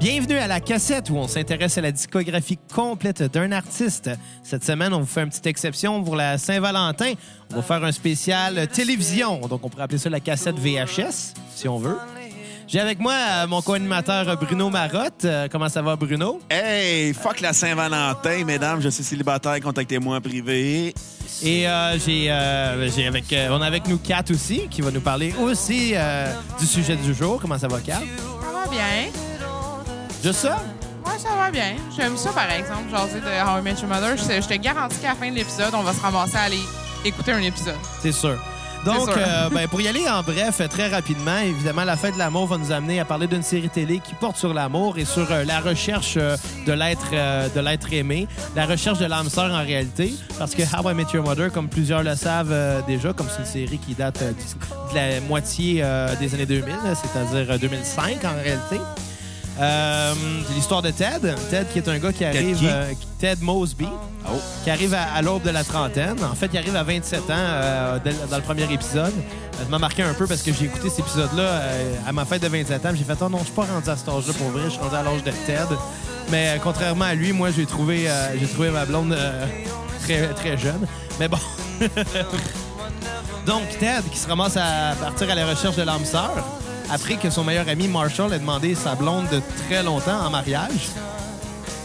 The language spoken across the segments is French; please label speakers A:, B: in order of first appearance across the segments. A: Bienvenue à la cassette où on s'intéresse à la discographie complète d'un artiste. Cette semaine, on vous fait une petite exception pour la Saint-Valentin. On va faire un spécial télévision, donc on pourrait appeler ça la cassette VHS, si on veut. J'ai avec moi euh, mon co-animateur euh, Bruno Marotte. Euh, Comment ça va, Bruno?
B: Hey, fuck la Saint-Valentin, mesdames, je suis célibataire, contactez-moi en privé.
A: Et euh, j'ai, euh, j'ai avec, euh, on a avec nous Kat aussi, qui va nous parler aussi euh, du sujet du jour. Comment ça va, Kat?
C: Ça va bien.
A: Juste ça?
C: Ouais, ça va bien. J'aime ça, par exemple, jaser de How I Met Your Mother. Je, sais- je te garantis qu'à la fin de l'épisode, on va se ramasser à aller écouter un épisode.
A: C'est sûr. Donc,
C: C'est sûr.
A: euh, ben, pour y aller en bref, très rapidement, évidemment, la fête de l'amour va nous amener à parler d'une série télé qui porte sur l'amour et sur euh, la recherche euh, de l'être euh, de l'être aimé, la recherche de l'âme sœur en réalité, parce que How I Met Your Mother, comme plusieurs le savent euh, déjà, comme c'est une série qui date euh, du- de la moitié euh, des années 2000, là, c'est-à-dire euh, 2005 en réalité. Euh, L'histoire de Ted, Ted qui est un gars qui arrive,
B: qui?
A: euh, Ted Mosby,
B: Oh.
A: qui arrive à, à l'aube de la trentaine. En fait, il arrive à 27 ans euh, dès- dans le premier épisode. Euh, Ça m'a marqué un peu parce que j'ai écouté cet épisode-là euh, à ma fête de 27 ans. J'ai fait « Oh non, je suis pas rendu à cet âge-là pour vrai. Je suis rendu à l'âge de Ted. » Mais euh, contrairement à lui, moi, j'ai trouvé, euh, j'ai trouvé ma blonde euh, très, très jeune. Mais bon... Donc, Ted, qui se ramasse à partir à la recherche de l'âme sœur, après que son meilleur ami Marshall ait demandé sa blonde de très longtemps en mariage.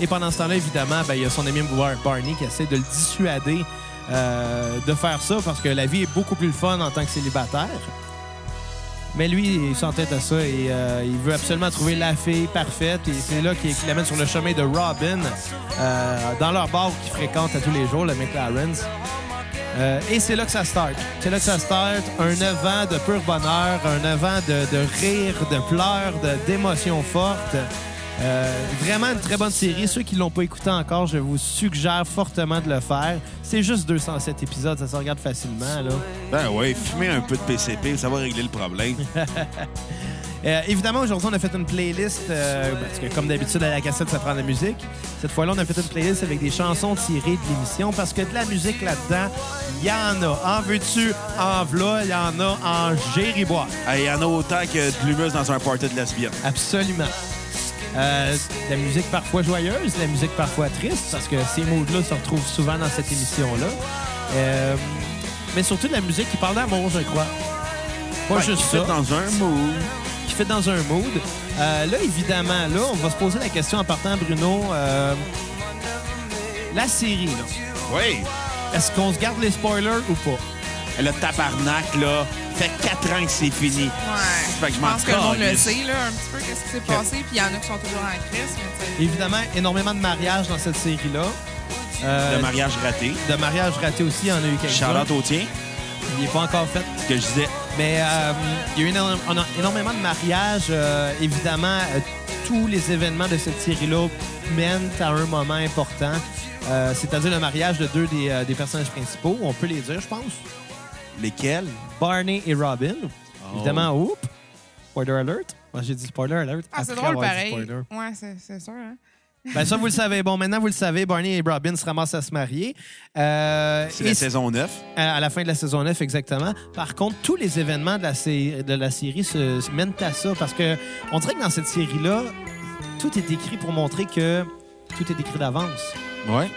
A: Et pendant ce temps-là, évidemment, ben, il y a son ami Bar- Barney qui essaie de le dissuader euh, de faire ça parce que la vie est beaucoup plus le fun en tant que célibataire. Mais lui, il s'entête à ça et euh, il veut absolument trouver la fille parfaite. Et c'est là qu'il qu'il l'amène sur le chemin de Robin, euh, dans leur bar qu'ils fréquentent à tous les jours, le McLaren's. Euh, et c'est là que ça start. C'est là que ça start. Un 9 ans de pur bonheur, un 9 ans de, de rire, de pleurs, de- d'émotions fortes. Euh, vraiment une très bonne série. Ceux qui l'ont pas écouté encore, je vous suggère fortement de le faire. C'est juste 207 épisodes, ça se regarde facilement. Là.
B: Ben ouais, fumez un peu de PCP, ça va régler le problème.
A: Euh, évidemment, aujourd'hui, on a fait une playlist, euh, parce que comme d'habitude, à la cassette, ça prend de la musique. Cette fois-là, on a fait une playlist avec des chansons tirées de l'émission, parce que de la musique là-dedans, il y en a. En veux-tu, en v'là, il y en a en géribois.
B: Hey, y en a autant que de l'humus dans un party de lesbiennes.
A: Absolument. Euh, la musique parfois joyeuse, la musique parfois triste, parce que ces moods-là se retrouvent souvent dans cette émission-là. Euh, mais surtout de la musique qui parle d'amour, je crois. Pas
B: Ouais,
A: juste
B: qui
A: ça,
B: fait dans un mood.
A: qui fait dans un mood. Euh, là, évidemment, là, on va se poser la question en partant, Bruno. euh, la série, là,
B: Oui.
A: est-ce qu'on se garde les spoilers ou pas?
B: Le tabarnak, là, fait 4 ans que c'est fini. Fait que
C: Ouais.
B: je
C: Je
B: m'en
C: pense que le monde le
B: calisse.
C: sait, là, un petit peu, qu'est-ce qui s'est passé. Puis il y en a qui sont toujours en crise, mais tu sais.
A: Évidemment, énormément de mariages dans cette série-là. Euh,
B: Le mariage raté.
A: de mariages ratés aussi, il y en a eu quelques-uns.
B: Charlotte au tien,
A: Il n'est pas encore fait.
B: que je disais,
A: Mais euh, il y a eu éno- on a énormément de mariages. euh, évidemment, euh, tous les événements de cette série-là mènent à un moment important, euh, c'est-à-dire le mariage de deux des, euh, des personnages principaux. On peut les dire, je pense.
B: lesquels?
A: Barney et Robin.
B: Oh.
A: Évidemment, oups! Spoiler alert. Moi, j'ai dit spoiler alert.
C: Ah, c'est
A: après
C: drôle
A: avoir dit
C: pareil.
A: spoiler.
C: Ouais, c'est c'est sûr. Hein?
A: Ben, ça, vous le savez. Bon, maintenant, vous le savez, Barney et Robin se ramassent à se marier. Euh,
B: C'est
A: et
B: la saison 9.
A: à à la fin de la saison 9, exactement. Par contre, tous les événements de la, sé- de la série se, se mènent à ça parce que on dirait que dans cette série-là, tout est écrit pour montrer que tout est écrit d'avance.
B: Ouais.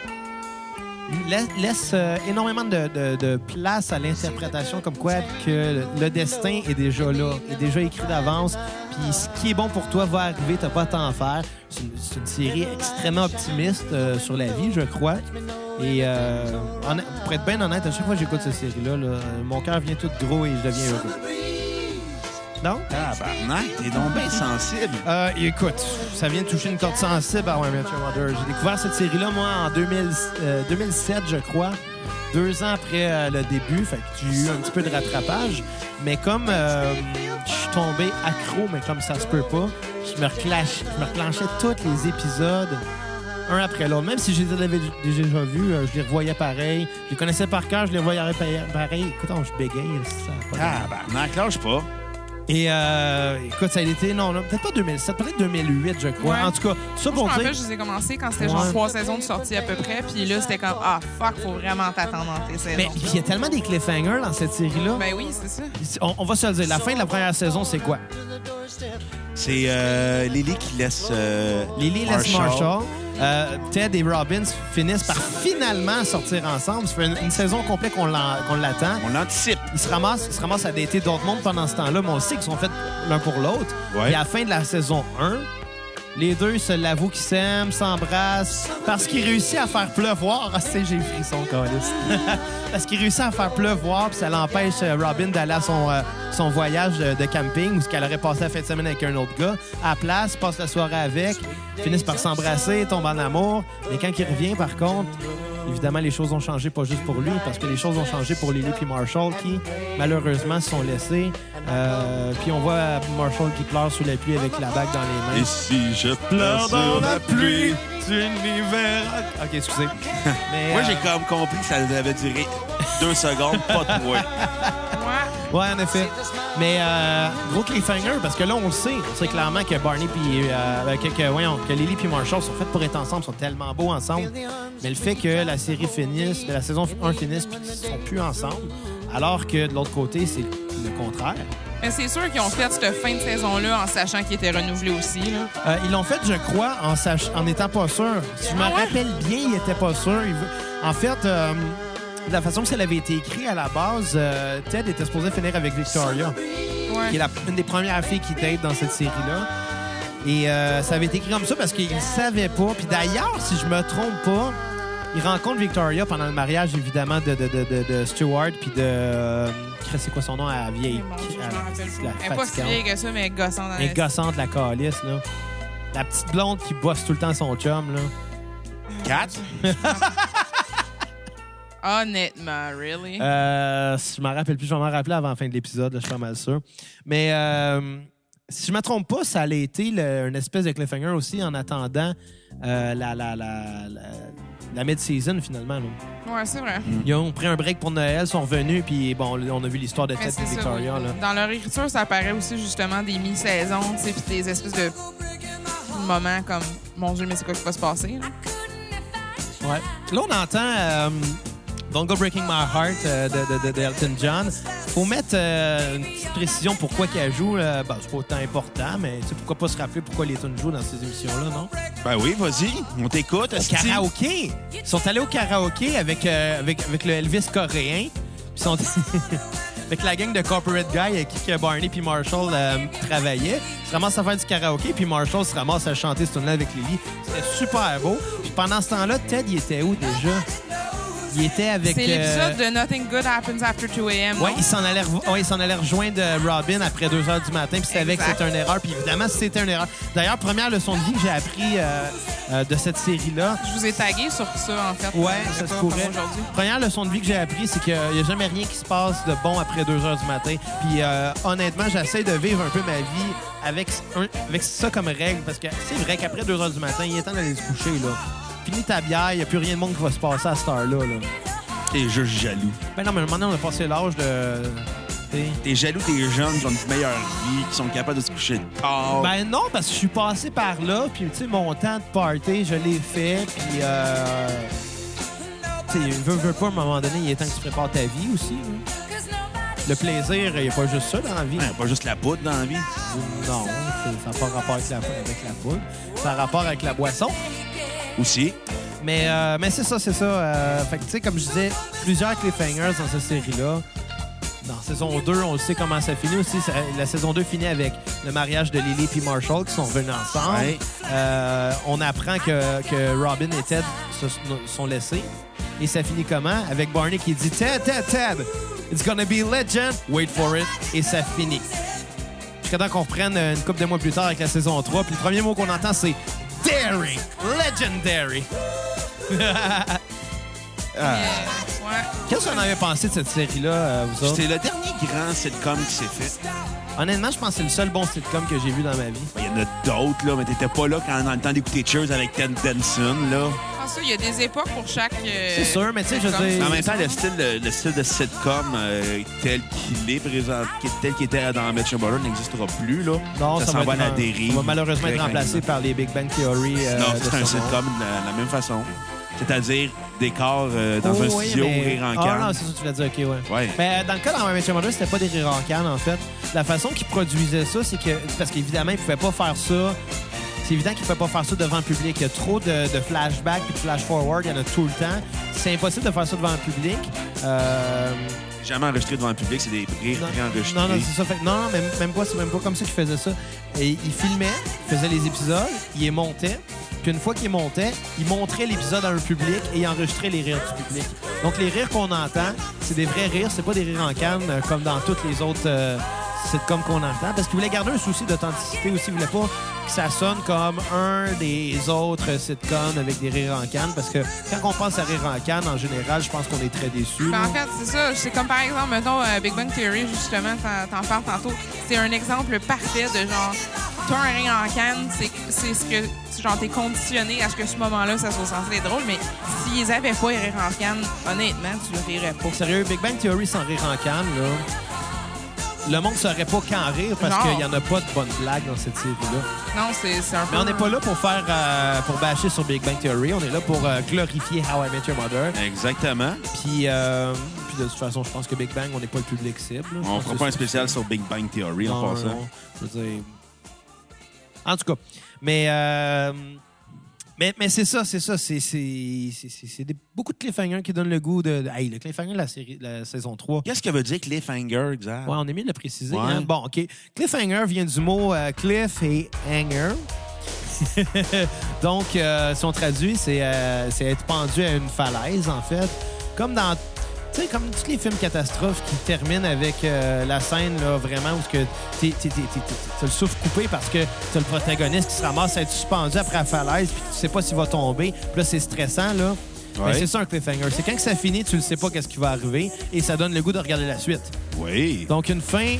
A: Laisse, laisse, euh, énormément de, de- de place à l'interprétation comme quoi que le, le destin est déjà là, est déjà écrit d'avance. Puis ce qui est bon pour toi va arriver, t'as pas à t'en faire. C'est une, c'est une série extrêmement optimiste euh, sur la vie, je crois. Et euh, en- pour être bien honnête, à chaque fois que j'écoute cette série-là, là, euh, mon cœur vient tout gros et je deviens heureux. Non?
B: Tabarnak, t'es donc bien sensible.
A: Euh, écoute, ça vient de toucher une corde sensible à How I Met Your Mother. J'ai découvert cette série-là, moi, en 2000, euh, 2007, je crois, deux ans après euh, le début. Fait que j'ai eu un petit peu de rattrapage. Mais comme euh, je suis tombé accro, mais comme ça se peut pas, je me, reclash- je me reclenchais tous les épisodes un après l'autre. Même si je les avais déjà vus, euh, je les revoyais pareil. Je les connaissais par cœur, je les voyais pa- pareil. Écoute, on- je bégaye. Ça a pas
B: Ah,
A: d'allure.
B: Tabarnak, lâche pas.
A: Et euh, écoute, ça a été, non, non, peut-être pas 2007, peut-être 2008, je crois.
C: Ouais.
A: En tout cas, ça pour
C: Moi, je me rappelle,
A: dire.
C: je les ai commencé quand c'était genre
A: Ouais.
C: trois saisons de sortie à peu près. Puis là, c'était comme, ah, fuck, faut vraiment t'attendre dans tes
A: Mais
C: saisons.
A: il y a tellement des cliffhangers dans cette série-là.
C: Ben oui, c'est Ben, ça.
A: On, on va se le dire, la fin de la première saison, c'est quoi?
B: C'est euh, Lily qui laisse. euh,
A: Lily laisse Marshall. Euh, Ted et Robbins finissent par finalement sortir ensemble. Ça fait une, une saison complète qu'on l'en- qu'on l'attend.
B: On l'anticipe.
A: Ils se ramassent, ils se ramassent à dater d'autres mondes pendant ce temps-là, mais on sait qu'ils sont faits l'un pour l'autre.
B: Ouais.
A: Et à la fin de la saison 1, les deux se l'avouent qu'ils s'aiment, s'embrassent, parce qu'ils réussissent à faire pleuvoir. Ah, c'est, j'ai frisson, câlisse. parce qu'ils réussissent à faire pleuvoir, puis ça l'empêche euh, Robin d'aller à son, euh, son voyage de, de camping, où ce qu'elle aurait passé la fin de semaine avec un autre gars. À la place, passe la soirée avec, finissent par s'embrasser, tombent en amour. Mais quand il revient, par contre, évidemment, les choses ont changé, pas juste pour lui, parce que les choses ont changé pour Lily puis Marshall, qui, malheureusement, se sont laissés. Euh, puis on voit Marshall qui pleure sous la pluie avec la bague dans les mains.
B: Et si je
A: Pleure
B: pleure dans la pluie.
A: l'univers. Ok, excusez. Mais,
B: Moi,
A: euh,
B: j'ai comme compris que ça avait duré deux secondes, pas trois.
C: Ouais.
A: Ouais, en effet. Mais euh, gros cliffhanger, parce que là, on le sait. On sait clairement que Barney puis... euh, que, que- voyons, que Lily puis Marshall sont faites pour être ensemble, sont tellement beaux ensemble. Mais le fait que la série finisse, que la saison 1 finisse, puis qu'ils sont plus ensemble, alors que de l'autre côté, c'est le contraire.
C: Mais c'est sûr qu'ils ont fait cette fin de saison-là en sachant qu'ils étaient renouvelés aussi. Là.
A: Euh, ils l'ont fait, je crois, en sach- en n'étant pas sûr. Si je me
C: Ah ouais?
A: rappelle bien, ils n'étaient pas sûrs. Ils vou- En fait, euh, de la façon que ça avait été écrit à la base, euh, Ted était supposé finir avec Victoria,
C: Ouais.
A: qui est la- une des premières filles qui date dans cette série-là. Et euh, ça avait été écrit comme ça parce qu'ils ne savaient pas. Puis d'ailleurs, si je me trompe pas, ils rencontrent Victoria pendant le mariage, évidemment, de, de, de, de- de Stewart, puis de... euh, Christ, c'est quoi son nom? À vieille...
C: Mon Dieu, je m'en
A: à- ah, la
C: rappelle plus. Elle est pas si
A: fatigante.
C: vieille que ça, mais elle est gossante. dans
A: Elle
C: la-
A: est gossante, la calice, là. La petite blonde qui bosse tout le temps son chum, là.
B: Quatre?
C: Honnêtement, really.
A: Euh, si je m'en rappelle plus, je vais m'en rappeler avant la fin de l'épisode, là, je suis pas mal sûr. Mais euh, si je me trompe pas, ça allait été le- une espèce de cliffhanger aussi en attendant euh, la, la, la, la, la mid-season, finalement. là.
C: Ouais, c'est vrai.
A: Ils ont pris un break pour Noël, sont revenus, puis bon, on a vu l'histoire de
C: Mais
A: Ted
C: c'est
A: et
C: ça,
A: Victoria,
C: oui.
A: là.
C: Dans leur écriture, ça apparaît aussi justement des mi-saisons, tu sais, puis des espèces de moments comme mon Dieu, mais c'est quoi qui va se passer? là?
A: Ouais. Là, on entend euh, Don't Go Breaking My Heart euh, de, de- de- de Elton John. Faut mettre euh, une petite précision pourquoi qu'elle joue. là. Ben, c'est pas autant important, mais tu sais, pourquoi pas se rappeler pourquoi les tunes jouent dans ces émissions-là, non?
B: Ben oui, vas-y, on t'écoute.
A: Au
B: esti.
A: karaoké! Ils sont allés au karaoké avec, euh, avec, avec le Elvis coréen. Puis ils sont... avec la gang de Corporate Guy avec qui que Barney puis Marshall euh, travaillaient. Ils se ramassent à faire du karaoké, puis Marshall se ramasse à chanter ce tune-là avec Lily. C'était super beau. Puis pendant ce temps-là, Ted, il était où déjà? Il était avec...
C: C'est
A: euh,
C: l'épisode de Nothing Good Happens After 2 a.m.
A: Ouais,
C: non?
A: il s'en allait, revo- ouais, il s'en allait rejoindre euh, Robin après 2 heures du matin, puis il savait que
C: Exact.
A: c'était une erreur. Puis évidemment, c'était une erreur. D'ailleurs, première leçon de vie que j'ai appris euh, euh, de cette série-là,
C: Je vous ai tagué sur ça, en fait.
A: Ouais,
C: Je sais
A: ça se
C: pas
A: pourrait.
C: comment Aujourd'hui.
A: Première leçon de vie que j'ai appris, c'est qu'il n'y a jamais rien qui se passe de bon après 2 heures du matin. Puis euh, honnêtement, j'essaie de vivre un peu ma vie avec, un- avec ça comme règle. Parce que c'est vrai qu'après 2 heures du matin, il est temps d'aller se coucher. là. Fini ta bière, il n'y a plus rien de monde qui va se passer à cette heure-là. Là.
B: T'es juste jaloux.
A: Ben non, mais à un moment donné, on a passé l'âge de. t'sais.
B: T'es jaloux des jeunes qui ont une meilleure vie, qui sont capables de se coucher tard.
A: Ben non, parce que je suis passé par là, puis tu sais, mon temps de party, je l'ai fait, puis euh... Tu sais, veux, veux pas, à un moment donné, il est temps que tu prépares ta vie aussi. hein. Le plaisir, il n'y a pas juste ça dans la vie.
B: Ouais, pas juste la poudre dans la vie.
A: Non, c'est- ça n'a pas rapport avec la, avec la poudre. Ça a rapport avec la boisson.
B: Aussi.
A: Mais, euh, mais c'est ça, c'est ça. Euh, fait que, tu sais, comme je disais, plusieurs cliffhangers dans cette série-là. Dans saison 2, on le sait comment ça finit aussi. Ça- la saison 2 finit avec le mariage de Lily et Marshall qui sont venus ensemble.
B: Ouais.
A: Euh, on apprend que, que Robin et Ted se sont laissés. Et ça finit comment? Avec Barney qui dit Ted, Ted, Ted, it's gonna be legend. Wait for it. Et ça finit. Jusqu'à temps qu'on reprenne euh, une couple de mois plus tard avec la saison 3. Puis le premier mot qu'on entend, c'est Dairy. Legendary.
C: Euh, ouais.
A: Qu'est-ce que vous en avez pensé de cette série-là, euh, vous autres?
B: C'était le dernier grand sitcom qui s'est fait. Ben,
A: Honnêtement, je pense que c'est le seul bon sitcom que j'ai vu dans ma vie.
B: Il y en a d'autres, là, mais t'étais pas là quand dans le temps d'écouter Cheers avec Ted Danson, là.
C: Je pense que il y a des époques pour chaque. euh,
A: C'est sûr, mais tu sais, je veux
C: sitcom.
A: dire-
B: En même temps, le style, de- le style de sitcom euh, tel qu'il est présent, qui- tel qu'il était dans Met Your Mother n'existera plus, là.
A: Non, ça,
B: s'en
A: va
B: va à
A: être
B: la
A: un-
B: dérive.
A: ça va malheureusement
B: Très
A: être remplacé par les Big Bang Theory. euh,
B: Non,
A: de
B: c'est un
A: ce monde.
B: sitcom de la, la même façon. c'est-à-dire des corps euh, dans un
A: Oh, oui,
B: studio
A: mais-
B: rire en
A: Ah
B: canne.
A: non, c'est ça que tu voulais dire, OK, ouais.
B: Ouais.
A: Mais euh, dans le cas d'How I Met Your Mother, c'était pas des rires en canne, en fait. La façon qu'ils produisaient ça, c'est que... Parce qu'évidemment, ils pouvaient pas faire ça... C'est évident qu'ils pouvaient pas faire ça devant le public. Il y a trop de, de flashbacks puis de flash-forward. Il y en a tout le temps. C'est impossible de faire ça devant le public. Euh...
B: Jamais enregistré devant le public, c'est des rires préenregistrés.
A: Non, non, c'est ça. Fait que non, non, même, même pas, c'est même pas comme ça qu'ils faisaient ça. Et ils filmaient, ils faisaient les épisodes, ils les montaient. Puis une fois qu'ils montaient, ils montraient l'épisode à un public et ils enregistraient les rires du public. Donc les rires qu'on entend, c'est des vrais rires, c'est pas des rires en canne euh, comme dans toutes les autres euh, sitcoms qu'on entend. Parce qu'ils voulaient garder un souci d'authenticité aussi. Ils voulaient pas que ça sonne comme un des autres sitcoms avec des rires en canne. Parce que quand on pense à rire en canne, en général, je pense qu'on est très déçus.
C: Ben,
A: là.
C: en fait, c'est ça. C'est comme par exemple, mettons, euh, Big Bang Theory, justement, t'en- t'en parles tantôt. C'est un exemple parfait de genre, t'as un ring en canne, c'est c'est ce que, c'est genre, t'es conditionné à ce que ce moment-là, ça soit censé être drôle, mais s'ils avaient pas les rires en canne, honnêtement, tu le rirais pas.
A: Pour sérieux, Big Bang Theory sans rire en canne, là. Le monde ne saurait pas qu'en rire parce
C: Non.
A: qu'il n'y en a pas de bonnes blagues dans cette série-là.
C: Non, c'est c'est un peu.
A: Mais on n'est pas là pour faire euh, pour bâcher sur Big Bang Theory, on est là pour euh, glorifier How I Met Your Mother.
B: Exactement.
A: Puis, euh, puis de toute façon, je pense que Big Bang, on n'est pas le public cible. là. Je
B: On
A: pense
B: fera
A: que
B: pas un
A: c'est-
B: spécial sur Big Bang Theory en
A: Non,
B: passant.
A: non. Je veux dire- En tout cas. Mais, euh, mais, mais c'est ça, c'est ça. C'est c'est- c'est- c'est- c'est des- beaucoup de cliffhangers qui donnent le goût de. de- Hey, le cliffhanger de la, série, de la saison 3.
B: Qu'est-ce que veut dire cliffhanger, exact?
A: Ouais, on est mieux de le préciser.
B: Ouais.
A: hein. Bon, OK. Cliffhanger vient du mot euh, cliff et hanger. Donc, euh, si on traduit, c'est euh, c'est être pendu à une falaise, en fait. Comme dans, tu sais, comme tous les films catastrophes qui terminent avec euh, la scène, là, vraiment, où ce que t'es- t'es- t'es- t'es- t'es- t'as le souffle coupé parce que t'as le protagoniste qui se ramasse à être suspendu après la falaise, puis tu sais pas s'il va tomber. Puis là, c'est stressant, là.
B: Ouais.
A: Mais c'est ça un cliffhanger. C'est quand que ça finit, tu ne sais pas qu'est-ce qui va arriver et ça donne le goût de regarder la suite.
B: Oui.
A: Donc, une fin.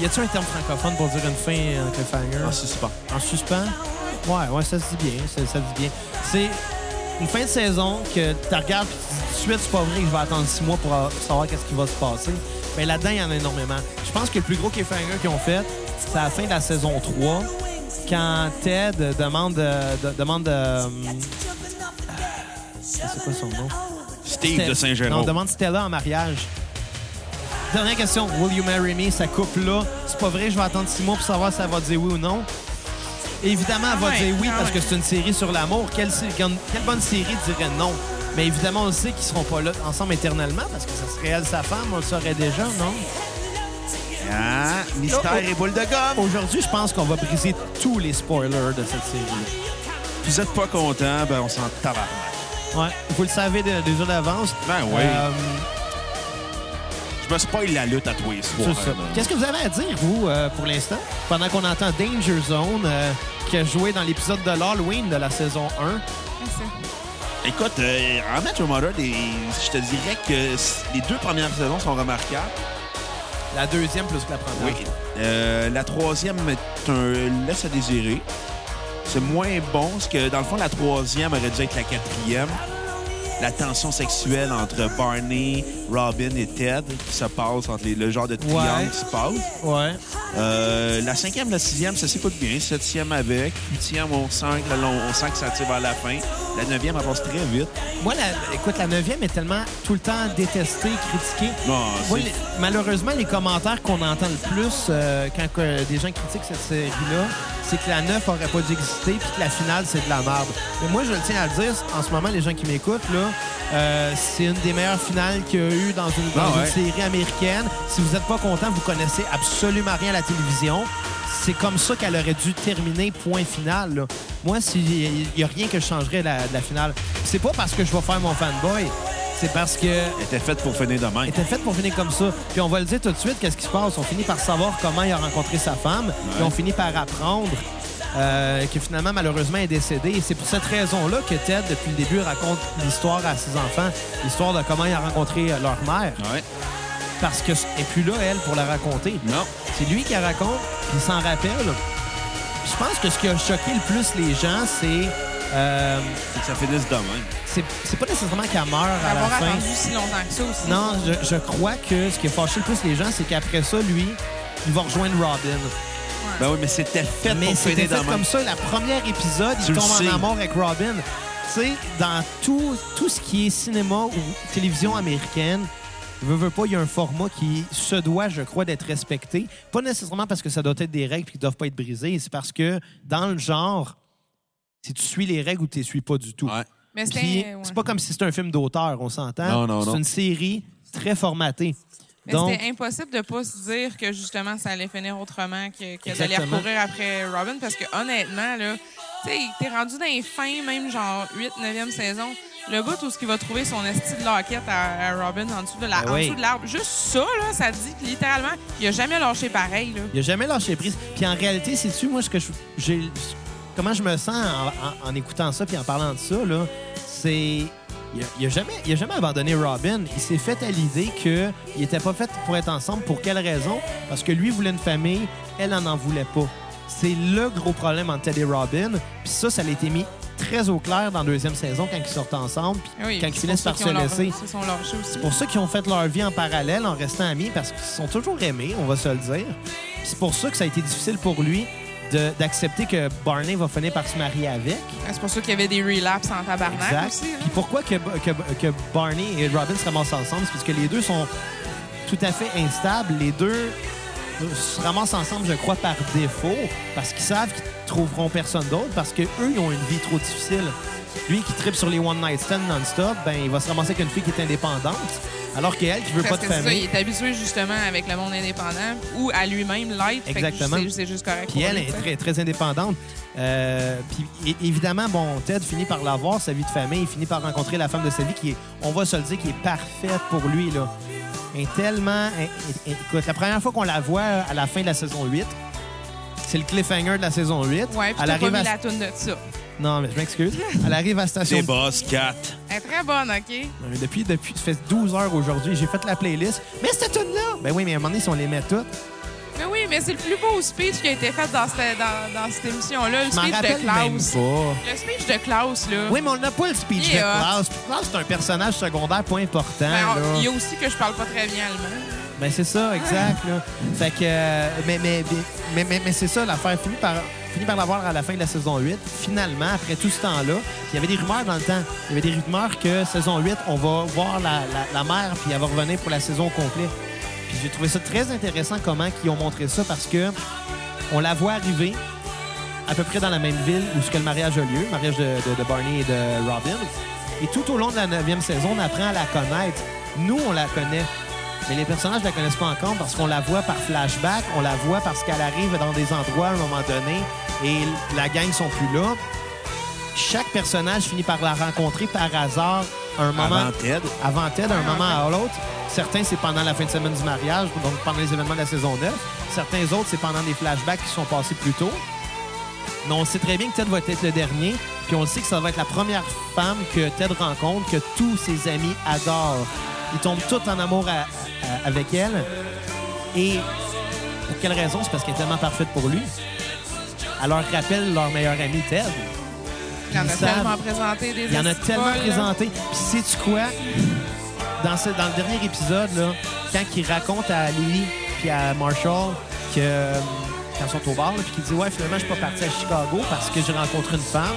A: Y a-t-il un terme francophone pour dire une fin en cliffhanger?
B: En suspens.
A: En suspens? Ouais, ouais, ça se dit bien. Ça, ça se dit bien. C'est une fin de saison que tu regardes et tu dis tout de suite, c'est pas vrai que je vais attendre six mois pour euh, savoir qu'est-ce qui va se passer. Mais là-dedans, il y en a énormément. Je pense que le plus gros cliffhanger qu'ils ont fait, c'est à la fin de la saison 3, quand Ted demande. euh, de- demande euh, c'est quoi son nom?
B: Steve de
A: Non, on
B: Saint-Jérôme.
A: demande Stella en mariage. Dernière question. Will you marry me? Ça coupe là. C'est pas vrai, je vais attendre six mois pour savoir si elle va dire oui ou non. Évidemment, elle va
C: Ah ouais,
A: dire oui
C: ah
A: parce que
C: ouais.
A: c'est une série sur l'amour. Quelle, sé- quelle quelle bonne série dirait non? Mais évidemment, on le sait qu'ils seront pas là ensemble éternellement parce que ça serait elle, sa femme, on le saurait déjà, non?
B: Ah, mystère
A: Oh, oh.
B: et boule de gomme.
A: Aujourd'hui, je pense qu'on va briser tous les spoilers de cette série.
B: Vous êtes pas content, ben on s'en tabarnak.
A: Ouais, vous le savez dé- déjà d'avance.
B: Ben oui.
A: Euh,
B: Je me spoil la lutte à tous les
A: C'est
B: soirs.
A: ça.
B: là.
A: Qu'est-ce que vous avez à dire, vous, euh, pour l'instant, pendant qu'on entend Danger Zone, euh, qui a joué dans l'épisode de l'Halloween de la saison 1?
B: Écoute, euh, en Match Your Mother, les- je te dirais que c- les deux premières saisons sont remarquables.
A: La deuxième plus que la première.
B: Euh, la troisième est un laisse à désirer. C'est moins bon, parce que dans le fond, la troisième aurait dû être la quatrième. La tension sexuelle entre Barney, Robin et Ted qui se passe, entre les- le genre de triangle
A: Ouais.
B: qui se passe.
A: Ouais.
B: Euh, la cinquième, la sixième, ça s'écoute bien. Septième avec. Huitième, on sent, que- on sent que ça tire vers la fin. La neuvième, elle passe très vite.
A: Moi, la, écoute, la neuvième est tellement tout le temps détestée, critiquée.
B: Non,
A: Moi,
B: c'est-
A: les- malheureusement, les commentaires qu'on entend le plus euh, quand que des gens critiquent cette série-là, c'est que la 9 aurait pas dû exister puis que la finale, c'est de la merde. Mais moi, je le tiens à le dire, en ce moment, les gens qui m'écoutent, là, euh, c'est une des meilleures finales qu'il y a eu dans une, dans
B: Ah
A: une
B: ouais.
A: série américaine. Si vous n'êtes pas content, vous connaissez absolument rien à la télévision. C'est comme ça qu'elle aurait dû terminer, point final. là. Moi, il n'y a rien que je changerais de la, de la finale. C'est pas parce que je vais faire mon fanboy, c'est parce que
B: Elle était faite pour finir demain.
A: était faite pour finir comme ça. Puis on va le dire tout de suite, qu'est-ce qui se passe? On finit par savoir comment il a rencontré sa femme et on finit par apprendre euh, que finalement, malheureusement, elle est décédée. Et c'est pour cette raison-là que Ted, depuis le début, raconte l'histoire à ses enfants, l'histoire de comment il a rencontré euh, leur mère,
B: Ouais.
A: parce que et puis là, elle, pour la raconter.
B: Non.
A: C'est lui qui la raconte, puis il s'en rappelle. Puis Je pense que ce qui a choqué le plus les gens, c'est... euh,
B: Faut que ça finisse demain.
A: c'est c'est pas nécessairement qu'elle meurt à la
C: Avoir
A: fin.
C: attendu si longtemps que ça aussi.
A: Non, je, je crois que ce qui a fâché le plus les gens, c'est qu'après ça, lui, il va rejoindre Robin.
B: Ben oui, mais c'était fait
A: Mais
B: pour
A: c'était
B: finir
A: fait
B: demain.
A: comme ça, la première épisode,
B: Tu
A: il
B: le
A: tombe
B: sais.
A: en amour avec Robin. tu sais, dans tout, tout ce qui est cinéma ou télévision américaine, veux, veux pas, il y a un format qui se doit, je crois, d'être respecté. Pas nécessairement parce que ça doit être des règles qui doivent pas être brisées, c'est parce que dans le genre, si tu suis les règles ou tu les suis pas du tout.
B: Ouais.
C: Mais c'était. euh,
A: Puis,
C: ouais.
A: c'est pas comme si c'était un film d'auteur, on s'entend.
B: Non, non,
A: c'est
B: non.
A: une série très formatée.
C: Mais
A: Donc,
C: c'était impossible de pas se dire que justement ça allait finir autrement que, que d'aller
A: Exactement.
C: recourir après Robin parce que honnêtement là, tu sais, t'es rendu dans les fins même genre 8 9e saison, le bout où ce qu'il va trouver son esti de loquette à, à Robin en dessous de la
A: Ah
C: en
A: oui.
C: dessous de l'arbre, juste ça là, ça dit que littéralement, il a jamais lâché pareil là.
A: il a jamais lâché prise. Puis en réalité, sais-tu, moi, ce que je- j'ai, comment je me sens en, en- en écoutant ça puis en parlant de ça, là, c'est... Il a, il a jamais, il a jamais abandonné Robin. Il s'est fait à l'idée qu'ils n'étaient pas faits pour être ensemble. Pour quelle raison? Parce que lui voulait une famille, elle n'en en voulait pas. C'est le gros problème entre Ted et Robin. Puis ça, ça l'a été mis très au clair dans la deuxième saison quand ils sortent ensemble, puis
C: Ah oui,
A: quand ils
C: c'est
A: finissent
C: pour
A: par
C: ça
A: se
C: qu'ils ont leur-
A: laisser.
C: se sont lâchés aussi.
A: C'est pour ça qu'ils ont fait leur vie en parallèle en restant amis parce qu'ils se sont toujours aimés, on va se le dire. Puis C'est pour ça que ça a été difficile pour lui de- d'accepter que Barney va finir par se marier avec.
C: Ah, C'est pour ça qu'il y avait des relapses en tabarnak aussi. hein. là.
A: Puis pourquoi que, que, que Barney et Robin se ramassent ensemble? C'est parce que les deux sont tout à fait instables. Les deux se ramassent ensemble, je crois, par défaut, parce qu'ils savent qu'ils trouveront personne d'autre, parce qu'eux, ils ont une vie trop difficile. Lui qui tripe sur les one-night stands non-stop, ben, il va se ramasser avec une fille qui est indépendante, alors qu'elle, qui veut
C: Parce
A: pas
C: que
A: de
C: c'est ça, il
A: famille.
C: est habitué justement avec le monde indépendant ou à lui-même l'être. Fait que
A: Exactement.
C: c'est- C'est juste correct.
A: Puis
C: pour
A: elle
C: lui,
A: est
C: tu sais.
A: très, très indépendante. Euh, puis é- évidemment, bon, Ted finit par l'avoir, sa vie de famille. Il finit par rencontrer la femme de sa vie qui est, on va se le dire, qui est parfaite pour lui. Là. Elle est tellement... elle- elle- écoute, la première fois qu'on la voit à la fin de la saison 8, c'est le cliffhanger de la saison 8.
C: Ouais, puis
A: elle
C: t'as pas
A: arrive
C: mis
A: à...
C: la toune de ça.
A: Non, mais je m'excuse. Elle arrive à station...
B: C'est boss 4.
C: Elle est très bonne, OK?
A: Non, mais Depuis, depuis, ça fait 12 heures aujourd'hui, j'ai fait la playlist. Mais cette tune-là! Ben oui, mais à un moment donné, si on les met toutes...
C: Mais oui, mais c'est le plus beau speech qui a été fait dans cette, dans, dans cette émission-là, le
A: Je m'en
C: speech de
A: rappelle même
C: Klaus.
A: pas.
C: Le speech de Klaus, là.
A: Oui, mais on n'a pas le speech
C: Il est
A: de
C: hot.
A: Klaus. Puis Klaus, c'est un personnage secondaire pas important.
C: Ben,
A: hein, là.
C: il y a aussi que je parle pas très bien allemand.
A: Ben, c'est ça, exact. Là. Fait que, euh, mais, mais, mais, mais, mais c'est ça, l'affaire finit par, finit par l'avoir à la fin de la saison 8. Finalement, après tout ce temps-là, il y avait des rumeurs dans le temps. Il y avait des rumeurs que saison 8, on va voir la, la, la mère, puis elle va revenir pour la saison au complet. Puis j'ai trouvé ça très intéressant comment ils ont montré ça, parce que on la voit arriver à peu près dans la même ville où ce que le mariage a lieu, le mariage de, de- de Barney et de Robin. Et tout au long de la neuvième saison, on apprend à la connaître. Nous, on la connaît. Mais les personnages ne la connaissent pas encore parce qu'on la voit par flashback, on la voit parce qu'elle arrive dans des endroits à un moment donné et la gang sont plus là. Chaque personnage finit par la rencontrer par hasard à un moment
B: Avant Ted.
A: avant Ted, d'un moment à l'autre. Certains, c'est pendant la fin de semaine du mariage, donc pendant les événements de la saison 9. Certains autres, c'est pendant des flashbacks qui sont passés plus tôt. Mais on sait très bien que Ted va être le dernier, puis on le sait que ça va être la première femme que Ted rencontre, que tous ses amis adorent. Ils tombent tous en amour à- à- avec elle. Et pour quelle raison? C'est parce qu'elle est tellement parfaite pour lui. Elle leur rappelle leur meilleur ami Ted.
C: Il y en a
A: Ils savent.
C: tellement présenté des hein.
A: Il y en a
C: esti de
A: tellement
C: folles, là.
A: présenté. Puis sais-tu quoi? Dans, ce- dans le dernier épisode, là, quand il raconte à Lily puis à Marshall que euh, quand ils sont au bar, là, puis qu'il dit Ouais, finalement, je suis pas parti à Chicago parce que j'ai rencontré une femme.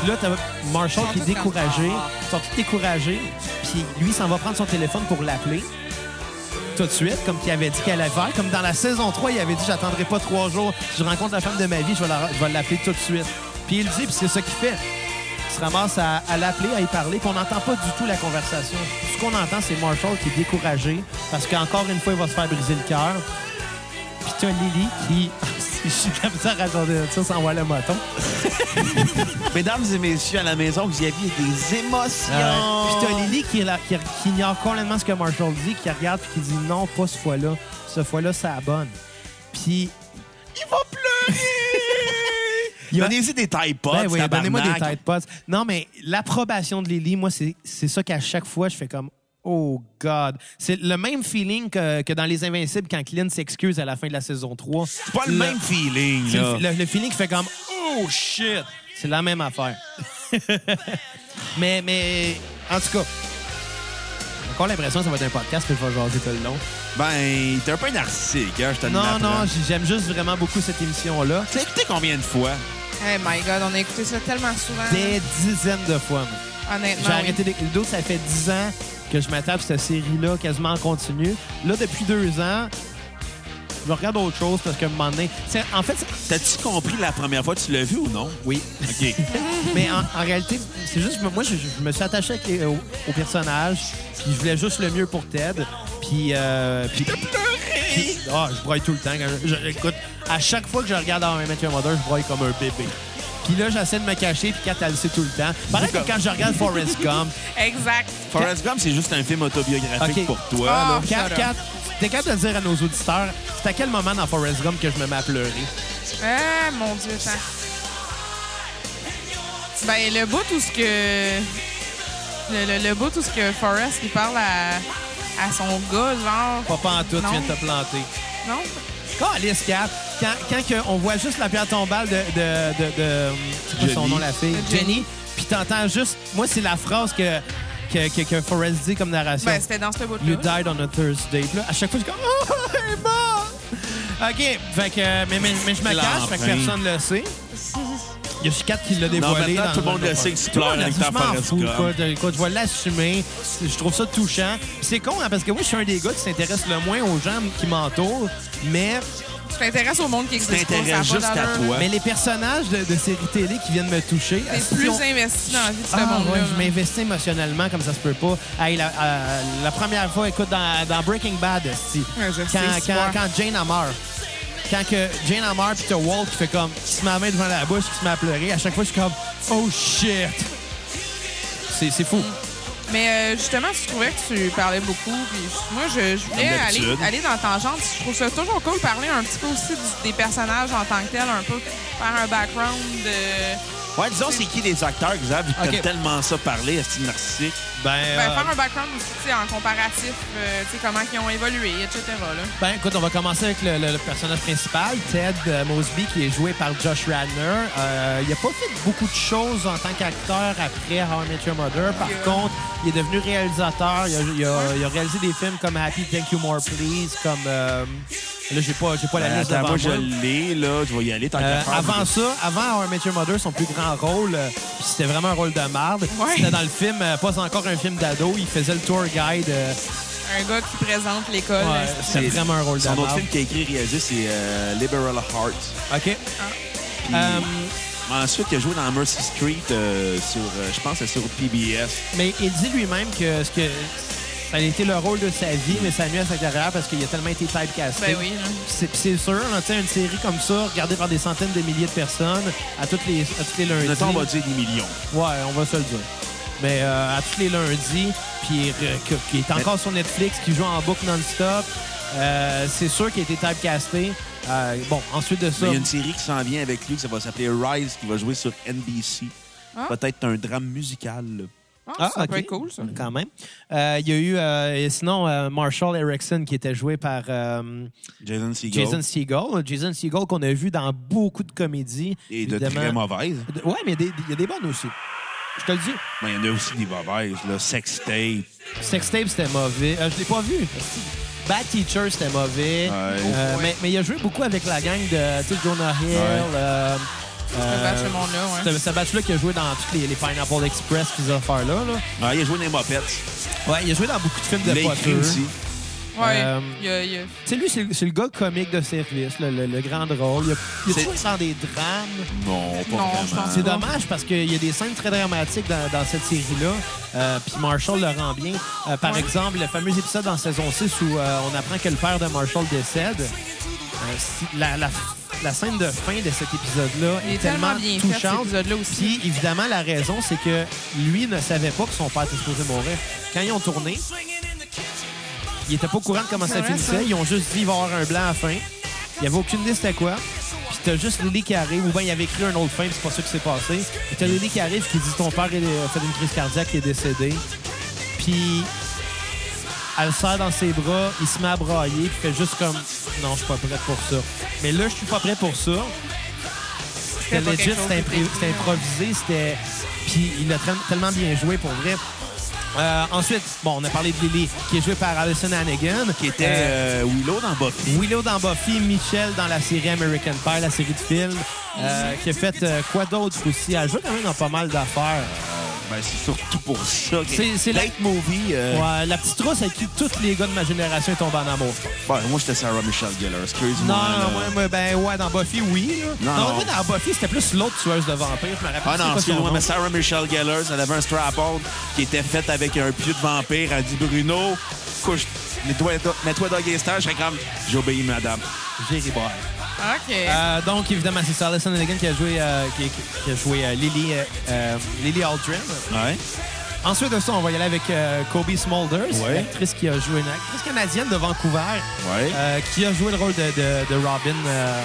A: Puis là, t'as Marshall
C: Ils sont
A: qui est
C: tous
A: découragé.
C: comme-
A: Ils sont tous découragés. Puis lui, il s'en va prendre son téléphone pour l'appeler tout de suite, comme qu'il avait dit qu'elle allait faire. Comme dans la saison 3, il avait dit J'attendrai pas trois jours, je rencontre la femme de ma vie, je vais la- je vais l'appeler tout de suite. Puis il le dit, puis c'est ça qu'il fait. Il se ramasse à, à l'appeler, à y parler, puis on n'entend pas du tout la conversation. Ce qu'on entend, c'est Marshall qui est découragé parce qu'encore une fois, il va se faire briser le cœur. Puis t'as Lily qui. Je suis de la misère à dire ça sans voir le moton.
B: Mesdames et messieurs, à la maison, vous y aviez des émotions.
A: Ah Puis t'as Lily qui, est là- qui- qui ignore complètement ce que Marshall dit, qui regarde puis qui dit non, pas ce fois-là. Ce fois-là, c'est la bonne. Puis
B: Il va
A: Il y a-
B: pleurer! Donnez-y des Tide Pods,
A: Ben oui,
B: tabarnak.
A: donnez-moi des Tide Pods. Non, mais l'approbation de Lily, moi, c'est c'est ça qu'à chaque fois, je fais comme « Oh God! » C'est le même feeling que, que dans Les Invincibles quand Clint s'excuse à la fin de la saison 3.
B: C'est pas le, même feeling,
A: c'est
B: là.
A: Le, le- le feeling qui fait comme « Oh shit! » C'est la même affaire. mais, mais, en tout cas, j'ai encore l'impression que ça va être un podcast que je vais jaser tout le long.
B: Ben, t'es un peu narcissique, hein, je te le
A: Non,
B: l'apprends.
A: non, j'aime juste vraiment beaucoup cette émission-là.
B: Tu l'as écouté combien de fois?
C: Hey my God, on a écouté ça tellement souvent.
A: Des dizaines de fois. moi. J'ai
B: Ben
C: Honnêtement, oui.
A: arrêté d'écouter. D'où ça fait 10 ans que je m'attache à cette série-là quasiment en continu. Là, depuis deux ans, je regarde autre chose parce que un moment donné. c'est- En fait, c'est-
B: T'as-tu compris la première fois que tu l'as vu ou non?
A: oui.
B: OK.
A: Mais en, en réalité, c'est juste que moi, je, je me suis attaché avec les- au, au personnage, puis je voulais juste le mieux pour Ted. Puis. euh, puis puis- Ah, je broille tout le temps. quand je- je- écoute, à chaque fois que je regarde How I Met Your Mother, je broille comme un bébé. Puis là, j'essaie de me cacher, puis Kat, elle le sait tout le temps. Pareil que quand je regarde Forrest Gump,
C: Exact.
B: Forrest Gump, c'est juste un film autobiographique
A: Ok.
B: pour toi. là.
C: Ah.
A: Kat,
C: shut up.
A: Kat, t'es capable de dire à nos auditeurs, c'est à quel moment dans Forrest Gump que je me mets à pleurer?
C: Ah, mon Dieu, attends. Ben, le bout tout ce que... Le, le, le bout tout ce que Forrest, il parle à, à son gars, genre...
A: Papa en tout, tu
C: Non.
A: viens de te planter.
C: Non?
A: Calice, Kat. Quand, quand que on voit juste la pierre tombale de... de, de, de- c'est quoi son
B: Jenny.
A: nom, la fille?
C: De Jenny.
A: Jenny. Puis t'entends juste... Moi, c'est la phrase que, que, que, que Forrest dit comme narration.
C: Ben, c'était dans ce bout-là.
A: You died on a Thursday. Puis là, à chaque fois, je suis comme... Oh, elle est morte! OK. Fait que... Mais, mais, mais je me cache, fait que
B: L'enfin.
A: personne ne le sait. Il y a juste Kat qui l'a
B: Non,
A: dévoilé.
B: maintenant,
A: dans
B: tout le monde le sait que tu pleures
A: Tout le monde a
B: avec
A: dit,
B: ta
A: Je m'en
B: Forrest
A: fous,
B: Gump.
A: quoi, de- écoute, je vais l'assumer. Je trouve ça touchant. Puis C'est con, hein, parce que moi, je suis un des gars qui s'intéresse le moins aux gens qui m'entourent, mais,
C: Tu t'intéresses au monde qui
B: Tu
C: existe pas, ça a pas
B: t'intéresses juste à
C: d'allure.
B: toi.
A: mais les personnages de, de séries télé qui viennent me toucher... si
C: T'es plus
A: on-
C: investi dans la vie de ce
A: ah,
C: monde-là.
A: ouais,
C: là.
A: je m'investis émotionnellement comme ça se peut pas. Hey, la, euh, la première fois, écoute, dans, dans Breaking Bad, si,
C: Ouais, je sais,
A: quand,
C: c'est
A: quand,
C: vrai.
A: quand Jane a meurt, quand que Jane a meurt, puis t'as Walt qui fait comme, qui se met la main devant la bouche, qui se met à pleurer, à chaque fois, je suis comme, oh shit! C'est c'est fou.
C: Mais euh, justement, tu trouvais que tu parlais beaucoup. Puis je- moi, je, je voulais
B: Comme
C: aller,
B: d'habitude.
C: aller dans la tangente. Je trouve ça toujours cool de parler un petit peu aussi du- des personnages en tant que tels, un peu faire un background de.
B: Ouais, disons, c'est qui les acteurs, Xav? Ils
A: Ok.
B: t'aiment tellement ça parler, est-ce narcissique?
A: Ben,
C: ben,
A: euh,
C: faire un background aussi tu sais, en comparatif, euh, tu sais, comment ils ont évolué, etc. Là.
A: ben, écoute, on va commencer avec le, le- le personnage principal, Ted euh, Mosby, qui est joué par Josh Radner. Euh, il a pas fait beaucoup de choses en tant qu'acteur après How I Met Your Mother. Par
C: Yeah.
A: contre, il est devenu réalisateur. Il a, il a- il a réalisé des films comme Happy, Thank You More Please, comme... euh, là, j'ai pas, j'ai pas la
B: Euh,
A: liste
B: attends,
A: devant
B: moi, je
A: moi.
B: l'ai, là. Je vais y aller tant
A: Euh,
B: qu'à faire.
A: avant ça, avant How I Met Your Mother, son plus grand rôle, euh, puis c'était vraiment un rôle de marde.
C: Ouais.
A: C'était dans le film, euh, pas encore un film d'ado, il faisait le tour guide. euh,
C: Un gars qui présente l'école.
A: ouais,
C: euh,
A: c'était vraiment un rôle de
B: Son
A: marde.
B: autre film qui a écrit et réalisé, c'est euh, Liberal Heart.
A: OK.
B: Puis,
A: Euh,
B: Ensuite, il a joué dans Mercy Street euh, sur, euh, je pense, que c'est sur PBS.
A: mais il dit lui-même que ce que ça a été le rôle de sa vie, mais ça nuit à sa carrière parce qu'il a tellement été typecasté.
C: Ben oui, là.
A: C'est puis c'est sûr, là, tu sais, une série comme ça, regardée par des centaines de milliers de personnes, à tous les, à tous les lundis.
B: Mettons, on va dire des millions.
A: Ouais, on va se le dire. Mais euh, à tous les lundis, puis euh, que- qui est encore sur Netflix, qui joue en boucle non-stop, euh, c'est sûr qu'il a été typecasté. Euh, bon, ensuite de ça,
B: Mais Il y a une série qui s'en vient avec lui, ça va s'appeler Rise, qui va jouer sur NBC.
C: Ah.
B: Peut-être un drame musical. là.
C: Ah,
A: Ah,
C: ça peut
A: ok.
C: être cool, ça.
A: quand même, euh, il y a eu, euh, et sinon, euh, Marshall Erickson qui était joué par... euh,
B: Jason Segel.
A: Jason Segel. euh, Jason Segel qu'on a vu dans beaucoup de comédies.
B: Et de
A: évidemment.
B: très mauvaises.
A: De- Ouais, mais des- il y a des bonnes aussi. Je te le dis.
B: Mais il y en a aussi des mauvaises, là. Sex Tape.
A: Sextape, c'était mauvais. Euh, je l'ai pas vu. Bad Teacher, c'était mauvais. Euh,
C: Ouais.
A: mais, mais il a joué beaucoup avec la gang de tu sais, Jonah Hill. euh, euh,
C: batch de monde-là, ouais.
A: ce- Ce batch-là qui a joué dans tous les, les Pineapple Express, ces affaires-là. Là.
B: Ah, il a joué dans les Mopettes.
A: Ouais, il a joué dans beaucoup de films
B: Il
A: de
B: l'a écrit
A: poteux.
B: aussi.
C: Ouais.
A: Euh,
C: il y a- il y a-
A: Tu sais, lui, c'est le- c'est le gars comique de service, le, le- le grand drôle. Il a, il a
B: C'est-
A: toujours été dans des drames.
B: Non, pas
C: Non, je
B: vraiment.
C: pense
A: C'est dommage parce qu'il y a des scènes très dramatiques dans, dans cette série-là. Euh, Puis Marshall le rend bien. Euh, par
C: Ouais.
A: exemple, le fameux épisode dans saison 6 où euh, on apprend que le père de Marshall décède. Euh, si- la, la- la scène de fin de cet épisode-là
C: il
A: est,
C: est tellement bien fait, cet
A: touchante.
C: épisode-là aussi.
A: Puis évidemment, la raison, c'est que lui ne savait pas que son père était supposé mourir. Quand ils ont tourné, il était pas au courant de comment
C: C'est
A: ça
C: vrai, ça.
A: finissait. Ils ont juste dit il va y avoir un blanc à la fin. Il n'y avait aucune liste à quoi. Puis t'as juste Lily qui arrive, ou bien il avait écrit un autre fin, puis c'est pas ça qui s'est passé. Puis t'as Lily qui arrive qui dit ton père il a fait une crise cardiaque, il est décédé. Puis elle le serre dans ses bras, il se met à brailler, puis fait juste comme non, je suis pas prête pour ça. Mais là, je suis pas prêt pour ça.
C: C'était
A: C'était
C: pas
A: legit,
C: quelque chose
A: c'était
C: qui
A: impri-
C: était
A: c'était
C: écrit, ouais.
A: improvisé, c'était. Puis il l'a tra- tellement bien joué pour vrai. Euh, ensuite, bon, on a parlé de Lily, qui est jouée par Alison Hannigan.
B: Qui était
A: Euh,
B: euh, Willow dans Buffy.
A: Willow dans Buffy, Michelle dans la série American Pie, la série de films. euh, qui a fait euh, quoi d'autre aussi. Elle joue quand même dans pas mal d'affaires.
B: Ben, c'est surtout pour ça que...
A: C'est- c'est la-
B: Late Movie... euh,
A: Ouais, la petite rousse avec qui tous les gars de ma génération tombent en amour.
B: ouais, ben, moi, j'étais Sarah Michelle Gellar.
A: Non,
B: Excuse-moi. là.
A: ouais, ouais, ben ouais, dans Buffy, oui. là.
B: Non, non.
A: moi, dans Buffy, c'était plus l'autre tueuse de vampires, je me rappelle.
B: Ah non,
A: pas son
B: excuse-moi,
A: nom.
B: mais Sarah Michelle Gellar, elle avait un strap-on qui était fait avec un pieu de vampire. Elle dit Bruno, couche, mets-toi mets-toi dans les stages. J'étais comme, j'obéis, madame.
A: Jerry Boy.
C: OK.
A: Euh, donc, évidemment, c'est Sarah Alison Egan qui a joué, euh, qui, qui a joué euh, Lily, euh, euh, Lily Aldrin.
B: Ouais.
A: Ensuite de ça, on va y aller avec euh, Kobe Smulders,
B: Ouais.
A: une actrice qui a joué une actrice canadienne de Vancouver,
B: Ouais.
A: euh, qui a joué le rôle de, de- de Robin, euh,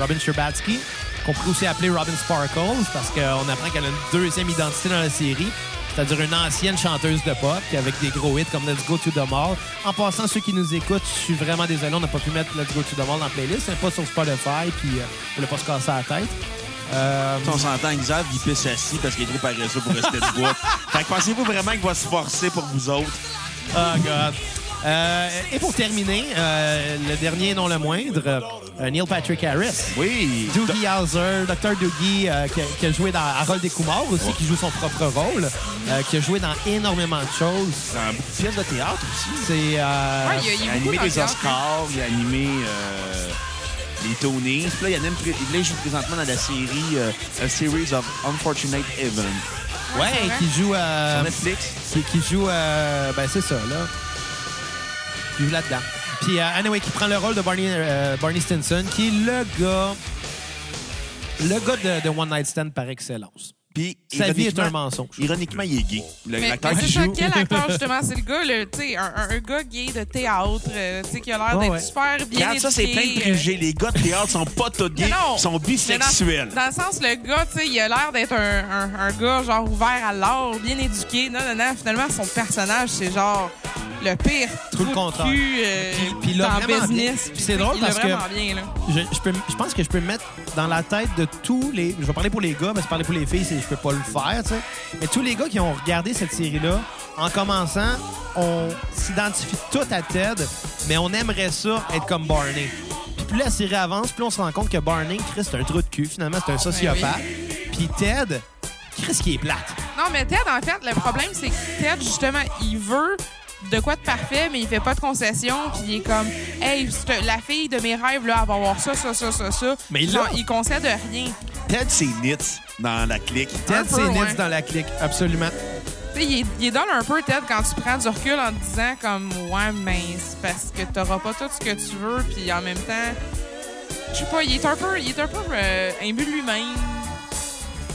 A: Robin Scherbatsky, qu'on pourrait aussi appeler Robin Sparkles, parce qu'on apprend qu'elle a une deuxième identité dans la série, c'est-à-dire une ancienne chanteuse de pop, qui avec des gros hits comme Let's Go to the Mall. En passant, ceux qui nous écoutent, je suis vraiment désolé, on n'a pas pu mettre Let's Go to the Mall dans la playlist, c'est pas sur Spotify, puis euh, on voulait pas se casser la tête. Euh,
B: On s'entend que Xav, il pisse assis parce qu'il est trop paresseux pour rester debout. fait que pensez-vous vraiment qu'il va se forcer pour vous autres?
A: Oh God. Euh, et pour terminer, euh, le dernier non le moindre, euh, Neil Patrick Harris.
B: Oui.
A: Doogie Howser, Dr. Doogie, euh, qui, a, qui a joué dans Harold et Kumar aussi, qui joue son propre rôle, euh, qui a joué dans énormément de choses.
B: Dans beaucoup de pièces de théâtre aussi.
A: C'est. euh,
C: Ouais, il y a- il
B: Il
C: y
B: a
C: a beaucoup
B: animé
C: dans
B: les
C: le théâtre, hein.
B: Oscars, il a animé euh, les Tonys. Puis là, il, anime, pré- là, il joue présentement dans la série euh, A Series of Unfortunate Events.
A: ouais,
C: c'est vrai.
A: qui joue. euh,
B: Sur Netflix.
A: qui, qui joue. euh, ben, c'est ça, là. Qui joue là-dedans. Puis, euh, anyway, qui prend le rôle de Barney, euh, Barney Stinson, qui est le gars. Le gars de- de One Night Stand par excellence.
B: Puis,
A: Sa vie est
B: ironiquement-
A: un mensonge.
B: Ironiquement, il est gay. Le-
C: Mais,
B: L'acteur
C: mais
B: qui
C: c'est ça,
B: joue.
C: quel acteur, justement? C'est le gars, le, tu sais, un, un- un gars gay de théâtre, euh, tu sais, qui a l'air
A: Ouais,
C: d'être
A: ouais.
C: super bien
B: Regarde, ça, c'est
C: éduqué,
B: plein de
C: euh,
B: préjugés. Les gars de théâtre sont pas tous gays,
C: Non.
B: ils sont bisexuels.
C: Mais Dans, dans le sens, le gars, tu sais, il a l'air d'être un, un- un gars, genre, ouvert à l'art, bien éduqué. Non, non, non. Finalement, son personnage, c'est genre le pire.
A: Tout le
C: trou de
A: contraire.
C: cul, euh,
A: Puis- puis il l'a
C: dans
A: vraiment
C: business.
A: bien.
C: Puis,
A: C'est
C: tu sais,
A: drôle
C: il l'a
A: parce que-
C: vraiment bien, là.
A: Je, je peux, je pense que je peux me mettre dans la tête de tous les. Je vais parler pour les gars, mais si je parlais pour les filles, c'est- je peux pas le faire, tu sais. Mais tous les gars qui ont regardé cette série-là, en commençant, on s'identifie tout à Ted, mais on aimerait ça être comme Barney. Puis plus la série avance, plus on se rend compte que Barney, Chris, c'est un trou de cul, finalement, c'est un sociopathe.
C: Ben
A: Puis Ted, Chris, qui est plate.
C: Non, mais Ted, en fait, le problème, c'est que Ted, justement, il veut de quoi de parfait, mais il fait pas de concession, puis il est comme, hey, c'est- la fille de mes rêves, là, elle va avoir ça, ça, ça, ça, ça.
A: Mais
C: Genre,
A: là-
C: il concède rien.
B: Ted, c'est nitz dans la clique.
A: Ted,
C: peu,
A: c'est
C: ouais.
A: Nitz dans la clique, absolument.
C: Tu sais, il, est- il est donne un peu, Ted, quand tu prends du recul en te disant, comme, ouais, mais c'est parce que t'auras pas tout ce que tu veux, puis en même temps, je sais pas, il est un peu, il est un peu euh, imbu de lui-même.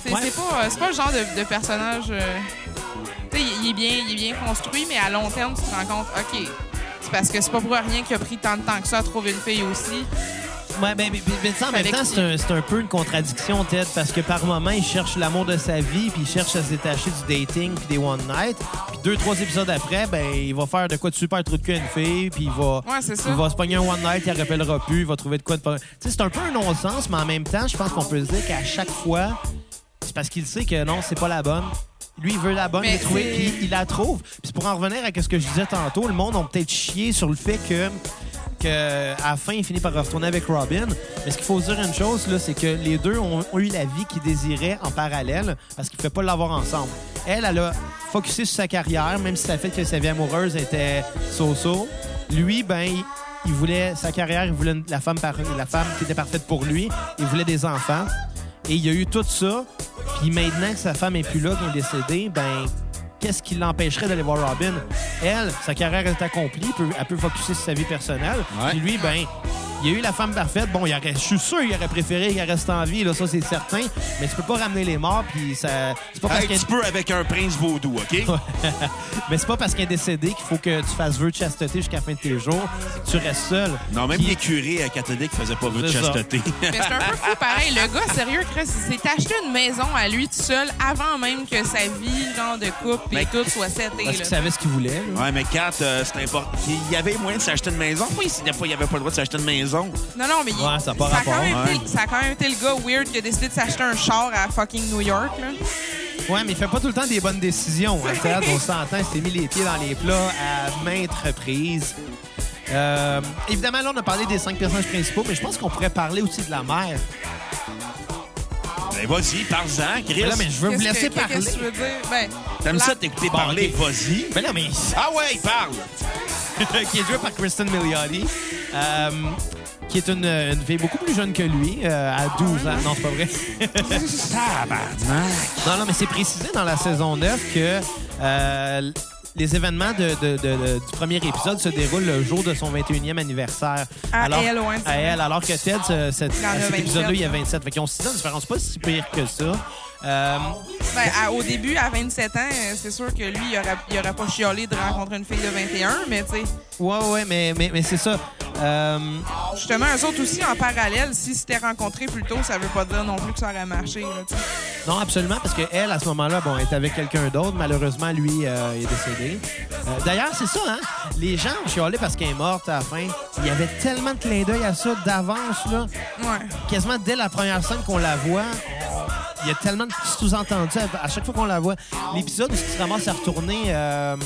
C: C'est
A: Ouais.
C: c'est pas, euh, c'est pas le genre de, de personnage. euh, tu sais, il, il est bien, il est bien construit, mais à long terme, tu te rends compte, OK, c'est parce que c'est pas pour rien qu'il a pris tant de temps que ça à trouver une fille aussi.
A: Ouais, ben, mais, mais- mais ça, en même
C: Avec-
A: temps, c'est un, c'est un peu une contradiction, Ted, parce que par moment, il cherche l'amour de sa vie, puis il cherche à se détacher du dating, puis des one night. Puis deux, trois épisodes après, ben, il va faire de quoi de super trou de cul à une fille, puis il va,
C: Ouais, c'est ça.
A: il va se pogner un one night, il ne rappellera plus, il va trouver de quoi de pas. Tu sais, c'est un peu un non-sens, mais en même temps, je pense qu'on peut se dire qu'à chaque fois, c'est parce qu'il sait que non, c'est pas la bonne. Lui, il veut la bonne,
C: Mais
A: il l'a trouvée,
C: c'est-
A: puis il la trouve. Puis pour en revenir à ce que je disais tantôt, le monde a peut-être chié sur le fait que, que à la fin, il finit par retourner avec Robin. Mais ce qu'il faut se dire une chose, là, c'est que les deux ont, ont eu la vie qu'ils désiraient en parallèle parce qu'ils ne pouvaient pas l'avoir ensemble. Elle, elle a focusé sur sa carrière, même si ça fait que sa vie amoureuse était so-so. Lui, ben, il, il voulait sa carrière, il voulait une- la femme, par- la femme qui était parfaite pour lui. Il voulait des enfants. Et il y a eu tout ça. Puis maintenant que sa femme est plus là, qu'elle est décédée, ben qu'est-ce qui l'empêcherait d'aller voir Robin? Elle, sa carrière est accomplie, peut- elle peut focuser sur sa vie personnelle.
B: Ouais.
A: Puis lui, ben il y a eu la femme parfaite. Bon, il aurait, je suis sûr, il aurait préféré qu'elle reste en vie, là, ça c'est certain. Mais tu peux pas ramener les morts, puis ça. C'est pas parce
B: Hey,
A: qu'elle-
B: tu peux avec un prince vaudou, OK?
A: mais c'est pas parce qu'elle est décédée qu'il faut que tu fasses vœu de chasteté jusqu'à la fin de tes jours. Tu restes seul.
B: Non, même
A: Puis-
B: les curés euh, catholiques faisaient pas vœu de
A: C'est ça.
B: chasteté.
C: Mais c'est un peu fou pareil. Le gars, sérieux, Chris, il s'est acheté une maison à lui tout seul avant même que sa vie, genre, de couple et
B: Mais-
C: tout soit setée.
A: Parce qu'il
C: là.
A: savait ce qu'il voulait. là.
B: ouais, mais Kat, euh, c'est important. Il y avait moyen de s'acheter une maison. Oui, s'il n'y avait pas- il y avait pas le droit de s'acheter une maison.
C: Non, non, mais il-
A: Ouais, ça a pas
C: a quand
A: rapport,
C: même
B: ouais.
C: été, ça a quand même été le gars weird qui a décidé de s'acheter un char à fucking New York. Là.
A: Ouais, mais il fait pas tout le temps des bonnes décisions. Hein, Ted. on s'entend, il s'est mis les pieds dans les plats à maintes reprises. Euh, évidemment, là, on a parlé des cinq personnages principaux, mais je pense qu'on pourrait parler aussi de la mère.
B: ben vas-y, parle-en, Chris.
A: Mais là, mais je veux vous
C: Qu'est-ce
A: laisser
C: que-
A: parler.
C: Qu'est-ce que tu veux dire? Ben,
B: T'aimes
C: la-
B: ça t'écouter
A: Bon,
B: parler,
A: ok.
B: vas-y.
A: Mais là, mais...
B: Ah ouais, il parle.
A: qui est joué par Kristen Milioti, euh, qui est une, une fille beaucoup plus jeune que lui, euh, à 12 ans. Non, c'est pas vrai.
B: Tabarnak.
A: Non, non, mais c'est précisé dans la saison 9 que euh, les événements de, de- de- de- du premier épisode se déroulent le jour de son 21e anniversaire.
C: À elle, ouais, c'est
A: À elle, alors que Ted, ce- cette-
C: Il en
A: à
C: a
A: cet
C: 27.
A: épisode-là, il y a 27. Fait qu'ils ont 6 ans de différence. Pas si pire que ça. Euh,
C: ben, à- au début, à 27 ans, euh, c'est sûr que lui, il aurait, il aurait pas chiolé de rencontrer une fille de 21, mais tu sais,
A: ouais, ouais, mais, mais, mais c'est ça. Euh,
C: justement, eux autres aussi, en parallèle, s'ils s'étaient rencontrés plus tôt, ça veut pas dire non plus que ça aurait marché. Là, tu sais.
A: non, absolument, parce qu'elle, à ce moment-là, bon, elle est avec quelqu'un d'autre. Malheureusement, lui, euh, il est décédé. Euh, D'ailleurs, c'est ça, hein? Les gens ont chialé parce qu'elle est morte à la fin. Il y avait tellement de clins d'œil à ça d'avance, là.
C: ouais. Ah
A: quasiment dès la première scène qu'on la voit, il y a tellement de petits sous-entendus à- à chaque fois qu'on la voit. L'épisode où ils se ramassent à retourner euh,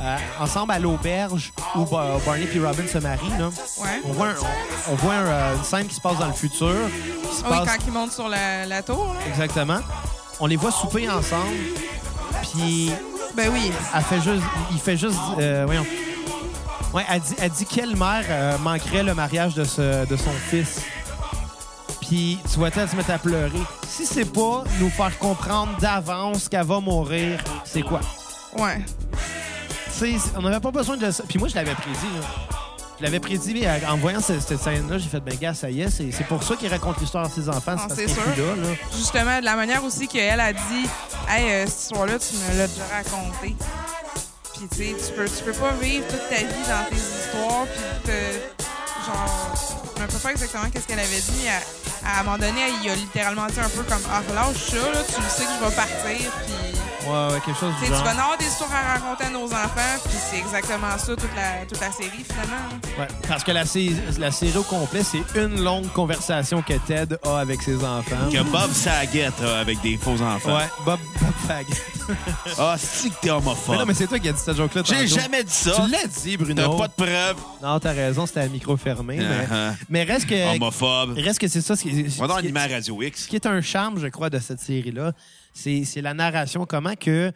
A: euh, ensemble à l'auberge où Ba- Barney et Robin se marient, là.
C: Ouais.
A: on voit, un- on, on voit un, euh, une scène qui se passe dans le futur, qui se
C: Ah
A: passe
C: Oui, quand il monte sur la, la tour, là.
A: exactement. On les voit souper ensemble, puis
C: Ben oui.
A: elle fait juste, il fait juste, euh, voyons. Ouais, elle dit, elle dit quelle mère euh, manquerait le mariage de, ce- de son fils. Puis tu vois elle se mettre à pleurer. Si c'est pas nous faire comprendre d'avance qu'elle va mourir, c'est quoi?
C: Ouais.
A: Tu sais, on n'avait pas besoin de ça. Puis moi, je l'avais prédit. là. Je l'avais prédit mais, euh, en voyant ce- cette, scène-là, j'ai fait, ben gars, ça y est, c'est c'est pour ça qu'il raconte l'histoire à ses enfants,
C: Ah,
A: c'est parce
C: c'est
A: qu'il est plus là.
C: sûr.
A: là.
C: Justement, de la manière aussi qu'elle a dit Hey, euh, cette histoire-là, tu me l'as déjà racontée. Puis, tu sais, tu peux, tu peux pas vivre toute ta vie dans tes histoires. Puis, te- genre, je me rappelle pas exactement qu'est-ce qu'elle avait dit, mais à, à un moment donné, il a littéralement dit un peu comme Ah, relâche ça, là, tu le sais que je vais partir. Puis,
A: Ouais, ouais, quelque chose
C: tu
A: du
C: sais,
A: genre.
C: tu vas en avoir des histoires à raconter à nos enfants. Puis, c'est exactement ça, toute la, toute la série, finalement.
A: Ouais, parce que la, sé- la série au complet, c'est une longue conversation que Ted a avec ses enfants.
B: Que Bob Saget a avec des faux enfants.
A: Ouais, Bob, Bob Faggot.
B: Ah, c'est que t'es homophobe.
A: mais non, mais c'est toi qui as dit cette joke-là.
B: J'ai
A: tantôt.
B: jamais dit ça.
A: Tu l'as dit,
B: T'as
A: Bruno.
B: pas de preuves.
A: Non, t'as raison, c'était à micro fermé. mais-
B: Uh-huh.
A: mais... reste que.
B: Homophobe.
A: Reste que c'est ça. Ce qui, ce
B: On va
A: qui-
B: animer à Radio X.
A: ce qui est un charme, je crois, de cette série-là, c'est c'est la narration. Comment que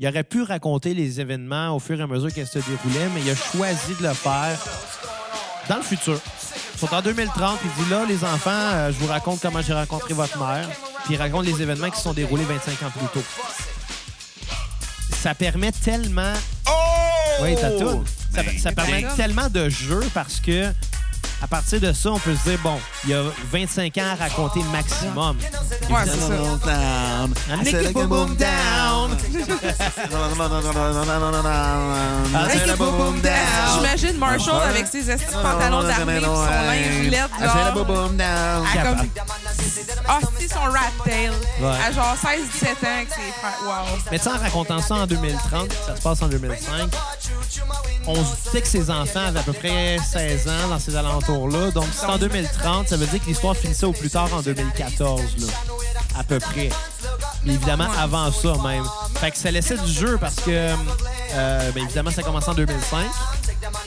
A: il aurait pu raconter les événements au fur et à mesure qu'elles se déroulaient, mais il a choisi de le faire dans le futur. Ils sont en 2030, il dit là, les enfants, euh, je vous raconte comment j'ai rencontré votre mère, puis il raconte les événements qui se sont déroulés 25 ans plus tôt. Ça permet tellement.
B: Oh!
A: Oui, t'as tout. Ça,
B: Ben,
A: ça permet
C: ben.
A: tellement de jeux parce que. À partir de ça, on peut se dire, bon, il y a 25 ans à raconter maximum.
C: Ouais, c'est ça.
B: Down.
A: Ah,
B: I
A: c'est
B: said I
A: le
B: can
A: boom
B: boom
A: down.
B: down.
A: Ah,
B: I
A: c'est
B: said
A: le
B: I boom
A: boom
B: boom down. Ah,
C: J'imagine Marshall avec ses estis pantalons d'armée, puis son linge
B: I
C: lait,
B: said I Ah, boom
C: genre.
B: boom down.
C: À comme... Ah, c'est son rat tail.
A: Ouais.
C: À genre 16-17 ans avec ses frères. Wow.
A: Mais tu sais, en racontant ça en 2030, ça se passe en 2005, on se dit que ses enfants avaient à peu près 16 ans dans ces alentours-là. Donc, c'est en 2030, ça veut dire que l'histoire finissait au plus tard en 2014, là. À peu près. Mais évidemment,
C: Ouais.
A: avant ça, même. Fait que ça laissait du jeu parce que, euh, ben, évidemment, ça commence en 2005.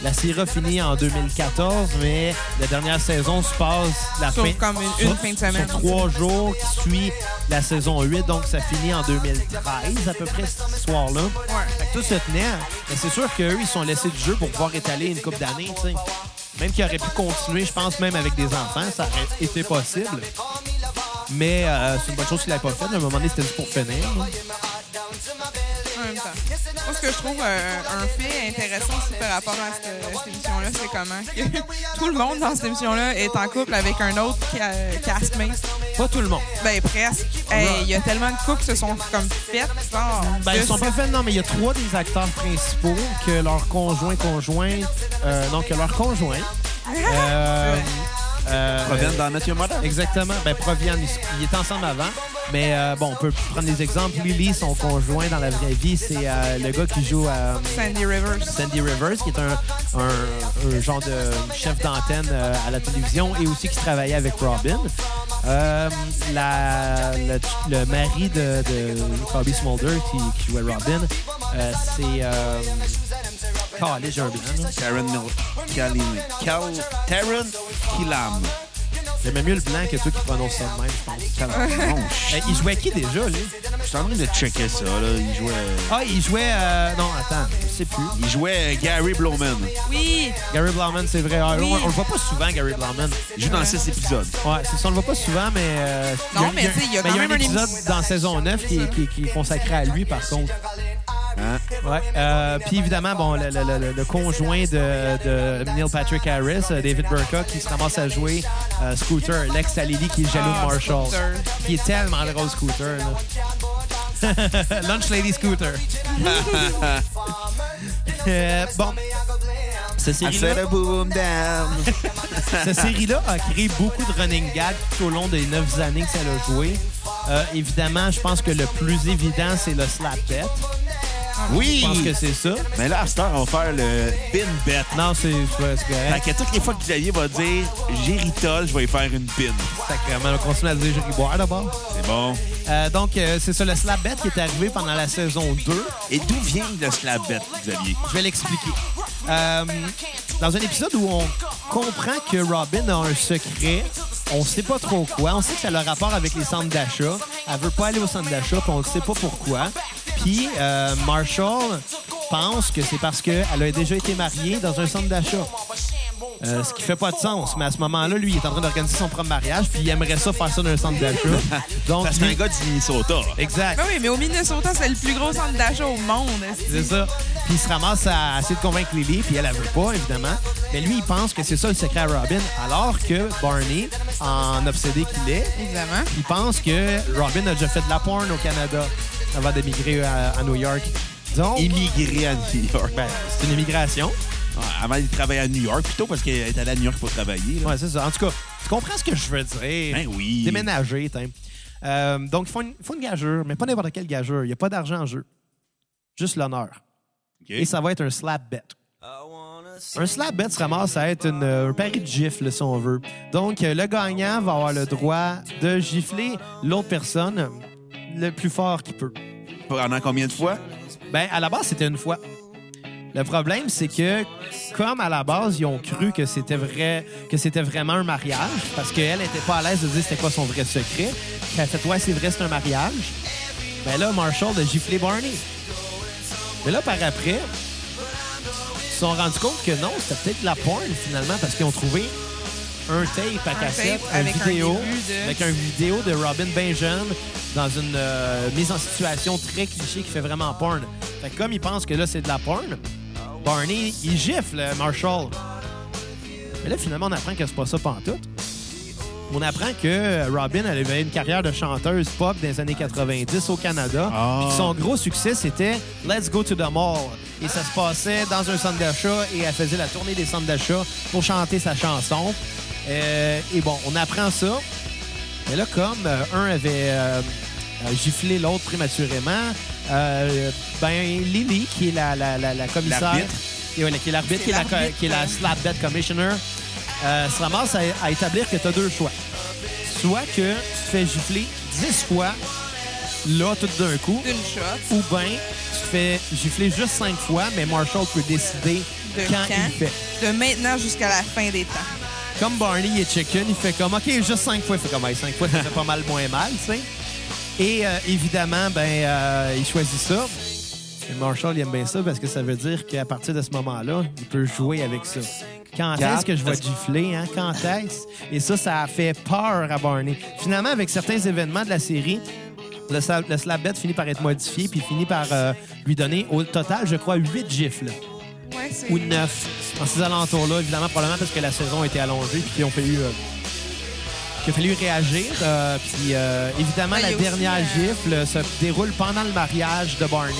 A: La série a fini en 2014, mais la dernière saison se passe la
C: Sur
A: fin,
C: comme une- une fin de semaine.
A: sur trois jours qui suit la saison 8, donc ça finit en 2013 à peu près cette histoire-là. Fait que tout se tenait, mais c'est sûr qu'eux, ils se sont laissés du jeu pour pouvoir étaler une coupe d'années, tu sais. Même qu'ils auraient pu continuer, je pense, même avec des enfants, ça aurait été possible. Mais euh, c'est une bonne chose qu'il n'avait pas fait. À un moment donné, c'était juste pour finir. hein. là.
C: En même temps. Moi, ce que je trouve euh, un fait intéressant aussi par rapport à cette, cette émission-là, c'est comment que tout le monde dans cette émission-là est en couple avec un autre ca- castmate.
A: Pas tout le monde.
C: Ben, presque. Hey, Il y a tellement de couples qui se sont comme faites. genre,
A: Ben,
C: de
A: ils sont pas faits, non, mais il y a trois des acteurs principaux que leur conjoint, conjoint, euh, non, que leur conjoint, euh, euh,
B: Proviennent dans Mathieu Modern.
A: Exactement. Ben, proviennent. Ils étaient ensemble avant. Mais euh, bon, on peut prendre des exemples. Lily, son conjoint dans la vraie vie, c'est euh, le gars qui joue à
C: Sandy Rivers.
A: Sandy Rivers, qui est un, un- un genre de chef d'antenne euh, à la télévision et aussi qui travaillait avec Robin. Euh, la- le, le mari de, de Bobby Smolder, qui, qui jouait Robin, euh, c'est. Euh, Calais, j'ai un blanc, là.
B: Karen Mil... Kalin... Kal... Karen Killam.
A: J'aimais mieux le blanc que toi qui prononce ça de même, je pense.
B: Tabarnouche.
A: Ben, il jouait qui déjà, lui?
B: Je suis en train de checker ça. Là. Il jouait,
A: Ah, il jouait... euh, Non, attends, je sais plus.
B: il jouait euh, Gary Blowman.
C: Oui,
A: Gary Blauman, c'est vrai. Ah,
C: Oui.
A: on, on le voit pas souvent, Gary Blauman.
B: Il joue dans six épisodes.
A: Ouais, c'est ça, on le voit pas souvent, mais... euh,
C: Non,
A: il y a-
C: mais tu sais, il y a
A: mais
C: quand
A: il y a
C: même un
A: un épisode
C: épisode
A: dans saison 9 qui, est- qui est- qui est consacré à lui, par contre.
B: Hein?
A: Ouais. Euh, Puis évidemment, bon, le, le- le- le conjoint de, de Neil Patrick Harris, euh, David Burka, qui se ramasse à jouer euh, Scooter, l'ex à Lily qui est jaloux
C: Ah,
A: de Marshall.
C: Scooter.
A: Qui est tellement drôle, Scooter. là. Lunch Lady Scooter. Euh, bon. Cette série-là
B: boom down.
A: cette série-là a créé beaucoup de running gags tout au long des neuf années que ça l'a joué. Euh, évidemment, je pense que le plus évident, c'est le slap bet.
B: Oui!
A: Je pense que c'est ça.
B: Mais là, à cette heure, on va faire le pin bet.
A: Non, c'est ouais, c'est
B: Fait
A: correct.
B: que toutes les fois que Xavier va dire j'ai ritol, je vais y faire une pin.
A: Sacrément, on continue à dire Jerry Boire d'abord.
B: C'est bon.
A: Euh, donc, euh, c'est ça, le slap bet qui est arrivé pendant la saison 2.
B: Et d'où vient le slap bet, Xavier?
A: Je vais l'expliquer. Euh, dans un épisode où on comprend que Robin a un secret, on sait pas trop quoi. On sait que ça a le rapport avec les centres d'achat. Elle veut pas aller au centre d'achat, puis on ne sait pas pourquoi. Puis euh, Marshall pense que c'est parce qu'elle a déjà été mariée dans un centre d'achat. Euh, ce qui fait pas de sens. Mais à ce moment-là, lui, il est en train d'organiser son propre mariage, puis il aimerait ça faire ça dans un centre d'achat. Donc,
B: Parce que c'est un
A: lui-
B: gars du Minnesota.
A: exact.
C: ben oui, mais au Minnesota, c'est le plus gros centre d'achat au monde. est-ce
A: C'est ça. Puis il se ramasse à essayer de convaincre Lily, puis elle, elle veut pas, évidemment. Mais lui, il pense que c'est ça le secret à Robin, alors que Barney, en obsédé qu'il est,
C: que- Évidemment.
A: il pense que Robin a déjà fait de la porn au Canada avant d'émigrer à, à New York. Donc,
B: Immigré à New York.
A: ben, c'est une immigration.
B: Ouais, avant, il travaillait à New York plutôt parce qu'il est allé à New York pour travailler. là.
A: Ouais, c'est ça. En tout cas, tu comprends ce que je veux dire.
B: Ben oui.
A: Déménager, t'aimes. Euh, donc, il faut une, faut une gageure, mais pas n'importe quelle gageure. Il n'y a pas d'argent en jeu. Juste l'honneur.
B: OK.
A: Et ça va être un slap bet. Un slap bet se ramasse à être une, euh, un pari de gifle, si on veut. Donc, euh, le gagnant va avoir le droit de gifler l'autre personne euh, le plus fort qu'il peut.
B: Pendant combien de fois?
A: Ben, à la base, c'était une fois. Le problème, c'est que, comme à la base, ils ont cru que c'était vrai, que c'était vraiment un mariage, parce qu'elle n'était pas à l'aise de dire c'était quoi son vrai secret. Puis Elle a fait, ouais, c'est vrai, c'est un mariage. Ben là, Marshall a giflé Barney. Mais là, par après, ils se sont rendus compte que non, c'était peut-être de la porn, finalement, parce qu'ils ont trouvé un tape à
C: Un
A: cassette,
C: tape
A: un
C: avec un
A: vidéo,
C: début de-
A: avec un vidéo de Robin bien jeune dans une euh, mise en situation très cliché qui fait vraiment porn. Fait que comme ils pensent que là, c'est de la porn, Barney, il gifle euh, Marshall. Mais là, finalement, on apprend que c'est pas ça pantoute. On apprend que euh, Robin, elle avait une carrière de chanteuse pop dans les années 90 au Canada.
B: Ah.
A: Puis que son gros succès, c'était Let's Go to the Mall. Et ça se passait dans un centre d'achat et elle faisait la tournée des centres d'achat pour chanter sa chanson. Euh, et bon, on apprend ça. Mais là, comme euh, un avait euh, euh, giflé l'autre prématurément, euh, ben Lily, qui est la, la, la, la commissaire,
B: L'arbitre.
A: Et voilà, qui est l'arbitre, qui est la, co-
C: l'arbitre,
A: qui est la
C: hein.
A: slap bet commissioner, euh, se ramasse à, à établir que tu as deux choix. Soit que tu te fais gifler 10 fois, là, tout d'un coup,
C: D'une shot.
A: ou bien tu te fais gifler juste 5 fois, mais Marshall peut décider
C: De
A: quand, il
C: quand?
A: fait.
C: De maintenant jusqu'à la fin des temps.
A: Comme Barney il est chicken, il fait comme OK, juste 5 fois, il fait comme hey, 5 fois, ça fait pas mal moins mal, tu sais. Et euh, évidemment, ben euh, il choisit ça. Et Marshall il aime bien ça parce que ça veut dire qu'à partir de ce moment-là, il peut jouer avec ça. Quand est-ce
B: Quatre.
A: que je vais gifler, hein? Quand est-ce? Et ça, ça a fait peur à Barney. Finalement, avec certains événements de la série, le, sla- le slap bet finit par être modifié puis finit par euh, lui donner au total, je crois, 8 gifles
C: Ouais, c'est.
A: ou 9 en ces alentours-là, évidemment, probablement parce que la saison a été allongée puis qu'ils ont fallu, euh, qu'il a fallu réagir. Euh, puis euh, évidemment,
C: Ouais, il y
A: la
C: a aussi,
A: dernière
C: euh,
A: gifle se déroule pendant le mariage de Barney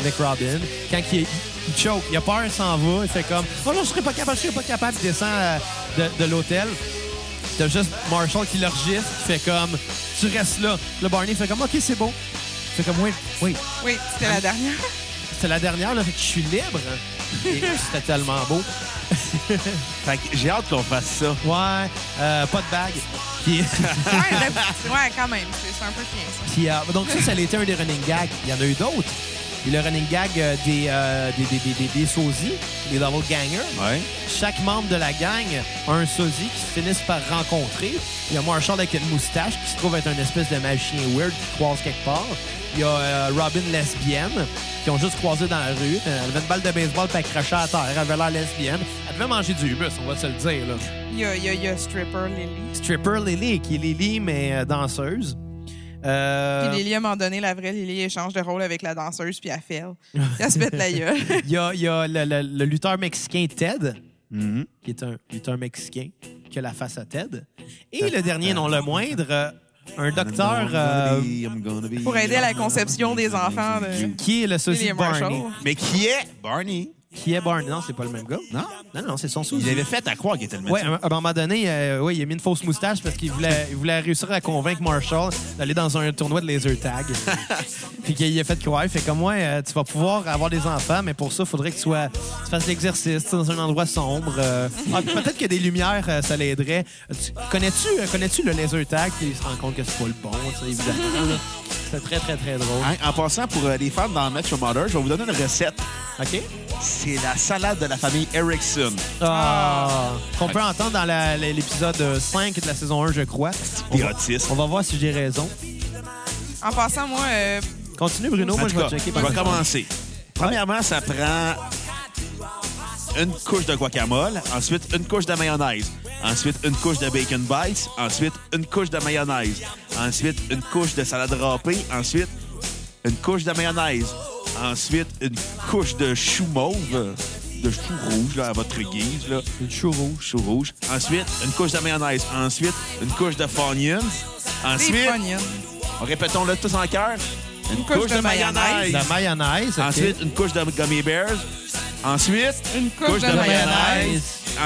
A: avec Robin. Quand il, il choke, il a peur, il s'en va, il fait comme Oh non, je serais pas capable, je serais pas capable, il descend euh, de, de l'hôtel. T'as juste Marshall qui le registre, qui fait comme Tu restes là. Le Barney fait comme Ok, c'est bon. Il fait comme Oui, oui,
C: Oui, c'était la dernière.
A: c'est la dernière, là, fait que je suis libre. Et C'était tellement beau.
B: Fait que j'ai hâte qu'on fasse ça.
A: Ouais, euh, pas de bague. Puis,
C: Ouais, d'habitude- ouais, quand même. C'est c'est un peu chiant, ça.
A: puis, euh, donc ça, ça a été un des running gags. Il y en a eu d'autres. Et le running gag euh, des, euh, des, des, des, des- des sosies, des double gangers.
B: Ouais.
A: Chaque membre de la gang a un sosie qui se finissent par rencontrer. Il y a Marshall avec une moustache qui se trouve être un espèce de magicien weird qui croise quelque part. Il y a euh, Robin lesbienne qui ont juste croisé dans la rue. Euh, Elle avait une balle de baseball puis elle crachait à terre. Elle avait l'air lesbienne. Elle devait manger du humus, on va se le dire. Là.
C: Il y a, il y a- il y a Stripper Lily.
A: Stripper Lily, qui est Lily, mais euh, danseuse. Euh,
C: Puis Lily, à un moment donné, la vraie Lily échange de rôle avec la danseuse, puis elle fail. Puis elle se pète la gueule.
A: Il y a, il y a le, le- le lutteur mexicain Ted,
B: Mhm.
A: qui est un lutteur mexicain qui a la face à Ted. Et le dernier, non le moindre, euh, un docteur euh,
C: Pour aider à la conception des enfants de-
A: qui est le sosie
C: Lily
A: de Barney.
C: Marshall.
B: Mais qui est Barney?
A: Qui est Barney? Non, c'est pas le même gars.
B: Non?
A: Non, non, c'est son
B: Il
A: sosie.
B: avait fait à croire qu'il était le
A: Ouais,
B: médecin.
A: à un- à un moment donné, euh, ouais, il a mis une fausse moustache parce qu'il voulait, il voulait réussir à convaincre Marshall d'aller dans un tournoi de laser tag. Puis qu'il a fait croire, il fait comme moi, tu vas pouvoir avoir des enfants, mais pour ça, il faudrait que tu, sois, tu fasses de l'exercice tu sais, dans un endroit sombre. euh. Ah, puis peut-être que des lumières, euh, ça l'aiderait. Tu- Connais-tu euh, connais-tu le laser tag? Puis il se rend compte que c'est pas le bon, tu sais, évidemment. là. C'était très, très, très drôle.
B: Hein, en passant, pour euh, les fans dans Match Your Mother, je vais vous donner une recette.
A: OK?
B: C'est la salade de la famille Erickson.
A: Ah, Qu'on peut entendre dans la- l'épisode 5 de la saison 1, je crois. On
B: Des
A: va-
B: autistes.
A: on va voir si j'ai raison.
C: En passant, moi, euh,
A: Continue, Bruno. Moi,
B: En
A: je
B: tout
A: vais
B: cas,
A: checker.
B: je vais commencer. Premièrement, ça prend une couche de guacamole, ensuite une couche de mayonnaise, ensuite une couche de bacon bites, ensuite une couche de mayonnaise, ensuite une couche de salade râpée, ensuite une couche de mayonnaise, ensuite une couche de chou mauve, euh, de chou rouge là, à votre guise, là,
A: Une chou rouge.
B: chou rouge, ensuite une couche de mayonnaise, ensuite une couche de funions,
C: des
B: ensuite,
C: pognons.
B: répétons-le tous en cœur,
C: Une couche de mayonnaise.
A: De la mayonnaise. ok.
B: Ensuite, une couche de gummy bears. Ensuite,
C: Une couche de
A: mayonnaise.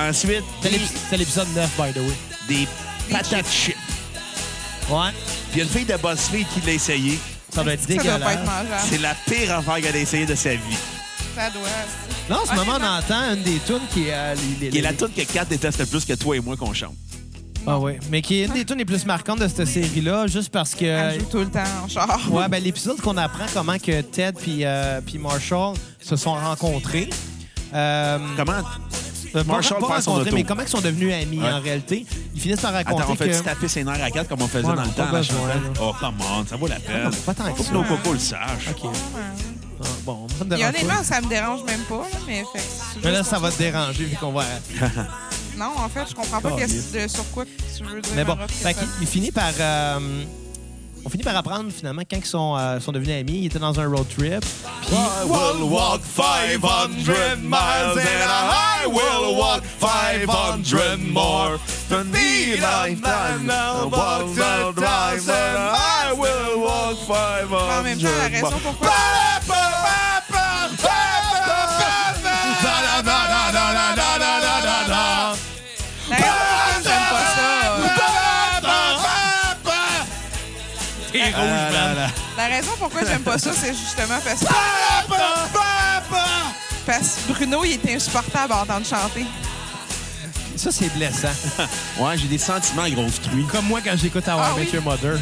B: Ensuite,
A: C'était
B: des,
A: l'ép- c'était l'épisode 9, by the way.
B: des patates chips.
A: Ouais.
B: Puis il y a une fille de BuzzFeed qui l'a essayé.
A: Ça doit être
C: Ça doit pas être
A: dégueulasse.
C: mangeable.
B: C'est la pire affaire qu'elle a essayée de sa vie.
C: Ça doit.
A: Non, en ce moment, on
C: Honnêtement-
A: entend une des tunes qui est... euh, les- les-
B: Qui est la
A: les-
B: toute que Kat déteste le plus que toi et moi qu'on chante.
A: Ah oui. Mais qui est une des tunes les plus marquantes de cette série-là, juste parce que...
C: Elle joue tout le temps en char.
A: Euh, Ouais, ben l'épisode qu'on apprend comment que Ted puis euh, puis Marshall se sont rencontrés. Euh,
B: Comment?
A: euh,
B: Marshall
A: pas
B: perd son
A: rencontrés,
B: auto.
A: mais comment ils sont devenus amis
B: Ouais.
A: en réalité? Ils finissent par raconter
B: Attends, on
A: que...
B: fait-tu taper ses nerfs à Kat comme on faisait
A: Ouais,
B: dans
A: mais
B: le
A: pas
B: temps? à la
A: besoin,
B: chanson?
A: là.
B: Oh, come on, ça vaut la peine.
A: Pas tant que
B: Faut que
A: ça.
B: nos cocos le sachent.
A: OK. Ah, bon, ça me
C: Et
A: dérange pas.
C: honnêtement, ça me dérange même pas, là, mais fait que c'est
A: Mais là,
C: juste
A: ça
C: pour
A: va te déranger vu qu'on va...
C: Non, en fait, je comprends pas
A: Oh,
C: qu'est-ce- de- sur quoi tu veux dire.
A: Mais bon, ben,
C: Maroc,
A: fait
C: que ça-
A: qu'il- il finit par. euh, on finit par apprendre finalement quand ils sont, euh, sont devenus amis. Ils étaient dans un road trip. Puis.
B: I will walk 500 miles and I will walk 500 more. To be like that, I walk the drive and I will walk 500 more.
C: En même temps, la raison pourquoi- La raison pourquoi j'aime pas ça, euh,
B: Ah là là.
C: la raison pourquoi j'aime pas ça, c'est justement parce que, parce que Bruno, il est insupportable à entendre chanter.
A: Ça, c'est blessant.
B: Ouais, j'ai des sentiments grosses truies.
A: Comme moi quand j'écoute How
C: Ah
A: I Met
C: oui.
A: Your Mother.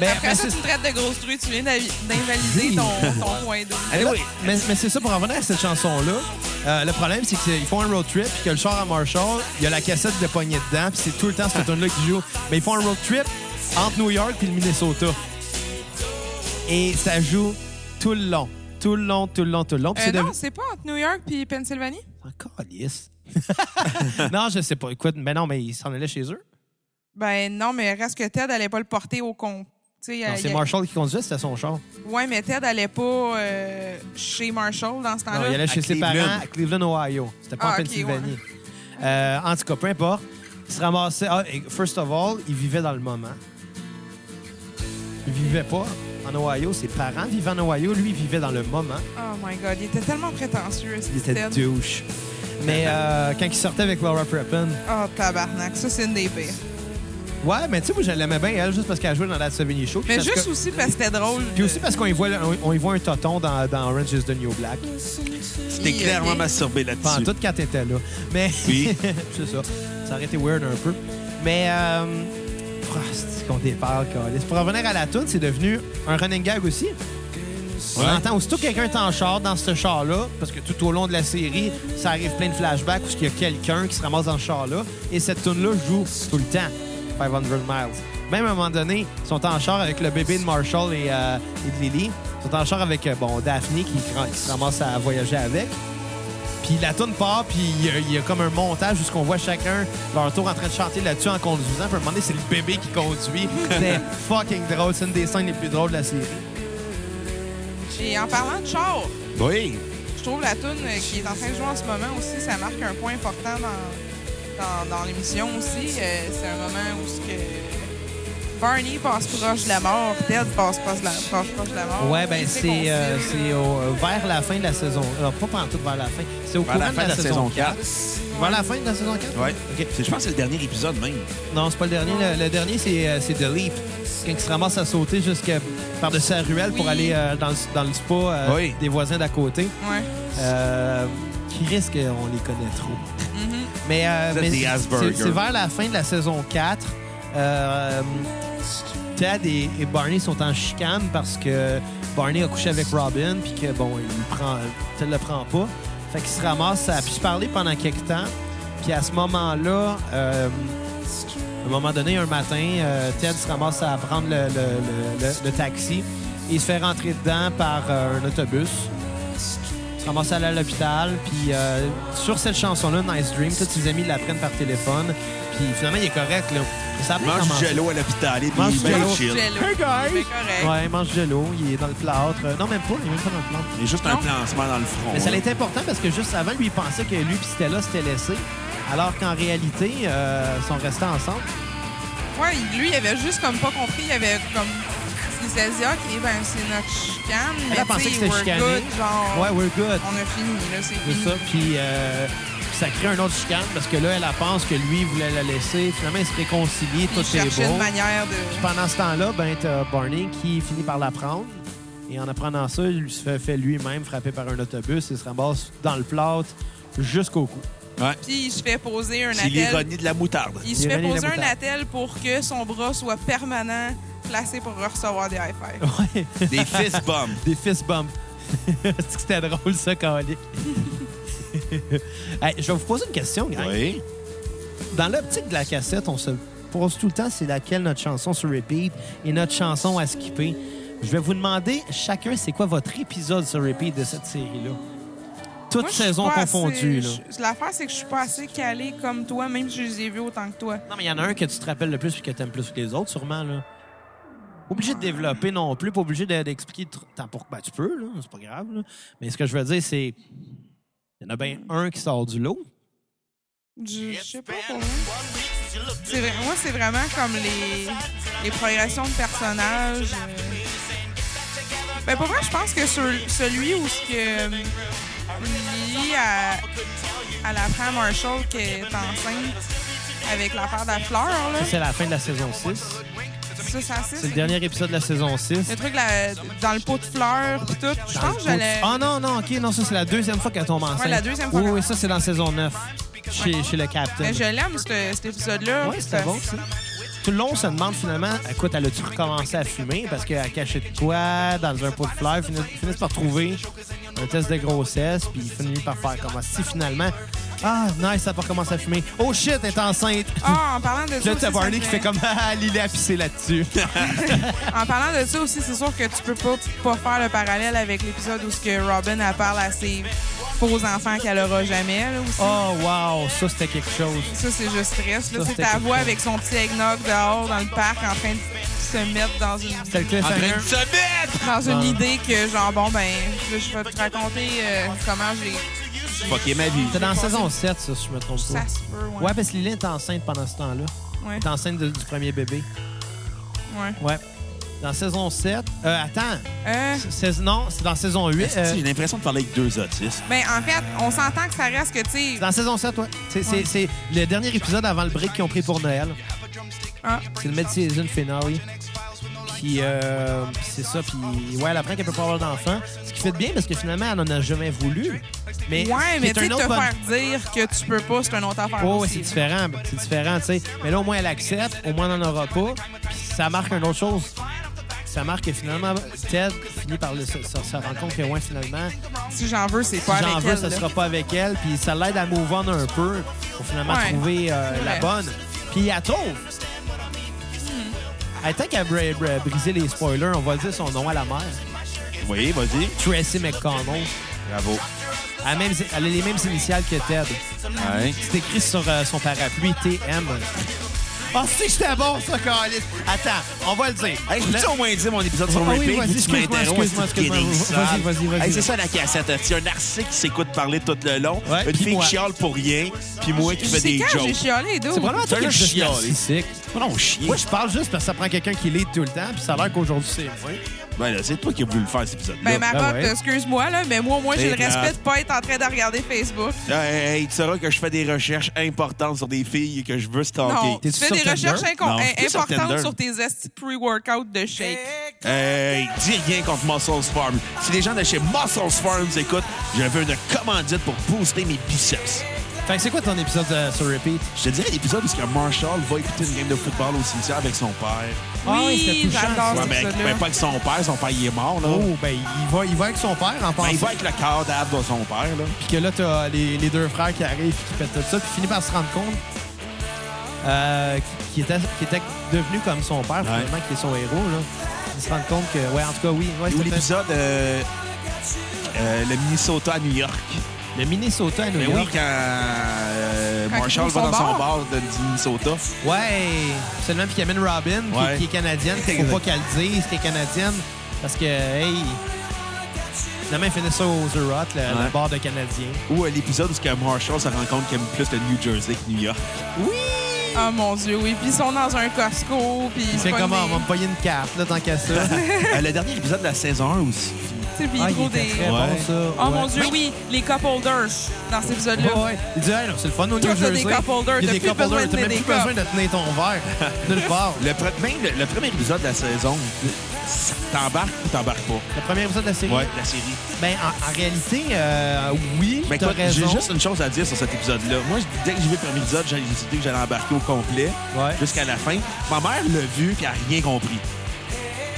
A: Ben,
C: Après
A: mais
C: ça,
A: c'est-
C: tu me traites de grosse truie, tu viens d'avi- d'invalider ton, ton point d'eau.
B: Anyway,
A: mais, mais c'est ça, pour en revenir à cette chanson-là, euh, le problème, c'est qu'ils font un road trip, puis que le char à Marshall, il y a la cassette de poignée dedans, puis c'est tout le temps cette tune-là qui joue. Mais ils font un road trip entre New York puis le Minnesota. Et ça joue tout le long. Tout le long, tout le long, tout le long. Puis
C: Euh,
A: c'est devenu-
C: non, c'est pas entre New York puis Pennsylvanie?
A: Encore lisse. non, je sais pas. Écoute, mais non, mais ils s'en allaient chez eux.
C: Ben non, mais reste que Ted allait pas le porter au con. tu sais,
A: Non,
C: euh,
A: c'est
C: il-
A: Marshall qui conduisait, c'était son char.
C: Ouais, mais Ted allait pas euh, chez Marshall dans ce
A: Non, il
C: temps-là.
A: allait chez ses
B: Cleveland.
A: parents à Cleveland, Ohio. C'était pas
C: Ah,
A: en
C: ok,
A: Pennsylvanie. Euh, en tout cas, peu importe. Il se ramassait. ah, et first of all, il vivait dans le moment. Il vivait pas en Ohio. Ses parents vivaient en Ohio. Lui, il vivait dans le moment.
C: Oh my God, il était tellement prétentieux, ce
A: Il était
C: Ted.
A: douche. Mais euh, quand il sortait avec Laura Prepon,
C: Oh, tabarnak, ça, c'est une des pires.
A: ouais, mais tu sais, moi, je l'aimais bien, elle, juste parce qu'elle jouait dans la Savini Show. puis
C: Mais
A: parce
C: juste
A: que-
C: aussi parce que c'était drôle.
A: Puis aussi parce qu'on y voit, on y voit un toton dans, dans Orange is the New Black.
B: t'es clairement masturbé
A: Pas en
B: là-dessus.
A: tout quand t'étais là. Mais
B: Oui.
A: c'est ça. Ça aurait été weird un peu. Mais euh... oh, c'est qu'on déparle, Carlis. Pour revenir à la toune, c'est devenu un running gag aussi. On entend aussitôt que quelqu'un est en char dans ce char-là, parce que tout au long de la série, ça arrive plein de flashbacks où il y a quelqu'un qui se ramasse dans ce char-là, et cette tune-là joue tout le temps, 500 miles. Même à un moment donné, ils sont en char avec le bébé de Marshall et, euh, et de Lily. Ils sont en char avec, euh, bon, Daphne qui, qui se ramasse à voyager avec. Puis la tune part, puis il y a- il y, a comme un montage où ce qu'on voit chacun leur tour en train de chanter là-dessus en conduisant. Puis à un moment donné, c'est le bébé qui conduit. C'était fucking drôle. C'est une des scènes les plus drôles de la série.
C: Et en parlant de char,
B: Oui.
C: je trouve la tune qui est en train de jouer en ce moment aussi, ça marque un point important dans, dans, dans l'émission aussi. Euh, c'est un moment où ce que Barney passe proche de la mort, Ted passe proche de la, passe proche de la mort.
A: Ouais, ben
C: Il sait qu'on
A: c'est euh,
C: s'aime.
A: c'est au- vers la fin de la saison. Alors, pas pendant tout vers la fin. C'est au
B: Vers
A: courant
B: la fin de la saison 4.
A: Vers la fin de la saison 4?
B: Ouais.
A: OK.
B: C'est- Je pense que c'est le dernier épisode même.
A: Non, c'est pas le dernier. Le, le dernier, c'est euh, c'est The Leap. Quand il se ramasse à sauter jusqu'à par-dessus la ruelle pour
C: Oui.
A: aller euh, dans, le, dans le spa euh,
B: Oui.
A: des voisins d'à côté.
C: Ouais.
A: Euh, qui risque, on les connaît trop.
C: Mhm.
A: Mais, euh,
B: Vous êtes
A: mais
B: des
A: c'est-
B: Asperger.
A: c'est c'est vers la fin de la saison 4. Euh, Ted et, et Barney sont en chicane parce que Barney a couché avec Robin, puis que bon, il prend, Ted le prend pas. Fait qu'il se ramasse à puis se parler pendant quelques temps. Puis à ce moment-là, euh, à un moment donné, un matin, euh, Ted se ramasse à prendre le, le- le- le- le taxi. Il se fait rentrer dedans par euh, un autobus. Il se ramasse à aller à l'hôpital. Puis euh, sur cette chanson-là, Nice Dream, tous ses amis l'apprennent par téléphone. Puis finalement, il est correct. Là. Mais ça a bien
B: Mange du
A: commencé.
B: jello à l'hôpital et puis
A: Mange du
B: ben
A: jello.
B: chill.
C: Jello.
A: Hey, guys!
C: C'est correct.
A: Ouais, il mange du l'eau. Il est dans le plâtre. Euh, Non, même pas. Il est même pas dans le plâtre.
B: Il y a juste un
C: Non.
B: placement dans le front.
A: Mais ça
B: là.
A: l'était important parce que juste avant, lui, il pensait que lui puis Stella s'étaient laissés. Alors qu'en réalité, euh, ils sont restés ensemble.
C: Ouais, lui, il avait juste comme pas compris. Il avait comme. Il s'est dit, OK, ben, c'est notre chicane.
A: Elle a
C: mais
A: pensé
C: tu sais,
A: que c'était
C: we're
A: chicané.
C: good, genre,
A: Ouais, we're good.
C: on a fini, là, c'est fini.
A: C'est ça. Puis euh, puis ça crée un autre chicane parce que là, elle elle pense que lui voulait la laisser. Finalement, ils se réconcilient.
C: Puis
A: Tout
C: il
A: est
C: cherchait
A: beau.
C: une manière de.
A: Puis pendant ce temps-là, ben, t'as Barney qui finit par l'apprendre. Et en apprenant ça, il se fait, fait lui-même frapper par un autobus et se ramasse dans le plâtre jusqu'au cou.
B: Ouais.
C: Puis il se fait poser un
B: C'est
C: attel.
B: l'ironie de la moutarde.
C: Il se fait
A: L'ironie de la
C: poser un
A: moutarde.
C: attel pour que son bras soit permanent placé pour recevoir des high fives.
A: Ouais.
B: Des fist bumps.
A: Des fist bumps. Est-ce que C'était drôle, ça, Calique. Hey, je vais vous poser une question, gang.
B: Oui.
A: Dans l'optique de la cassette, on se pose tout le temps c'est laquelle notre chanson sur repeat et notre chanson à skipper. Je vais vous demander chacun c'est quoi votre épisode sur repeat de cette série-là. Toute
C: Moi, je suis
A: saison
C: pas
A: confondue.
C: assez-
A: là.
C: je- L'affaire, c'est que je suis pas assez calée comme toi, même si je les ai vus autant que toi.
A: Non, mais il y en a un que tu te rappelles le plus et que t'aimes plus que les autres, sûrement, là. Pas Obligé de développer non plus, pas obligé de- d'expliquer tr- tant pour ben, tu peux, là, c'est pas grave. là. Mais ce que je veux dire, c'est. Il y en a bien un qui sort du lot.
C: Je, je sais pas pour moi. C'est vrai- moi, c'est vraiment comme les, les progressions de personnages. euh. Ben, pour moi, je pense que ce- celui où ce que euh, Lily, elle, elle apprend à Marshall qu'elle est enceinte avec l'affaire de la fleur, là.
A: Ça, c'est la fin de la saison 6.
C: Ça, ça, c'est-
A: C'est le dernier épisode de la saison 6.
C: Le truc là, dans le pot de fleurs pis tout. Je pense que j'allais.
A: Ah non, non, ok, non, ça c'est la deuxième fois qu'elle tombe enceinte.
C: Ouais, la deuxième fois
A: Oui,
C: qu'elle-
A: oui, ça c'est dans saison 9, chez, chez le Captain.
C: Mais Ben, je l'aime, ce- cet épisode-là.
A: Ouais, c'était bon, ça. Tout le long, on se demande finalement, écoute, elle a-tu recommencé à fumer parce qu'elle a caché de quoi dans un pot de fleurs, finis- finissent par trouver un test de grossesse, puis ils finissent par faire comme si finalement, ah, nice, ça a pas recommencé à fumer. Oh shit, elle est enceinte.
C: Ah, en parlant de ça.
A: Là,
C: aussi, ça
A: t'as Barney
C: me
A: qui
C: fait-
A: fait comme, ah, Lily a pissé là-dessus.
C: En parlant de ça aussi, c'est sûr que tu peux pas, pas faire le parallèle avec l'épisode où ce que Robin elle parle à ses faux enfants qu'elle aura jamais. Là, aussi.
A: oh, wow, ça c'était quelque chose.
C: Ça, c'est juste triste. Là,
A: Ça,
C: c'est
A: c'était
C: ta
A: quelque
C: voix
A: chose.
C: avec son petit eggnog dehors dans le parc en train de se mettre dans une.
A: C'était le
B: En
A: cliffhanger.
B: train de se mettre!
C: Dans une
A: Ah.
C: idée que, genre, bon, ben, là, je vais te raconter euh, comment j'ai.
B: Fucker ma vie.
A: C'était dans saison 7, ça, si je me trompe pas.
C: Ça se peut, ouais.
A: Ouais, ben, parce que Lily est enceinte pendant ce temps-là.
C: Ouais.
A: Elle est enceinte de- du premier bébé.
C: ouais.
A: Ouais. Dans saison 7, euh, attends,
C: Euh,
A: Sais- non, c'est dans saison euh, 8.
B: Esti, J'ai l'impression de parler avec deux autistes.
C: Ben, en fait, on s'entend que ça reste que, tu sais.
A: dans saison 7, ouais. C'est, c'est-
C: Ouais.
A: c'est le dernier épisode avant le break qu'ils ont pris pour Noël.
C: Ah,
A: C'est le mid-season finale. Puis, euh, puis c'est ça. Puis, ouais, elle apprend qu'elle peut pas avoir d'enfant. Ce qui fait de bien parce que finalement, elle n'en a jamais voulu. Mais
C: ouais, mais
A: c'est
C: tu sais,
A: un
C: te
A: autre bon-
C: faire dire que tu peux pas, c'est une autre affaire.
A: Oh, ouais,
C: aussi.
A: c'est différent. C'est différent, tu sais. Mais là, au moins, elle accepte. Au moins, on n'en aura pas. Puis ça marque une autre chose. Ça marque que finalement, Ted finit par le- se, se- se rendre compte que, ouais, finalement,
C: Si j'en veux, c'est
A: si
C: pas
A: j'en
C: avec
A: veux,
C: elle,
A: ce
C: là.
A: sera pas avec elle. Puis ça l'aide à move on un peu pour finalement
C: Ouais.
A: trouver euh,
C: Ouais.
A: la bonne. Puis elle trouve.
C: Hmm.
A: Elle Tant qu'à br- br- briser les spoilers, on va dire son nom à la mère.
B: Oui, vas-y.
A: Tracy McConnell.
B: Bravo.
A: Elle a, même- elle a les mêmes initiales que Ted.
B: Ouais.
A: C'est écrit sur euh, son parapluie TM. Oh, si j'étais bon, ça, Carlis. Attends, on va le dire.
B: Hey, je
A: Le-
B: peux-tu au moins dire mon épisode sur
A: Ah oui, vas-y,
B: repeat? puis tu
A: excuse-moi,
B: m'interromps,
A: excuse-moi,
B: c'est une
A: excuse-moi.
B: skinny sale.
A: Vas-y, vas-y, vas-y.
B: Hey, c'est ça la cassette. C'est un narcissique qui s'écoute parler tout le long,
A: Ouais,
B: une
A: puis
B: fille
A: moi.
B: qui chiale pour rien, puis moi qui fais
C: C'est
B: des
C: quand j'ai
B: jokes.
C: chialé, Ben, d'où?
A: C'est probablement toi
B: T'as
A: qui
B: le
A: es juste
B: chialé.
A: narcissique.
B: Oh non, chier.
A: Moi, je parle juste parce que ça prend quelqu'un qui lit tout le temps, puis ça a l'air qu'aujourd'hui, c'est moi.
B: Ben là, c'est toi qui as voulu le faire, cet épisode-là.
C: Ben, ma
A: Ben
C: pop,
A: ouais.
C: excuse-moi, là, mais moi, moi, j'ai le
B: C'est
C: respect
B: grave.
C: de pas être en train de regarder Facebook.
B: Là, hey, hey, tu sauras que je fais des recherches importantes sur des filles que je veux
C: Non,
B: stalker.
A: T'es-tu
C: tu fais
A: sur
C: des
A: Tinder?
C: recherches inco-
B: Non, je suis
C: euh,
B: plus sur
C: importantes
B: Tinder.
C: sur tes estis de pre-workout de shake.
B: Hey, dis rien contre Muscles Farm. Si les gens de chez Muscles Farm écoutent, je veux une commandite pour booster mes biceps.
A: Fait que c'est quoi ton épisode euh, sur repeat?
B: Je te dirais l'épisode où est-ce que Marshall va écouter une game de football au cimetière avec son père.
A: Ah oui, c'était
C: oui,
A: touchant,
C: j'adore
A: ça.
B: Ouais,
C: cet
B: ben,
C: épisode-là.
B: ben, pas avec son père, son père il est mort, là.
A: Oh, ben, il va, il va avec son père en
B: Ben,
A: passant.
B: il va avec le cadavre de son père, là.
A: Puis que là, t'as les, les deux frères qui arrivent, qui pètent tout ça, puis finit par se rendre compte euh, qu'il était, qu'il était devenu comme son père, finalement, qui est son héros, là. Ils se rendent compte que, ouais, en tout cas, oui. Ouais,
B: Et où
A: c'était-
B: l'épisode, euh, euh, le Minnesota à New York.
A: le Minnesota à New
B: Mais oui,
A: York.
B: quand euh,
C: Quand
B: Marshall
C: il trouve
B: va dans
C: son
B: son
C: bar.
B: bar de, du Minnesota.
A: Ouais, c'est le même qui amène Robin, qui-
B: Ouais.
A: qui, est canadienne. qu'il faut pas qu'elle le dise qu'elle est canadienne, parce que, hey, finalement, ils finissent ça au The Rot, le, le
B: Ouais.
A: bar de Canadiens.
B: Ou euh, l'épisode où est-ce que Marshall se rend compte qu'il aime plus le New Jersey que New York.
A: Oui!
C: Ah mon Dieu, oui. Puis ils sont dans un Costco, puis ils se
A: C'est
C: pognent
A: comment? oh, On
C: des-
A: va me payer une carte, là, tant qu'à ça.
B: Euh, le dernier épisode de la saison 1 aussi.
C: tu sais, puis ils
A: ah, il
C: trouvent
A: était
C: des...
A: très
B: Ouais.
A: bon, ça.
C: Oh mon
A: Ouais.
C: Dieu, oui, les cup holders dans cet épisode-là.
A: Ouais, ouais. Il dit, hey, non, c'est le fun au New
C: Toi,
A: Jersey.
C: t'as des cup holders,
A: Il y a
C: t'as
A: des
C: plus
A: cup
C: besoin
A: holders,
C: de
A: t'as même
C: tenir
A: plus
C: des
A: besoin de tenir ton verre nulle part.
B: Le, pre- même le, le premier épisode de la saison, ça t'embarque ou t'embarques pas?
A: Le premier épisode de la série.
B: de la série.
A: Ben, en, en réalité, euh, oui,
B: Ben,
A: t'as
B: écoute, j'ai
A: raison.
B: juste une chose à dire sur cet épisode-là. Moi, je- dès que j'ai vu le premier épisode, j'ai décidé que j'allais embarquer au complet
A: Ouais.
B: jusqu'à la fin. Ma mère l'a vu et elle n'a rien compris.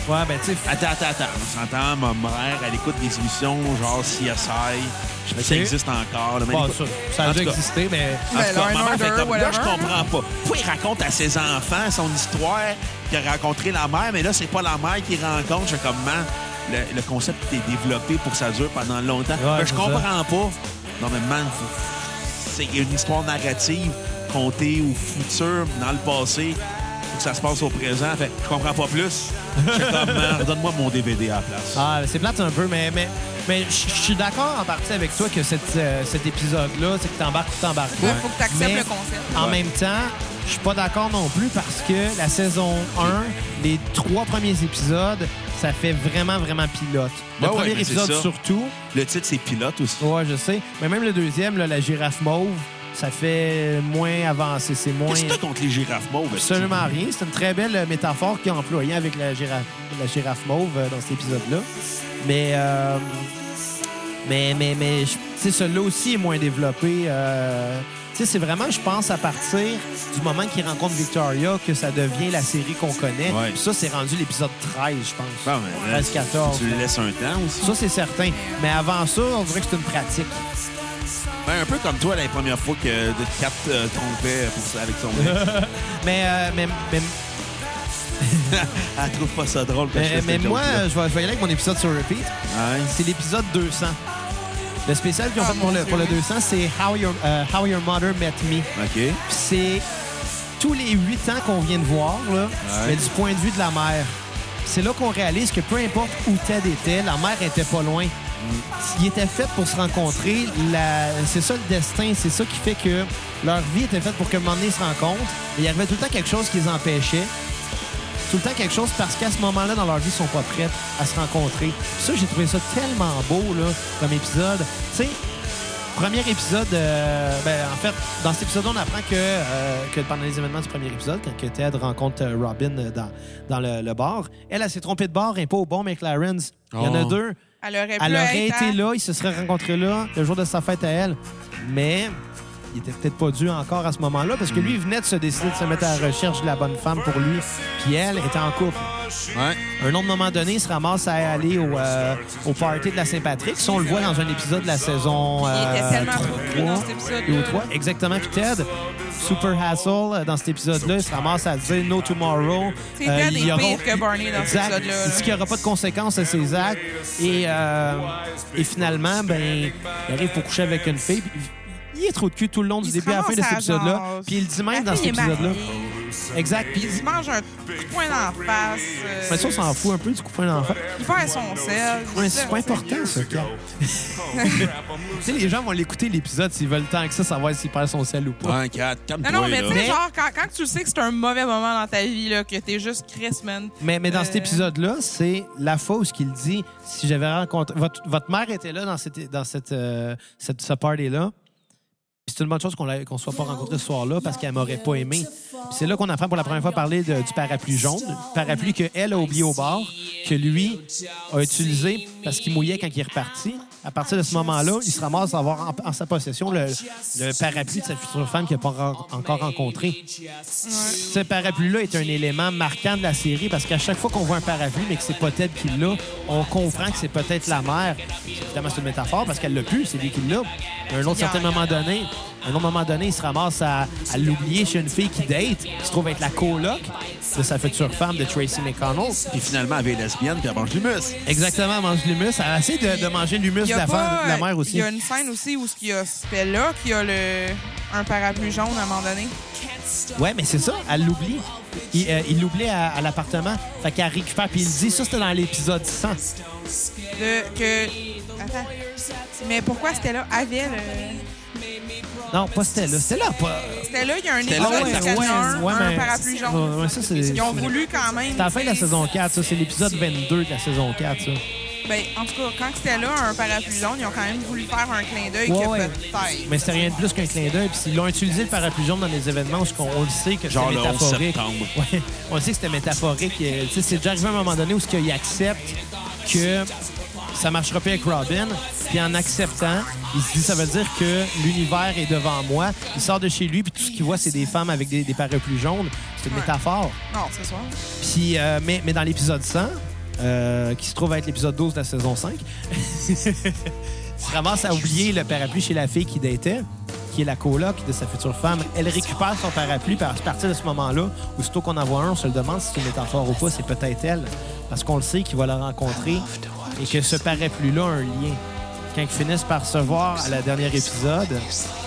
A: Ouais, ben, tu sais,
B: Attends, attends, attends. On s'entend, ma mère, elle écoute des émissions genre CSI. Je sais pas si ça
A: Ok.
B: existe encore. là, mais
A: pas
B: elle écoute-
A: sûr. Ça a
B: En
A: déjà
B: tout cas,
A: existé, mais...
B: En tout
C: Ben,
B: cas,
C: Law and
B: maman fait
C: Order,
B: comme, là,
C: whatever.
B: je comprends pas. Pourquoi il raconte à ses enfants son histoire qu'il a rencontré la mère, mais là, c'est pas la mère qu'il rencontre. Je fais comme, man, le, le concept qui était développé pour que ça dure pendant longtemps.
A: Ouais,
B: Ben, je
A: c'est
B: comprends pas. Non, mais man, faut- c'est une histoire narrative comptée au futur, dans le passé, faut que ça se passe au présent. Fait que je comprends pas plus. Je fais comme, man, redonne-moi mon DVD à la place.
A: Ah, c'est plate un peu, mais, mais, mais je je suis d'accord en partie avec toi que cette, euh, cet épisode-là, c'est que t'embarques ou t'embarques pas.
C: Ouais, faut que t'acceptes
A: Mais
C: le concept.
A: En
B: Ouais.
A: même temps, je suis pas d'accord non plus parce que la saison 1, les trois premiers épisodes, ça fait vraiment, vraiment pilote. Le
B: Bah Ouais, ouais,
A: premier
B: mais c'est
A: épisode
B: ça.
A: surtout,
B: Le titre, c'est Pilote aussi.
A: ouais, je sais. Mais même le deuxième, là, la girafe mauve, ça fait moins avancé. C'est moins.
B: Qu'est-ce que t'as contre les girafes mauves? est-ce que-
A: Absolument rien. C'est une très belle euh, métaphore qu'il a employée avec la girafe, la girafe mauve euh, dans cet épisode-là. Mais, euh, mais, mais, mais, je- tu sais, celui-là aussi est moins développé. euh, tu sais, c'est vraiment, je pense, à partir du moment qu'il rencontre Victoria que ça devient la série qu'on connaît.
B: Ouais.
A: Puis ça, c'est rendu l'épisode 13, je pense.
B: Ah, mais là,
A: 13, 14.
B: Tu le laisses un temps aussi.
A: Ça, c'est certain. Mais avant ça, on dirait que c'est une pratique.
B: Ben, un peu comme toi, la première fois que de Cap euh, trompait pour ça avec son mec.
A: Mais, euh, mais, mais,
B: Elle trouve pas ça drôle quand Ben, je
A: mais,
B: fais
A: mais
B: cette
A: moi,
B: joke-là.
A: je vais, je vais y aller avec mon épisode sur repeat.
B: Ouais.
A: C'est l'épisode 200. Le spécial qu'ils ont
C: Ah,
A: fait pour
C: mon
A: le,
C: Dieu,
A: pour le
C: oui.
A: 200, c'est How Your, euh, How Your Mother Met Me. Puis
B: OK.
A: C'est tous les huit ans qu'on vient de voir, là, mais du point de vue de la mère. C'est là qu'on réalise que peu importe où Ted était, la mère était pas loin.
C: Mm.
A: Ils étaient faits pour se rencontrer. La- C'est ça le destin. C'est ça qui fait que leur vie était faite pour que un moment donné, ils se rencontrent. Et il y avait tout le temps quelque chose qui les empêchait tout le temps quelque chose parce qu'à ce moment-là, dans leur vie, ils sont pas prêtes à se rencontrer. Ça, j'ai trouvé ça tellement beau, là, comme épisode. Tu sais, premier épisode, euh, ben, en fait, dans cet épisode, on apprend que, euh, que pendant les événements du premier épisode, quand que Ted rencontre euh, Robin euh, dans, dans le, le bar, elle, elle s'est trompée de bar, elle est pas au bon McLaren's. Il y en a
B: Oh.
A: deux.
C: Elle aurait pu
A: Elle aurait
C: être hein?
A: été
C: à-
A: là, ils se seraient rencontrés là, le jour de sa fête à elle. Mais il était peut-être pas dû encore à ce moment-là, parce que lui, il venait de se décider de se mettre à la recherche de la bonne femme pour lui, puis elle était en couple.
B: Ouais.
A: Un autre moment donné, il se ramasse à aller au, euh, au party de la Saint-Patrick. Ça, on le voit dans un épisode de la saison
C: Il était
A: euh,
C: tellement trop pris dans
A: 3
C: cet épisode.
A: et au 3. Exactement. Puis Ted, super hassle euh, dans cet épisode-là, il se ramasse à dire no tomorrow. Euh,
C: C'est Ted
A: il y
C: est
A: aura-
C: pire que Barney dans cet
A: Exact.
C: épisode-là,
A: Il dit
C: là.
A: qu'il n'y aura pas de conséquences à ses actes. Et, euh, et finalement, ben, il arrive pour coucher avec une fille. puis il est trop de cul tout le long du
C: Il se
A: début à la fin de
C: ramasse
A: cet
C: à
A: épisode-là.
C: genre-
A: Puis il le dit même
C: La
A: dans cet
C: fille est mariée.
A: épisode-là. Exact. Puis il
C: Il
A: dit,
C: se mange un coup de poing dans la face. euh,
A: mais ça, on s'en fout un peu du coup de l'enfant.
C: Il perd son sel.
A: Ouais, c'est pas important, ça, Pierre. Tu sais, les gens vont l'écouter l'épisode s'ils veulent tant que ça savoir s'il perd son sel ou pas.
B: 1, 4,
C: Non,
B: calme-toi,
C: non, mais
B: là.
C: tu sais,
A: Mais-
C: genre, quand, quand tu sais que c'est un mauvais moment dans ta vie, là, que t'es juste Chris, man.
A: Mais, mais dans
C: Euh.
A: cet épisode-là, c'est la fausse qu'il dit. Si j'avais rencontré. Votre, votre mère était là dans, cette, dans cette, euh, cette, ce party-là. Puis C'est une bonne chose qu'on ne soit pas rencontrés ce soir-là parce qu'elle m'aurait pas aimé. Puis C'est là qu'on apprend pour la première fois parler de- du parapluie jaune, le parapluie qu'elle a oublié au bar, que lui a utilisé parce qu'il mouillait quand il est reparti. À partir de ce moment-là, il se ramasse à avoir en, en sa possession le, le parapluie de sa future femme qu'il n'a pas ren- encore rencontré. Ce parapluie-là est un élément marquant de la série parce qu'à chaque fois qu'on voit un parapluie mais que c'est pas Ted qui l'a, on comprend que c'est peut-être la mère. Évidemment, c'est une métaphore parce qu'elle l'a pu, c'est lui qui l'a. Mais à un autre certain moment donné, à un autre moment donné, il se ramasse à, à l'oublier chez une fille qui date, qui se trouve être la coloc de sa future femme de Tracy McConnell.
B: Puis finalement, elle est lesbienne, puis elle mange du muscle.
A: Exactement, elle mange de l'humus. Elle essaie de, de manger l'humus de
C: Il y a
A: la, femme-
C: pas,
A: de la mère aussi.
C: Il y a une scène aussi où il y a ce fait-là, qu'il y a le, un parapluie jaune à un moment donné.
A: Ouais, mais c'est ça, elle l'oublie. Il euh, il l'oublie à, à l'appartement. Fait qu'elle récupère, puis il dit, ça c'était dans l'épisode 100.
C: De, que. Attends. Mais pourquoi c'était là? Avait le.
A: Non, pas Stella. Stella, pas.
C: C'était là, il y a
B: là,
C: un épisode
B: ouais,
C: de saison
A: ouais,
C: un,
A: ouais,
C: un
A: mais-
C: parapluie jaune.
A: Ouais, ouais, ça, c'est-
C: Ils ont voulu quand même.
A: C'est à la fin de la saison 4, ça. C'est l'épisode 22 de la saison 4, ça.
C: Ben, en tout cas, quand c'était là, un parapluie jaune, ils ont quand même voulu faire un clin d'œil
A: Ouais,
C: que
A: ouais.
C: peut-être.
A: Mais c'était rien de plus qu'un clin d'œil. Puis ils l'ont utilisé, le parapluie jaune, dans les événements où on, on le sait que
B: Genre
A: c'était
B: le 11
A: métaphorique.
B: septembre.
A: Ouais, on le sait que c'était métaphorique. Euh, tu sais, C'est déjà arrivé à un moment donné où il accepte que ça marchera plus avec Robin. Puis en acceptant, il se dit, ça veut dire que l'univers est devant moi. Il sort de chez lui, puis tout ce qu'il voit, c'est des femmes avec des, des parapluies jaunes. C'est une
C: Ouais.
A: métaphore.
C: Non, ce soir.
A: Puis, euh, mais, mais dans l'épisode 100, euh, qui se trouve à être l'épisode 12 de la saison 5, il se ramasse à oublier le parapluie chez la fille qui datait, qui est la coloc de sa future femme. Elle récupère son parapluie par- à partir de ce moment-là. Aussitôt qu'on en voit un, on se le demande si c'est une métaphore ou pas. C'est peut-être elle. Parce qu'on le sait qu'il va la rencontrer et que ce parapluie-là a un lien. Quand ils finissent par se voir à la dernière épisode,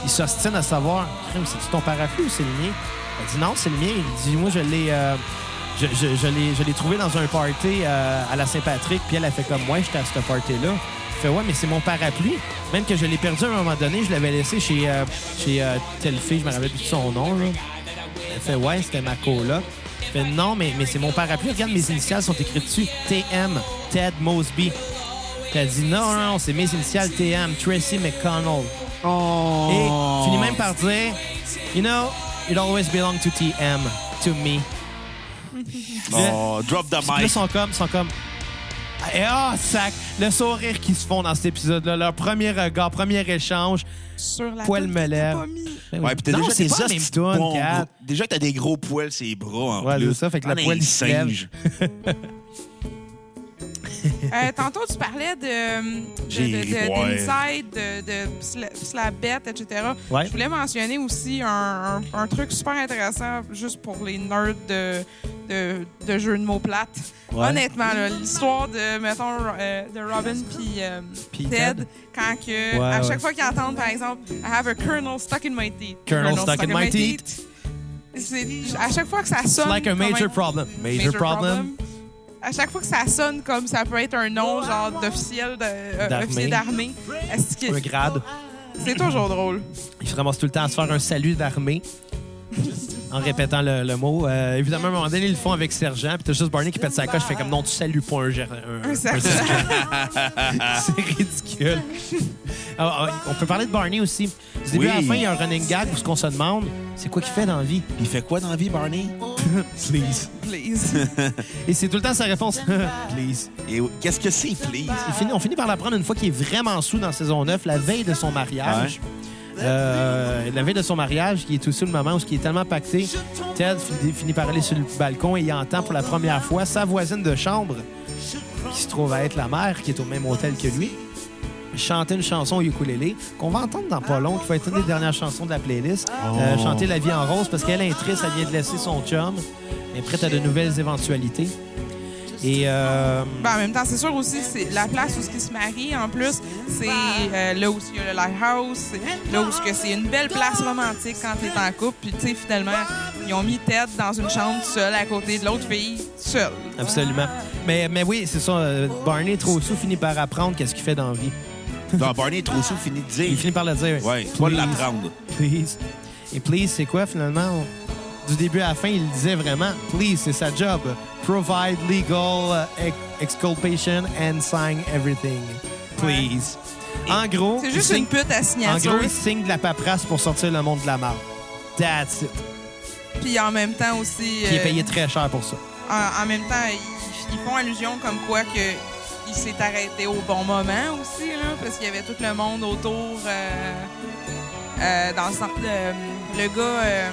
A: ils s'ostinent à savoir Crime, c'est-tu ton parapluie ou c'est le mien Elle dit non, c'est le mien. Il dit Moi, je l'ai. euh, je, je- je l'ai, je l'ai trouvé dans un party euh, à la Saint-Patrick, puis elle a fait comme ouais, j'étais à ce party-là. Je fais ouais, mais c'est mon parapluie. Même que je l'ai perdu à un moment donné, je l'avais laissé chez, euh, chez euh, telle fille, je me rappelle plus de son nom. Là. Elle fait ouais, c'était ma coloc. Je fais non, mais, mais c'est mon parapluie. Regarde, mes initiales sont écrites dessus. TM, Ted Mosby. Puis Elle dit non, non, non, c'est mes initiales TM, Tracy McConnell.
B: Oh!
A: Et finit même par dire, you know, it always belonged to TM, to me.
B: Oh, drop the
A: Puis là,
B: mic.
A: sont comme, sont comme. Eh, Ah, sac! Le sourire qu'ils se font dans cet épisode-là, leur premier regard, premier échange.
C: Sur la
A: Poil
C: tête,
A: me
C: t'as
A: lève.
C: pas mis.
A: Ben oui.
B: Ouais, puis t'as
A: Non,
B: déjà
A: c'est
B: tes
A: pas la
B: hosties
A: même
B: de
A: toune,
B: poils,
A: Kat.
B: gros. Déjà que t'as des gros poils sur les bras. en
A: Ouais,
B: plus.
A: c'est ça, fait que la
B: Ah,
A: poêle,
B: des
A: il se lève.
B: singes.
C: Euh, tantôt, tu parlais de, euh, de,
B: J'ai
C: de, de-
B: ri, ouais.
C: d'Inside, de, de Sla- Slabette, etc.
A: Ouais.
C: Je voulais mentionner aussi un, un- un truc super intéressant, juste pour les nerds de, de, de jeux de mots plates.
A: Ouais.
C: Honnêtement, là, l'histoire de, mettons, Ro- euh, de Robin puis euh,
A: Puis
C: Ted,
A: Ted.
C: quand que,
A: Ouais,
C: à chaque
A: ouais.
C: fois qu'ils entendent, par exemple, I have a kernel stuck in my teeth.
A: Kernel stuck in my
C: C'est- À chaque fois que ça
A: It's
C: sonne.
A: like a
C: quand même-
A: major problem. Major, problem.
C: à chaque fois que ça sonne comme ça peut être un nom genre d'officiel de- euh,
A: D'armée.
C: officier d'armée, est-ce que-
A: Un grade.
C: c'est toujours drôle.
A: Il se ramasse tout le temps à se faire un salut d'armée en répétant le, le mot. Euh, évidemment, à un moment donné, ils le font avec sergent, puis t'as juste Barney qui pète sa coche, fait comme non, tu salues pas un, ger- un-
C: Un
A: un
C: sergent.
A: C'est ridicule. Alors, on peut parler de Barney aussi. Du début
B: Oui.
A: à la fin, il y a un running gag où ce qu'on se demande, c'est quoi qu'il fait dans la vie?
B: Il fait quoi dans la vie, Barney?
A: Please.
C: Please.
A: Et c'est tout le temps sa réponse. Please.
B: Et qu'est-ce que c'est, please?
A: Il finit- on finit par l'apprendre une fois qu'il est vraiment sous dans saison 9, la veille de son mariage. euh, la veille de son mariage, qui est aussi le moment où il est tellement pacté, Ted fi- finit par aller sur le balcon et il entend pour la première fois sa voisine de chambre, qui se trouve à être la mère, qui est au même hôtel que lui, chanter une chanson au ukulélé qu'on va entendre dans pas long, qui va être une des dernières chansons de la playlist. Euh, chanter La vie en rose parce qu'elle est triste, elle vient de laisser son chum, elle est prête à de nouvelles éventualités. Et euh,
C: Ben, en même temps, c'est sûr aussi, c'est la place où ce qui se marie, en plus, c'est euh, là où il y a le lighthouse, c'est là où ce que c'est une belle place romantique quand t'es en couple. Puis, tu sais, finalement, ils ont mis Ted dans une chambre seule à côté de l'autre fille, seule.
A: absolument. Mais, mais oui, c'est ça. euh, Barney, trop sous, finit par apprendre qu'est-ce qu'il fait dans la vie.
B: Non, Barney est trop sous, fini de
A: Il
B: dire.
A: finit par le dire.
B: Ouais, tu vas
A: Please,
B: l'apprendre.
A: Please. Et please, c'est quoi finalement? On- Du début à la fin, il le disait vraiment. Please, c'est sa job. Provide legal uh, ex- exculpation and sign everything. Please. En gros,
C: C'est
A: il
C: juste
A: signe-
C: une pute à
A: En
C: signature.
A: gros, ils signent de la paperasse pour sortir le monde de la marde. That's it.
C: Puis, en même temps aussi.
A: Qui est
C: euh,
A: payé très cher pour ça.
C: en, en même temps, ils, ils font allusion comme quoi que il s'est arrêté au bon moment aussi, là, parce qu'il y avait tout le monde autour. euh, euh, dans le sens, euh, le gars euh,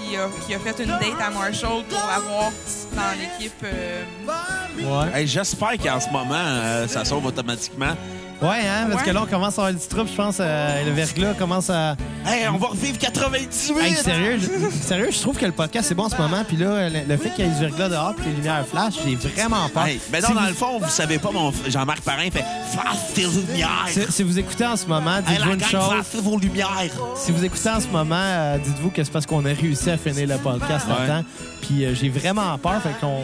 C: qui, a, qui a fait une date à Marshall pour l'avoir dans l'équipe. euh,
A: Ouais.
B: Hey, J'espère qu'en ce moment, euh, ça sauve automatiquement.
A: Ouais, hein, parce
C: Ouais.
A: que là, on commence à avoir du trouble, je pense. euh, le verglas commence à.
B: Hey, on va revivre 98!
A: Hey, sérieux, je- sérieux, je trouve que le podcast, c'est bon en ce moment. Puis là, le, le fait qu'il y ait du verglas dehors puis que les lumières flashent, j'ai vraiment peur.
B: Hey, mais non,
A: si
B: dans
A: vous,
B: le fond, vous savez pas, mon f- Jean-Marc Parrain fait « Fasse tes lumières!
A: si- si vous écoutez en ce moment,
B: Hey,
A: dites-vous
B: la
A: une
B: gang,
A: chose.
B: fassez vos lumières!
A: Si vous écoutez en ce moment, euh, dites-vous que c'est parce qu'on a réussi à finir le podcast en
B: Ouais.
A: temps. Puis euh, j'ai vraiment peur, fait qu'on. »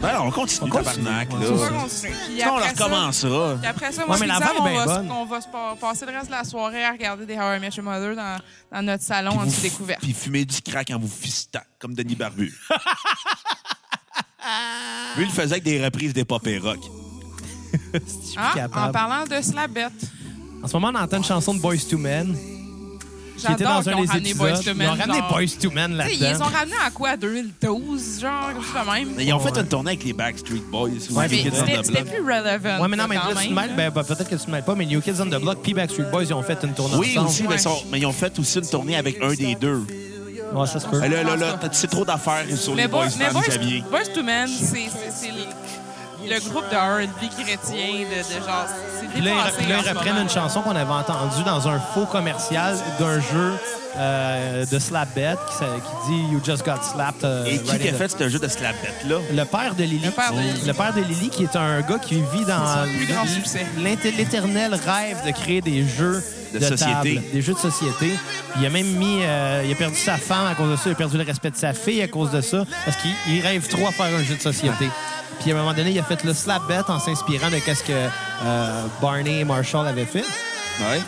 B: Ben, on
A: On
B: continue,
A: continue.
B: tabarnak,
A: Ouais,
B: là.
A: c'est
C: on va
A: ça.
C: continuer. Puis
B: Sinon, on
C: après
B: le
C: ça-
B: recommencera.
C: puis après ça,
A: Ouais,
C: moi,
A: mais
C: je
A: la
C: me
A: vibe
C: disais,
A: est
C: on,
A: bien
C: va,
A: bonne.
C: on va se pa- passer le reste de la soirée à regarder des How I Met Your Mother dans, dans notre salon
B: Puis
C: en
B: vous-
C: découverte.
B: Puis fumer du crack en vous fistant, comme Denis Barbu. Lui, il le faisait avec des reprises des pop et rock.
C: Ah,
A: capable.
C: en parlant de Slabette,
A: En ce moment, on entend une chanson de Boys to Men. qui était dans
C: j'adore qu'ils
A: un
C: ont
A: des
C: ramené
A: épisodes.
C: Boys to Men.
A: ils ont ramené
C: genre.
A: Boys to Men
C: Tu sais, Ils les ont
A: là-dedans.
C: ramenés à quoi? 2012, genre, comme ça de même.
B: Mais Ils ont fait
A: Ah Ouais.
B: une tournée avec les Backstreet Boys. ou
A: Ouais,
B: les
C: Mais
B: Kids on
C: C'était
B: the
C: c'était
B: Block.
C: plus relevant.
A: Ouais, mais non, mais là,
C: quand
A: tu te
C: même.
A: mêles, ben, bah, peut-être que tu te mêles pas, mais New Kids on the Block puis Backstreet Boys, ils ont fait une tournée
B: Oui,
A: ensemble.
B: aussi, mais,
C: Ouais.
B: sont- mais ils ont fait aussi une tournée avec un des deux.
A: Ouais, ça se peut.
B: Mais Ben là, là, là, c'est trop d'affaires sur les
C: Mais Boys,
B: Boys,
C: mais
B: fans,
C: Boys-
B: Xavier.
C: Boys to Men, c'est c'est- c'est le, le groupe de R&B chrétien, de, de genre, c'est
A: Puis là, ils-
C: dépassé
A: puis là,
C: en
A: ils
C: ce
A: reprennent
C: moment.
A: une chanson qu'on avait entendue dans un faux commercial d'un jeu euh, de Slapbet qui, s'a- qui dit You just got slapped. euh,
B: Et qui
A: right
B: qui a
A: in the-
B: fait ce jeu de slapette-là?
A: Le père de Lily.
C: Le père de Lily.
A: Le père de Lily, qui est un gars qui vit dans
C: C'est son plus grand succès.
A: l'inté- l'éternel rêve de créer des jeux de,
B: De société.
A: table, des jeux de société. Il a même mis, euh, il a perdu sa femme à cause de ça, il a perdu le respect de sa fille à cause de ça, parce qu'il il rêve trop à faire un jeu de société. Puis à un moment donné, il a fait le slap bet en s'inspirant de qu'est-ce que euh, Barney et Marshall avaient fait.
B: Ouais.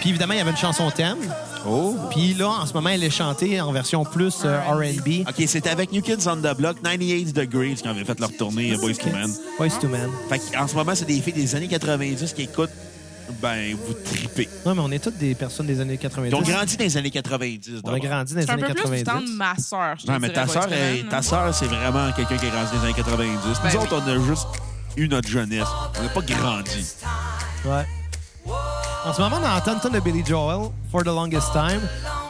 A: Puis évidemment, il y avait une chanson thème.
B: Oh.
A: Puis là, en ce moment, elle est chantée en version plus euh, R&B.
B: OK, c'était avec New Kids on the Block, 98 Degrees, qui avait fait leur tournée euh, Boys to Men.
A: Boys to Men.
B: Fait qu'en ce moment, c'est des filles des années 90 qui écoutent, ben, vous tripez.
A: Non, mais on est toutes des personnes des années 90.
B: Ils ont grandi dans les années 90.
A: On a
B: d'abord.
A: grandi dans les
C: C'est un
A: années
C: peu plus du
A: 90.
C: temps de ma sœur, je te
B: Non, mais ta
C: dirais, Boyz
B: sœur,
C: II Men,
B: elle-
C: là.
B: ta sœur, c'est vraiment quelqu'un qui est grandi dans les années 90. Nous
C: Ben
B: autres, on a juste eu notre jeunesse. On n'a pas grandi.
A: Ouais. En ce moment, on entend une tonne de Billy Joel, For the Longest Time,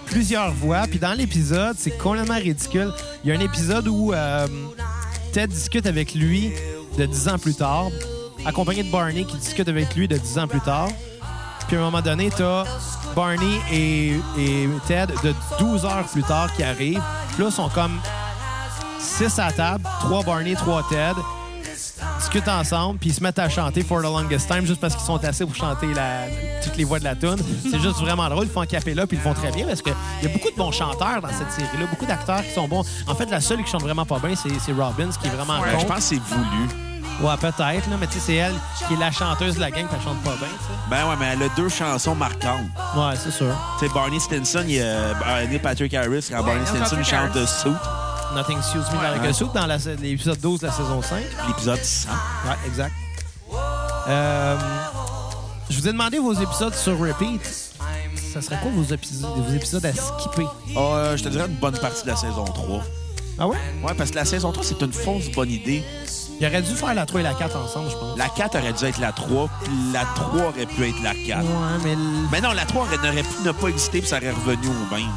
A: plusieurs voix. Puis dans l'épisode, c'est complètement ridicule. Il y a un épisode où euh, Ted discute avec lui de 10 ans plus tard, accompagné de Barney qui discute avec lui de 10 ans plus tard. Puis à un moment donné, t'as Barney et, et Ted de 12 heures plus tard qui arrivent. Puis là, ils sont comme 6 à table, 3 Barney, 3 Ted. discutent ensemble, puis ils se mettent à chanter For the Longest Time juste parce qu'ils sont assez pour chanter la- toutes les voix de la tune. C'est juste vraiment drôle. Ils font un là, puis ils le font très bien parce qu'il y a beaucoup de bons chanteurs dans cette série-là, beaucoup d'acteurs qui sont bons. En fait, la seule qui chante vraiment pas bien, c'est c'est Robbins, qui est vraiment
C: Ouais.
B: Ben, je
A: con.
B: pense que c'est voulu.
A: Ouais, peut-être, là, mais tu sais, c'est elle qui est la chanteuse de la gang, qui chante pas bien, tu
B: Ben ouais, mais elle a deux chansons marquantes.
A: sais. Ouais, c'est sûr.
B: Tu sais, Barney Stinson, il y a euh, Barney Patrick Harris. Quand Barney
C: Patrick
B: Stinson chante
C: Harris.
B: de Suit,
A: Nothing Suits Me dans le
B: Ouais.
A: soupe dans la sa- l'épisode 12 de la saison 5.
B: l'épisode 100.
A: Ouais, exact. Euh, je vous ai demandé vos épisodes sur repeat. Ça serait quoi vos, épis- vos épisodes à skipper?
B: Euh, je te dirais une bonne partie de la saison 3.
A: Ah ouais?
B: Ouais, parce que la saison 3, c'est une fausse bonne idée.
A: Il aurait dû faire la 3 et la 4 ensemble, je pense.
B: La 4 aurait dû être la 3, puis la 3 aurait pu être la 4.
A: Ouais, mais... le-
B: Mais non, la 3 aurait- n'aurait pu- n'a pas existé, puis ça aurait revenu au même.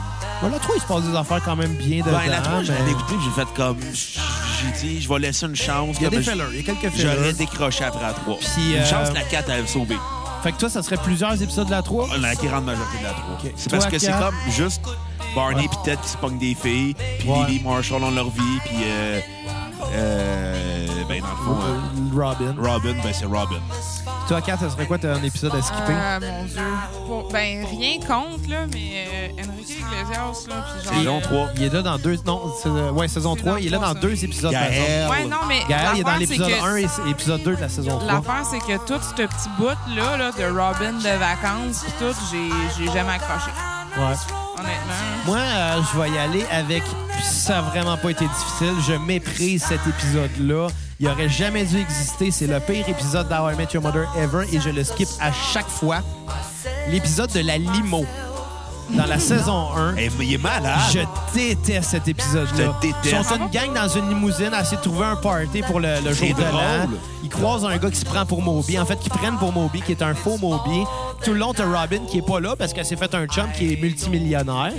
A: Bon, la 3, il se passe des affaires quand même bien dedans.
B: Ben, la 3, je
A: mais-
B: l'avais écouté, puis j'ai fait comme. J'ai dit, je vais laisser une chance.
A: Il y a des
B: Comme je-
A: fillers, il y a quelques
B: J'aurais
A: fillers.
B: décroché après la 3.
A: Puis, euh,
B: Une chance, la 4 avait sauvé. Euh,
A: Fait que toi, ça serait plusieurs épisodes de la 3.
B: Ah, La grande majorité de la 3.
A: Ok.
B: C'est
A: Toi,
B: parce que c'est
A: Kat?
B: comme juste Barney puis Ted qui se pognent des filles, puis
A: Ouais.
B: Lily Marshall ont leur vie, puis. Euh, euh, ben, dans le fond, euh,
A: Robin.
B: Robin, ben, c'est Robin.
A: Toi, 4, ça serait quoi, t'as un épisode à skipper?
C: Ah, mon Dieu. Pour- ben, rien contre, là, mais euh, Enrique Iglesias, là, puis genre...
B: Saison 3.
A: Il est là dans deux. Non, c'est- euh, ouais, saison
C: C'est
A: 3.
C: dans
A: il est là
C: trois,
A: dans
C: ça.
A: deux épisodes. par
B: Gaël.
A: exemple.
C: Ouais, non, mais
A: Gaël, il est dans
C: l'affaire,
A: l'épisode
C: c'est que-
A: 1 et et épisode 2 de la saison 3.
C: L'affaire, c'est que tout ce petit bout-là là, de Robin de vacances, pis tout, j'ai, j'ai jamais accroché,
A: Ouais.
C: honnêtement.
A: Moi, euh, je vais y aller avec. puis Ça a vraiment pas été difficile. Je méprise cet épisode-là. Il aurait jamais dû exister. C'est le pire épisode d'How I Met Your Mother ever et je le skip à chaque fois. L'épisode de la limo dans la saison 1.
B: Eh, mais il est malade.
A: Je déteste cet épisode-là.
B: Je te déteste.
A: Ils sont une gang dans une limousine à essayer de trouver un party pour le, le
B: C'est
A: jour de l'an.
B: drôle.
A: Ils croisent un gars qui se prend pour Moby. En fait, qui prennent pour Moby, qui est un faux Moby. Tout le long, t'as Robin qui est pas là parce qu'elle s'est fait un chum qui est multimillionnaire.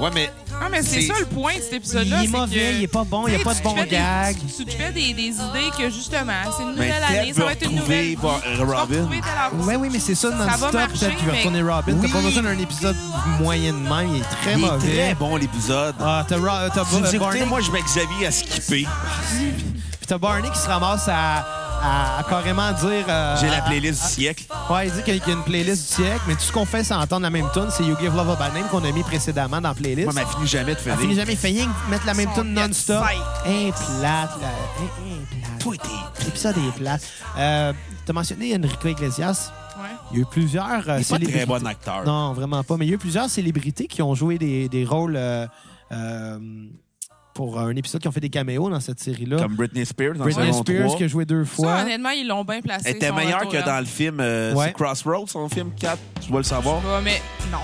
B: Ouais, mais.
C: Ah, mais c'est,
B: C'est-
C: ça le point de cet épisode-là.
A: Il est
C: c'est
A: mauvais,
C: que-
A: il est pas bon, il y a
C: tu sais,
A: pas de
C: tu te
A: bon
C: fais des-
A: gag.
C: Tu te fais des, des idées que, justement, c'est une
B: Mais
C: nouvelle
B: Ted
C: année, ça
B: veut
C: va être une
B: retrouver
C: nouvelle.
B: Bar-
C: Tu vas
B: Robin.
C: retrouver telle affaire.
A: Ouais, oui, mais c'est ça
C: va
A: non-stop.
C: marcher,
A: Peut-être qu'il va
C: mais-
A: retourner Robin. T'as
B: Oui.
A: pas besoin d'un épisode moyennement. Il est très
B: Il est
A: mauvais.
B: très bon, l'épisode.
A: Ah, t'as Ro- euh, t'as
B: Vous
A: Bo- euh,
B: écoutez,
A: Barney
B: moi, je m'examine à skipper.
A: puis t'as Barney qui se ramasse à, à- à carrément dire... euh,
B: J'ai
A: à-
B: la
A: à-
B: playlist du siècle.
A: Ouais, il dit qu'il y a une playlist du siècle, mais tout ce qu'on fait, c'est entendre la même tune. C'est You Give Love a Bad Name qu'on a mis précédemment dans la playlist.
B: Moi, mais elle finit jamais de
A: ah. Elle
B: finir.
A: finit jamais failli mettre la même
C: Son
A: tune non-stop.
C: psych.
A: Hey, plate, là. Hey, hey, plate.
B: Toi, t'es.
A: L'épisode est plate. Euh, T'as mentionné Enrico Iglesias.
C: Ouais.
A: Il y a eu plusieurs euh,
B: T'es pas
A: célébrités.
B: très bon acteur.
A: Non, vraiment pas. Mais il y a eu plusieurs célébrités qui ont joué des, des rôles euh, euh, pour un épisode qui ont fait des caméos dans cette série-là.
B: Comme Britney Spears dans
A: Britney
B: saison
A: Spears
B: 3.
A: qui a joué deux
C: Ça,
A: fois.
C: honnêtement, ils l'ont bien placé.
B: Elle était
C: son
B: meilleure
C: retour,
B: que
C: hein. là.
B: dans le film euh,
A: Ouais.
B: c'est Crossroads, son film 4. Tu dois le savoir.
C: Ouais, mais non.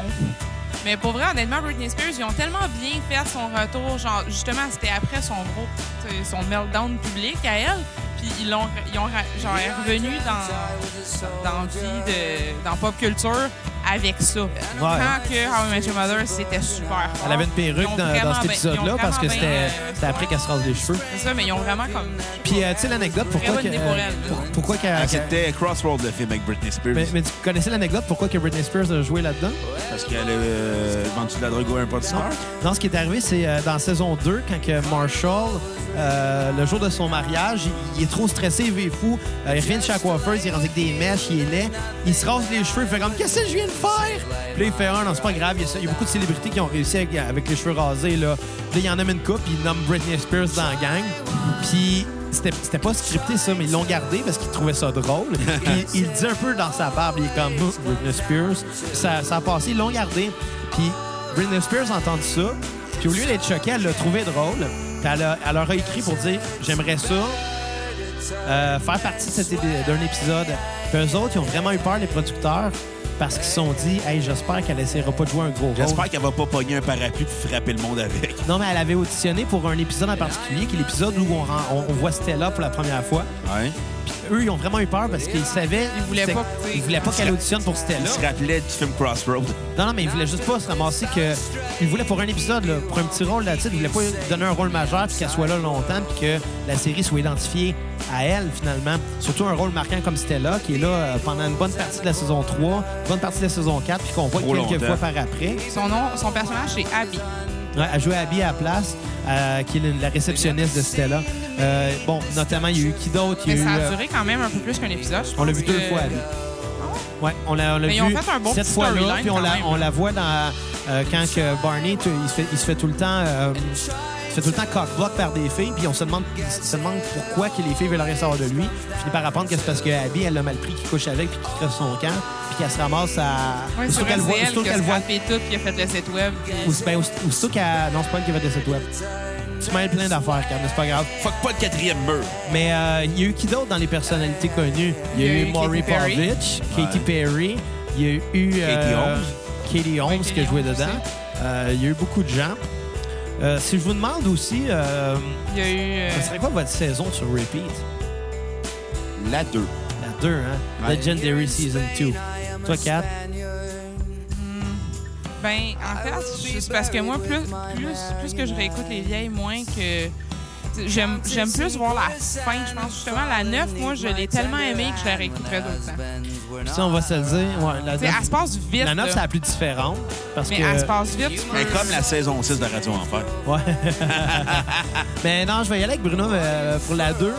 C: Mais pour vrai, honnêtement, Britney Spears, ils ont tellement bien fait son retour. Genre, justement, c'était après son gros, t'sais, son meltdown public à elle. Puis ils l'ont, ils ont, ra- genre, elle est revenue dans, dans vie de, dans pop culture avec ça. Quand que How I Met Your Mother, c'était super. fort.
A: Elle avait une
C: Ils ont
A: perruque dans, dans
C: vraiment
A: cet
C: bien- ils
A: épisode-là
C: ont
A: parce que
C: vraiment
A: c'était
C: bien, euh,
A: c'était après qu'elle se rase les cheveux.
C: C'est ça, mais ils ont vraiment comme. je sais
A: Puis,
C: pas.
A: euh, tu sais, l'anecdote, pourquoi
C: Très
A: que,
C: bonne idée pour elle.
A: pour- pourquoi qu'elle-
B: Ah,
A: qu'elle-
B: C'était Crossroads, le film avec Britney Spears.
A: mais, mais tu connaissais l'anecdote, pourquoi que Britney Spears a joué là-dedans?
B: Parce qu'elle a euh, vendu de la drogue à un pot
A: Non. Non, ce qui est arrivé, c'est euh, dans saison 2, quand que Marshall, euh, le jour de son mariage, il, il est trop stressé, il est fou. Euh, il revient de chez la coiffeuse, il est rendu avec des mèches, il est laid. Il se rase les cheveux, il fait comme Qu'est-ce que je viens de faire? Puis là, il fait un, non, c'est pas grave. Il y, a, ça- il y a beaucoup de célébrités qui ont réussi avec, avec les cheveux rasés. Là. Puis là, il en nomme une coupe, il nomme Britney Spears dans la gang. Puis. C'était c'était pas scripté, ça, mais ils l'ont gardé parce qu'ils trouvaient ça drôle. Puis il le dit un peu dans sa barbe, il est comme Oh, Britney Spears. Puis ça, ça a passé, ils l'ont gardé. Puis Britney Spears a entendu ça, puis au lieu d'être choquée, elle l'a trouvé drôle. Puis elle, a- elle leur a écrit pour dire J'aimerais ça euh, faire partie de cet épi- d'un épisode. Puis eux autres, ils ont vraiment eu peur, les producteurs, parce qu'ils se sont dit Hey, j'espère qu'elle essaiera pas de jouer un gros rôle.
B: J'espère qu'elle va pas pogner un parapluie puis frapper le monde avec.
A: Non, mais elle avait auditionné pour un épisode en particulier, qui est l'épisode où on, ren- on- on voit Stella pour la première fois.
B: Ouais.
A: Puis eux, ils ont vraiment eu peur parce qu'ils savaient.
C: Ils voulaient
A: c'est-
C: pas-
A: ils voulaient pas qu'elle auditionne pour Stella.
B: Il se rappelait du film Crossroads.
A: Non, non, mais il voulait juste pas se ramasser que. Il voulait pour un épisode, là, pour un petit rôle là-dessus, il voulait pas donner un rôle majeur puis qu'elle soit là longtemps puis que la série soit identifiée à elle, finalement. Surtout un rôle marquant comme Stella, qui est là euh, pendant une bonne partie de la saison 3, une bonne partie de la saison 4, puis qu'on voit
B: Trop
A: quelques
B: longtemps.
A: fois par après.
C: Son nom, son personnage, c'est Abby.
A: Ouais, elle jouait Abby à la place, euh, qui est la réceptionniste de Stella. Euh, bon, notamment, il y a eu qui d'autre? Il y
C: Mais
A: a eu,
C: ça
A: euh,
C: a duré quand même un peu plus qu'un épisode. je
A: on l'a
C: pense
A: vu deux
C: que-
A: fois, Abby. Ouais, on l'a, on l'a
C: Mais
A: vu
C: ils ont fait un bon
A: cette
C: petit
A: fois-là,
C: storyline
A: puis on la,
C: quand même. hein.
A: on la voit dans euh, quand que Barney, tu- il, se fait, il se fait tout le temps, euh, il se fait tout le temps cockblock par des filles, puis on se demande, il se demande pourquoi que les filles veulent rien savoir de lui. Il finit par apprendre que c'est parce que Abby, elle l'a mal pris, qu'il couche avec, puis qu'il creuse son camp, puis qu'elle se ramasse à,
C: Ouais,
A: aussitôt
C: sur
A: qu'elle voit,
C: SDL,
A: aussitôt
C: qui a
A: qu'elle voit,
C: scrappé tout, qui a fait le site web. puis-
A: auss- ben, auss- aussitôt qu'elle, non c'est pas elle qui va de cette web. Tu mêles plein d'affaires, Cam, mais c'est pas grave.
B: Fuck pas le quatrième mur.
A: Mais euh, il y a eu qui d'autre dans les personnalités connues? Il y a eu Maury
C: Katy Perry.
A: Povich, Katy Perry, il y a eu... euh,
B: Katie Holmes.
A: Katie Holmes
C: Katie
A: qui a joué
C: Holmes
A: dedans.
C: aussi.
A: Euh, il y a eu beaucoup de gens. Euh, si je vous demande aussi, euh,
C: Il y a eu. euh,
A: ce serait quoi votre saison sur repeat?
B: La 2.
A: La 2, hein?
B: Ouais.
A: Legendary Season 2. Toi, 4.
C: Ben, en fait, c'est parce que moi, plus, plus, plus que je réécoute les vieilles, moins que. J'aime j'aime plus voir la fin, je pense. Justement, la 9, moi, je l'ai tellement aimée que je la réécouterais d'autres temps.
A: Ça, on va se le dire. Ouais, la
C: Tu sais, elle
A: 9,
C: se passe vite.
A: la 9,
C: là.
A: c'est la plus différente. Parce
C: Mais
A: que...
C: elle se passe vite. tu
B: Mais
C: peux-
B: comme la saison 6 de Radio Enfer.
A: Ouais. Mais non, je vais y aller avec Bruno euh, pour la 2.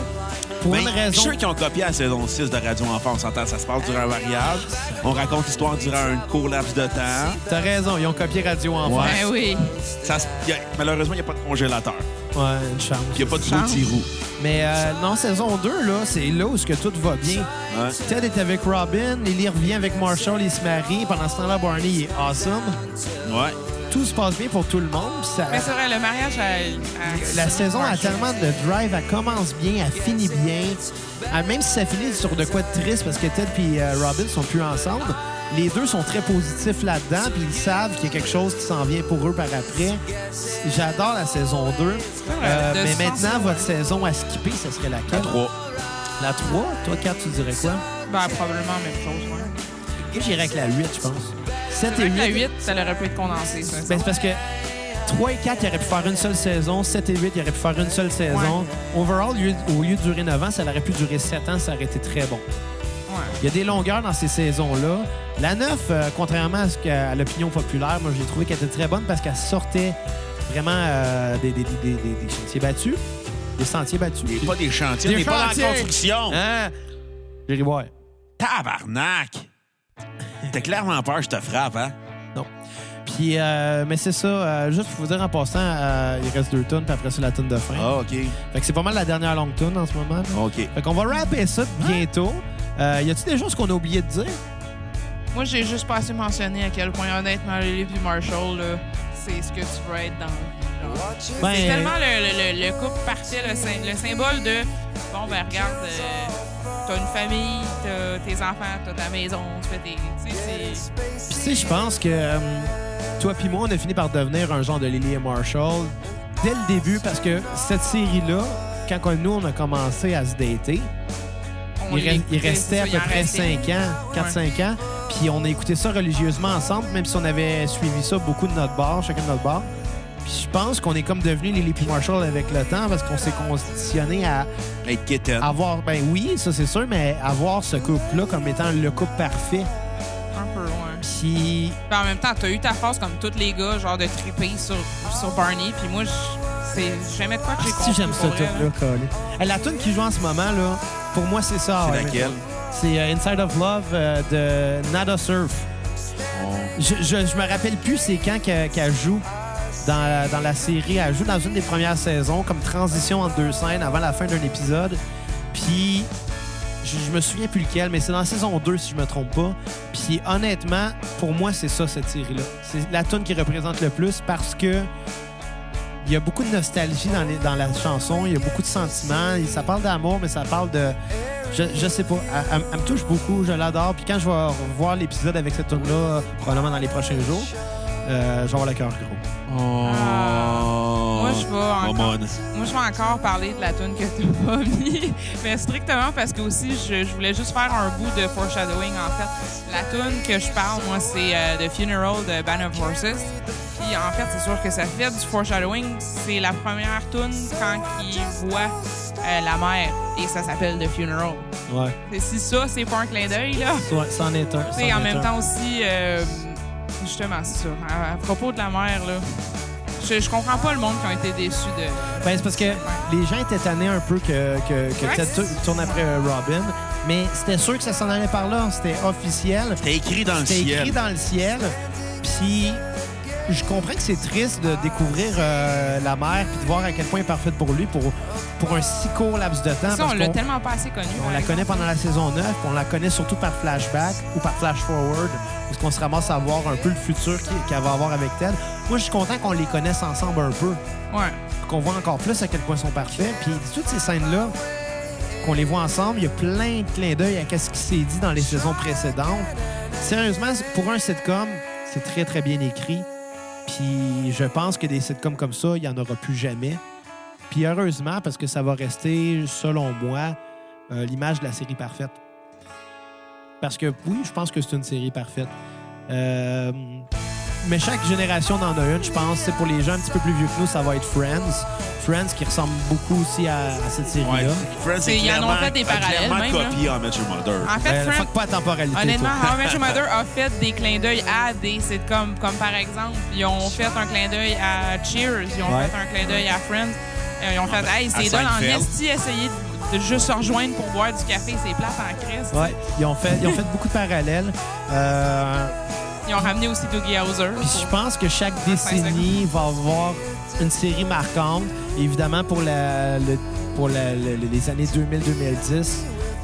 A: Pour
B: Ben,
A: une raison.
B: Ceux qui ont copié la saison 6 de Radio Enfer, on s'entend, ça se passe durant un mariage. On raconte l'histoire durant un court laps de temps.
A: T'as raison, ils ont copié Radio Enfer.
C: Ben oui.
B: Ça se- y a- malheureusement, il n'y a pas de congélateur.
A: Ouais, une chance.
B: Il n'y a pas de
C: Chance.
B: petit roux.
A: Mais euh, non, saison 2, là, c'est là où ce que tout va bien.
B: Ouais.
A: Ted est avec Robin, Lily revient avec Marshall, ils se marient. Pendant ce temps-là, Barney il est awesome.
B: Ouais.
A: Tout se passe bien pour tout le monde. puis ça-
C: Mais c'est vrai, le mariage, elle- elle-
A: la saison a
C: marche.
A: tellement de drive, elle commence bien, elle finit bien. Ah, même si ça finit sur de quoi de triste parce que Ted et Robin sont plus ensemble, les deux sont très positifs là-dedans, puis ils savent qu'il y a quelque chose qui s'en vient pour eux par après. J'adore la saison 2.
C: vrai, de
A: mais
C: ce
A: maintenant,
C: sens-
A: votre saison à skipper, ce serait laquelle?
B: La 3.
A: La 3? Toi, 4, tu dirais quoi?
C: Ben, probablement même chose, ouais.
A: Moi, j'irais avec la 8, je pense. 7 et
C: Avec
A: 8.
C: la 8, ça aurait pu être condensé, ça.
A: Ben, c'est parce que 3 et 4, il aurait pu faire une seule saison. 7 et 8, il aurait pu faire une seule saison. Overall, lieu- au lieu de durer 9 ans, ça aurait pu durer 7 ans. Ça aurait été très bon.
C: Ouais.
A: Il y a des longueurs dans ces saisons-là. La 9, euh, contrairement à, ce que- à l'opinion populaire, moi, j'ai trouvé qu'elle était très bonne parce qu'elle sortait vraiment euh, des, des- des- des- des- des sentiers battus. Des sentiers battus.
B: Il n'est pas des chantiers,
A: Des
B: il n'est pas dans
A: chantiers.
B: la construction.
A: Hein? Jerry Boy.
B: Tabarnak! T'as clairement peur, je te frappe, hein?
A: Non. Puis, euh, mais c'est ça. euh, juste pour vous dire en passant, euh, il reste deux tonnes, puis après ça, la tonne de fin.
B: Ah, OK.
A: Fait que c'est pas mal la dernière longue tune en ce moment. là.
B: OK.
A: Fait qu'on va rapper ça
C: Hein?
A: bientôt. Euh, y a-tu des choses qu'on a oublié de dire?
C: Moi, j'ai juste pas assez mentionné à quel point, honnêtement, Lily puis Marshall, là, c'est ce que tu veux être dans. la vie, genre.
A: Ben,
C: C'est tellement le, le- le- le couple parfait, le, sym- le symbole de bon, ben regarde, euh, t'as une famille, t'as tes enfants, t'as ta maison, tu fais tes. Tu sais, c'est.
A: Puis, tu sais, je pense que euh, toi puis moi, on a fini par devenir un genre de Lily et Marshall dès le début parce que cette série-là, quand on- nous, on a commencé à se dater,
C: on
A: il, re-
C: l'écoutait,
A: il restait à peu
C: c'est ça, il en
A: près
C: restait.
A: 5 ans, 4-5 ans. Puis on a écouté ça religieusement ensemble, même si on avait suivi ça beaucoup de notre bord, chacun de notre bord. Puis je pense qu'on est comme devenu Lily P. Marshall avec le temps parce qu'on s'est conditionné à
B: Être kitten.
A: avoir, ben oui, ça c'est sûr, mais avoir ce couple-là comme étant le couple parfait.
C: Un peu loin.
A: Puis
C: Puis en même temps, t'as eu ta phase comme tous les gars, genre de triper sur, sur Barney, puis moi, je- c'est jamais de quoi que j'ai
A: Ah, si
C: compris.
A: j'aime ça
C: pour vrai,
A: tout là, Colin. Hey, La tune qui joue en ce moment là, pour moi c'est ça.
B: C'est
A: ouais,
B: laquelle?
A: mettons. C'est euh, Inside of Love euh, de Nada Surf. Je, je, je me rappelle plus c'est quand qu'elle qu'elle joue dans la, dans la série. Elle joue dans une des premières saisons comme transition entre deux scènes avant la fin d'un épisode. Puis je, je me souviens plus lequel, mais c'est dans la saison 2 si je me trompe pas. Puis honnêtement, pour moi c'est ça cette série là. C'est la tune qui représente le plus parce que il y a beaucoup de nostalgie dans, les- dans la chanson, il y a beaucoup de sentiments. Et Ça parle d'amour, mais ça parle de. Je, je sais pas. Elle, elle- elle me touche beaucoup, je l'adore. Puis quand je vais revoir l'épisode avec cette tune là probablement dans les prochains jours, euh, je vais avoir le cœur gros.
B: Oh.
C: Ah. Moi, je vais encore,
B: Momone.
C: moi, je vais encore parler de la tune que t'as pas mis, mais strictement parce que aussi, je, je voulais juste faire un bout de foreshadowing, en fait. La tune que je parle, moi, c'est euh, The Funeral de Band of Horses. Puis, en fait, c'est sûr que ça fait du foreshadowing. C'est la première tune quand il voit euh, la mère, et ça s'appelle The Funeral.
A: Ouais.
C: Et si ça, c'est pas un clin d'œil, là...
A: Ouais, c'en est un.
C: Tu sais,
A: c'en
C: en
A: est
C: même
A: un.
C: temps aussi, euh, justement, c'est ça. À, à propos de la mère, là, je, je comprends pas le monde qui a été déçu de.
A: Ben, c'est parce que les gens étaient tannés un peu que, que, que
C: Ouais.
A: Ted tou- tourne après euh, Robin, mais c'était sûr que ça s'en allait par là. C'était officiel.
B: T'as écrit dans le
A: C'était écrit
B: ciel.
A: dans le ciel. Puis je comprends que c'est triste de découvrir euh, la mère puis de voir à quel point elle est parfaite pour lui pour, pour un si court laps de temps.
C: Ça, on
A: Ah, parce
C: l'a
A: qu'on-
C: tellement pas assez connu. hein.
A: on
C: par
A: la
C: exemple.
A: connaît pendant la saison 9, puis on la connaît surtout par flashback ou par flash forward, parce qu'on se ramasse à voir un peu le futur qui- qu'elle va avoir avec Ted. Moi, je suis content qu'on les connaisse ensemble un peu,
C: Ouais.
A: qu'on voit encore plus à quel point ils sont parfaits. Puis toutes ces scènes-là, qu'on les voit ensemble, il y a plein de clins d'œil à ce qui s'est dit dans les saisons précédentes. Sérieusement, pour un sitcom, c'est très, très bien écrit. Puis Puis je pense que des sitcoms comme ça, il n'y en aura plus jamais. Puis heureusement, parce que ça va rester, selon moi, euh, l'image de la série parfaite. Parce que oui, je pense que c'est une série parfaite. Euh, mais chaque génération en a une, je pense. C'est pour les gens un petit peu plus vieux que nous, ça va être Friends. Friends qui ressemble beaucoup aussi à, à cette série-là.
B: Ouais, Friends, c'est
C: Ils en ont
B: clairement-
C: fait des
B: a
C: parallèles
B: clairement
C: même,
B: copié How I Met Your Mother.
C: En fait,
A: Euh,
C: Friends-
A: fuck pas la temporalité.
C: Honnêtement,
A: toi.
C: How I Met Your Mother a fait des clins d'œil à des sitcoms, comme par exemple, ils ont fait un clin d'œil à Cheers, ils ont
A: Ouais. Ah, ben,
C: fait un clin d'œil à Friends, euh, ils ont fait Hey,
B: à
C: c'est dole en
B: Seinfeld.
C: esti, essayez de, de juste se rejoindre pour boire du café, c'est plate en crise.
A: Ouais, ils ont fait, ils ont fait beaucoup de parallèles. Euh,
C: Ils ont ramené aussi Doogie Howser.
A: Puis je pense que chaque décennie va avoir une série marquante. Évidemment, pour, la, le- pour la- le- le- les années 2000-2010,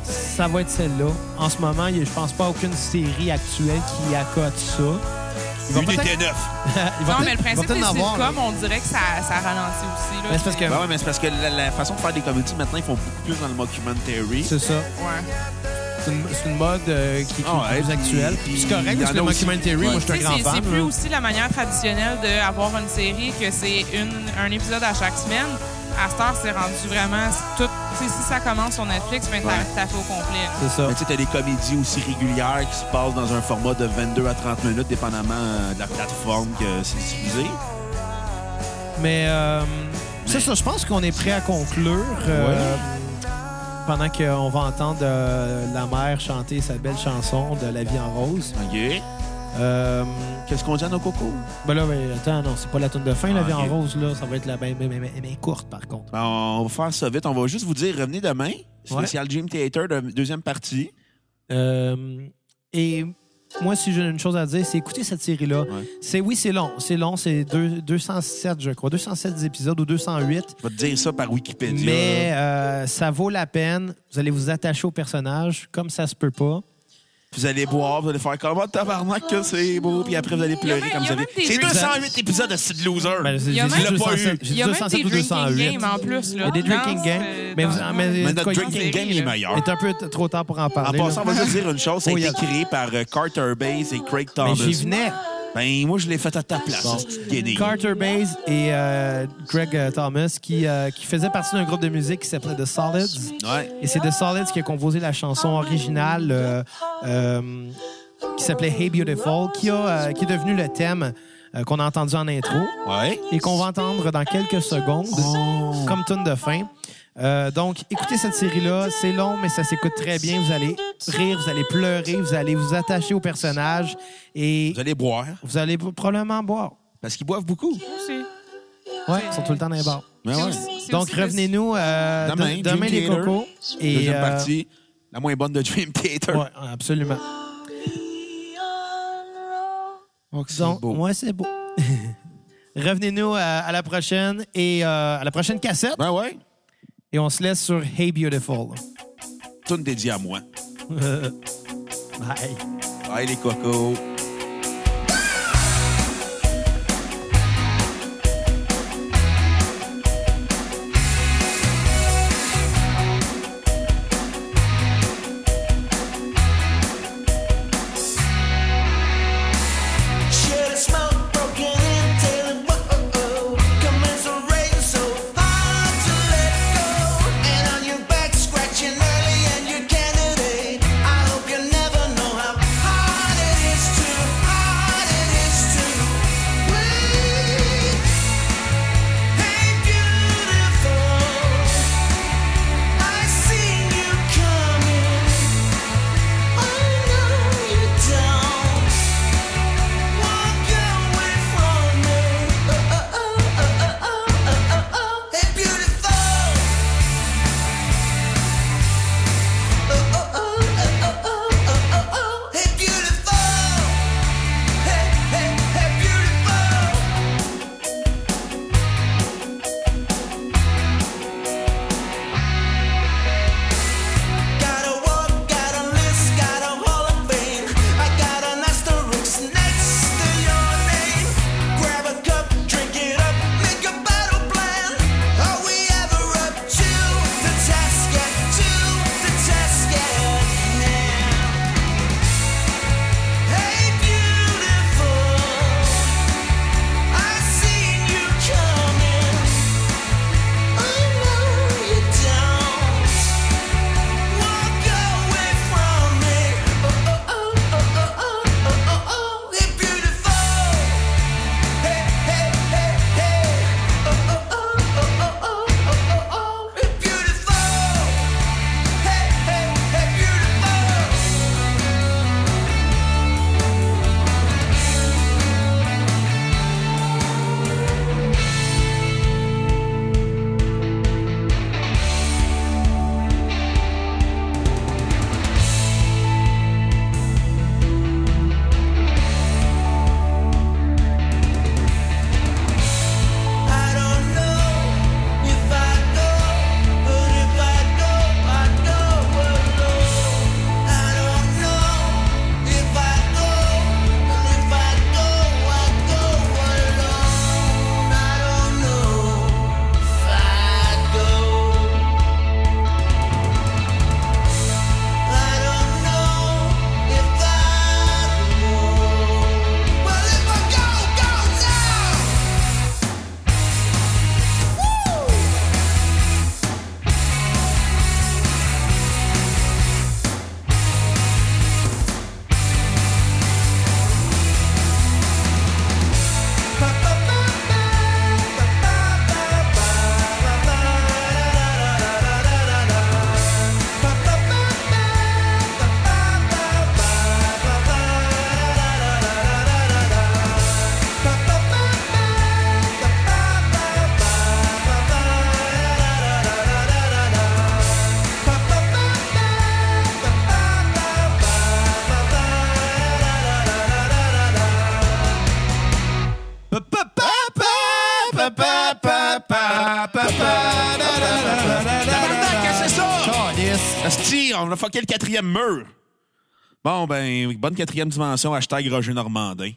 A: ça va être celle-là. En ce moment, il y a- je pense pas à aucune série actuelle qui accote ça. Il va
B: Une
A: peut-être-
B: était neuf.
A: il va
C: Non,
A: peut-être-
C: mais le
A: il va
C: principe
A: peut-être
C: des
A: en avoir,
C: sitcoms,
A: là.
C: on dirait que ça, ça ralentit aussi. Là,
A: Mais c'est parce que-
B: Ben ouais, mais c'est parce que la, la façon de faire des comédies, maintenant, ils font beaucoup plus dans le mockumentary.
A: C'est ça.
C: Ouais.
A: C'est une, c'est une mode euh, qui, qui
B: Ah ouais,
A: est plus
B: puis-
A: actuelle.
B: puis
A: C'est correct,
B: il y
A: parce
B: en
A: que le
B: a aussi-
A: mockumentary,
B: Ouais.
A: moi, je suis
C: Tu
A: un
C: sais,
A: grand
C: C'est
A: fan.
C: c'est plus
A: là.
C: aussi la manière traditionnelle d'avoir une série que c'est une- un épisode à chaque semaine. À cette heure, c'est rendu vraiment tout. tu sais, Si ça commence sur Netflix, ben,
B: Ouais.
C: t'as t'as fait au complet.
A: C'est ça.
B: Mais tu sais, t'as des comédies aussi régulières qui se passent dans un format de 22 à 30 minutes, dépendamment euh, de la plateforme que c'est diffusé.
A: Mais euh, c'est ça, je pense qu'on est prêt à conclure. euh, Pendant qu'on va entendre euh, la mère chanter sa belle chanson de La vie en rose.
B: OK.
A: Euh,
B: Qu'est-ce qu'on dit à nos cocos?
A: ben là, mais attends, non, c'est pas la tune de fin, La
B: Ah,
A: vie en
B: ok.
A: rose, là. Ça va être la ben, bien bien- bien- bien courte, par contre.
B: Ben, on va faire ça vite. On va juste vous dire, revenez demain. Spécial Dream Theater, de- deuxième partie.
A: Euh, et moi, si j'ai une chose à dire, c'est écouter cette série-là.
B: Ouais.
A: C'est Oui, c'est long. C'est long, c'est deux- 207, je crois. 207 épisodes ou 208.
B: Je vais te dire ça par Wikipédia.
A: Mais euh, ça vaut la peine. Vous allez vous attacher au personnage comme ça se peut pas.
B: Vous allez boire, vous allez faire comme oh, tabarnak que c'est beau, puis après vous allez
C: Oh, Il y
B: pleurer
C: a même-
B: comme
C: il y
B: vous
C: a
B: avez.
C: même des
B: C'est
C: jeux-
B: 208 épisodes de Sid Loser.
A: Ben, j'ai
C: Il y a
A: dit
C: même-
A: 207, j'ai
B: Il
C: Il
A: dit
C: y a même
A: 207
C: des
A: ou
C: drinking
A: 208.
C: games en plus. Là,
A: Il y a des drinking
C: Dans
A: games,
C: ce-
A: mais vous-
C: dans-
A: mais-
B: Mais
A: de
B: notre
A: quoi
B: drinking
C: il-
B: game il est meilleur.
A: Il est un peu t- trop tard pour en
B: En
A: parler.
B: passant, on
A: là.
B: va juste dire une chose, ça a
A: Oh,
B: été
A: yeah.
B: créé par euh, Carter Bays et Craig
A: Mais
B: Thomas.
A: j'y venais.
B: Ben, moi, je l'ai fait à ta place,
A: Bon.
B: cette petite guenille.
A: Carter Bays et euh, Greg euh, Thomas qui, euh, qui faisaient partie d'un groupe de musique qui s'appelait The Solids.
B: Ouais.
A: Et c'est The Solids qui a composé la chanson originale euh, euh, qui s'appelait Hey Beautiful, qui, a, euh, qui est devenu le thème euh, qu'on a entendu en intro.
B: Ouais.
A: et qu'on va entendre dans quelques secondes
B: Oh.
A: comme tune de fin. Euh, donc, écoutez cette série-là. C'est long, mais ça s'écoute très bien. Vous allez rire, vous allez pleurer, vous allez vous attacher au personnage et
B: Vous allez boire,
A: vous allez probablement boire.
B: parce qu'ils boivent beaucoup.
C: C'est-
A: Ouais, ils sont tout le temps dans les bars.
B: Mais
C: c'est
B: ouais.
C: aussi- c'est
A: Donc,
C: aussi le-
A: revenez-nous euh, de-
B: Demain,
A: demain,
B: Dream
A: les
B: Theater.
A: cocos. Et,
B: Deuxième
A: euh,
B: partie, la moins bonne de Dream Theater.
A: Ouais, absolument.
B: Oh, que c'est
A: Donc,
B: beau.
A: ouais, c'est beau. revenez-nous euh, à la prochaine et euh, à la prochaine cassette.
B: Ben ouais.
A: Et on se laisse sur Hey Beautiful.
B: Tune dédiée à moi.
A: Bye.
B: Bye, les cocos.
D: Shit, it's my broken and tailing. Whoa, commiserating, so hard to let go. And on your back, scratching early, and your candidate. I hope you never know how hard it is to Oh, Oh, Oh,
A: Calice.
B: Asti, on a fucké le quatrième mur. Bon, ben, bonne quatrième dimension, hashtag Roger Normandin.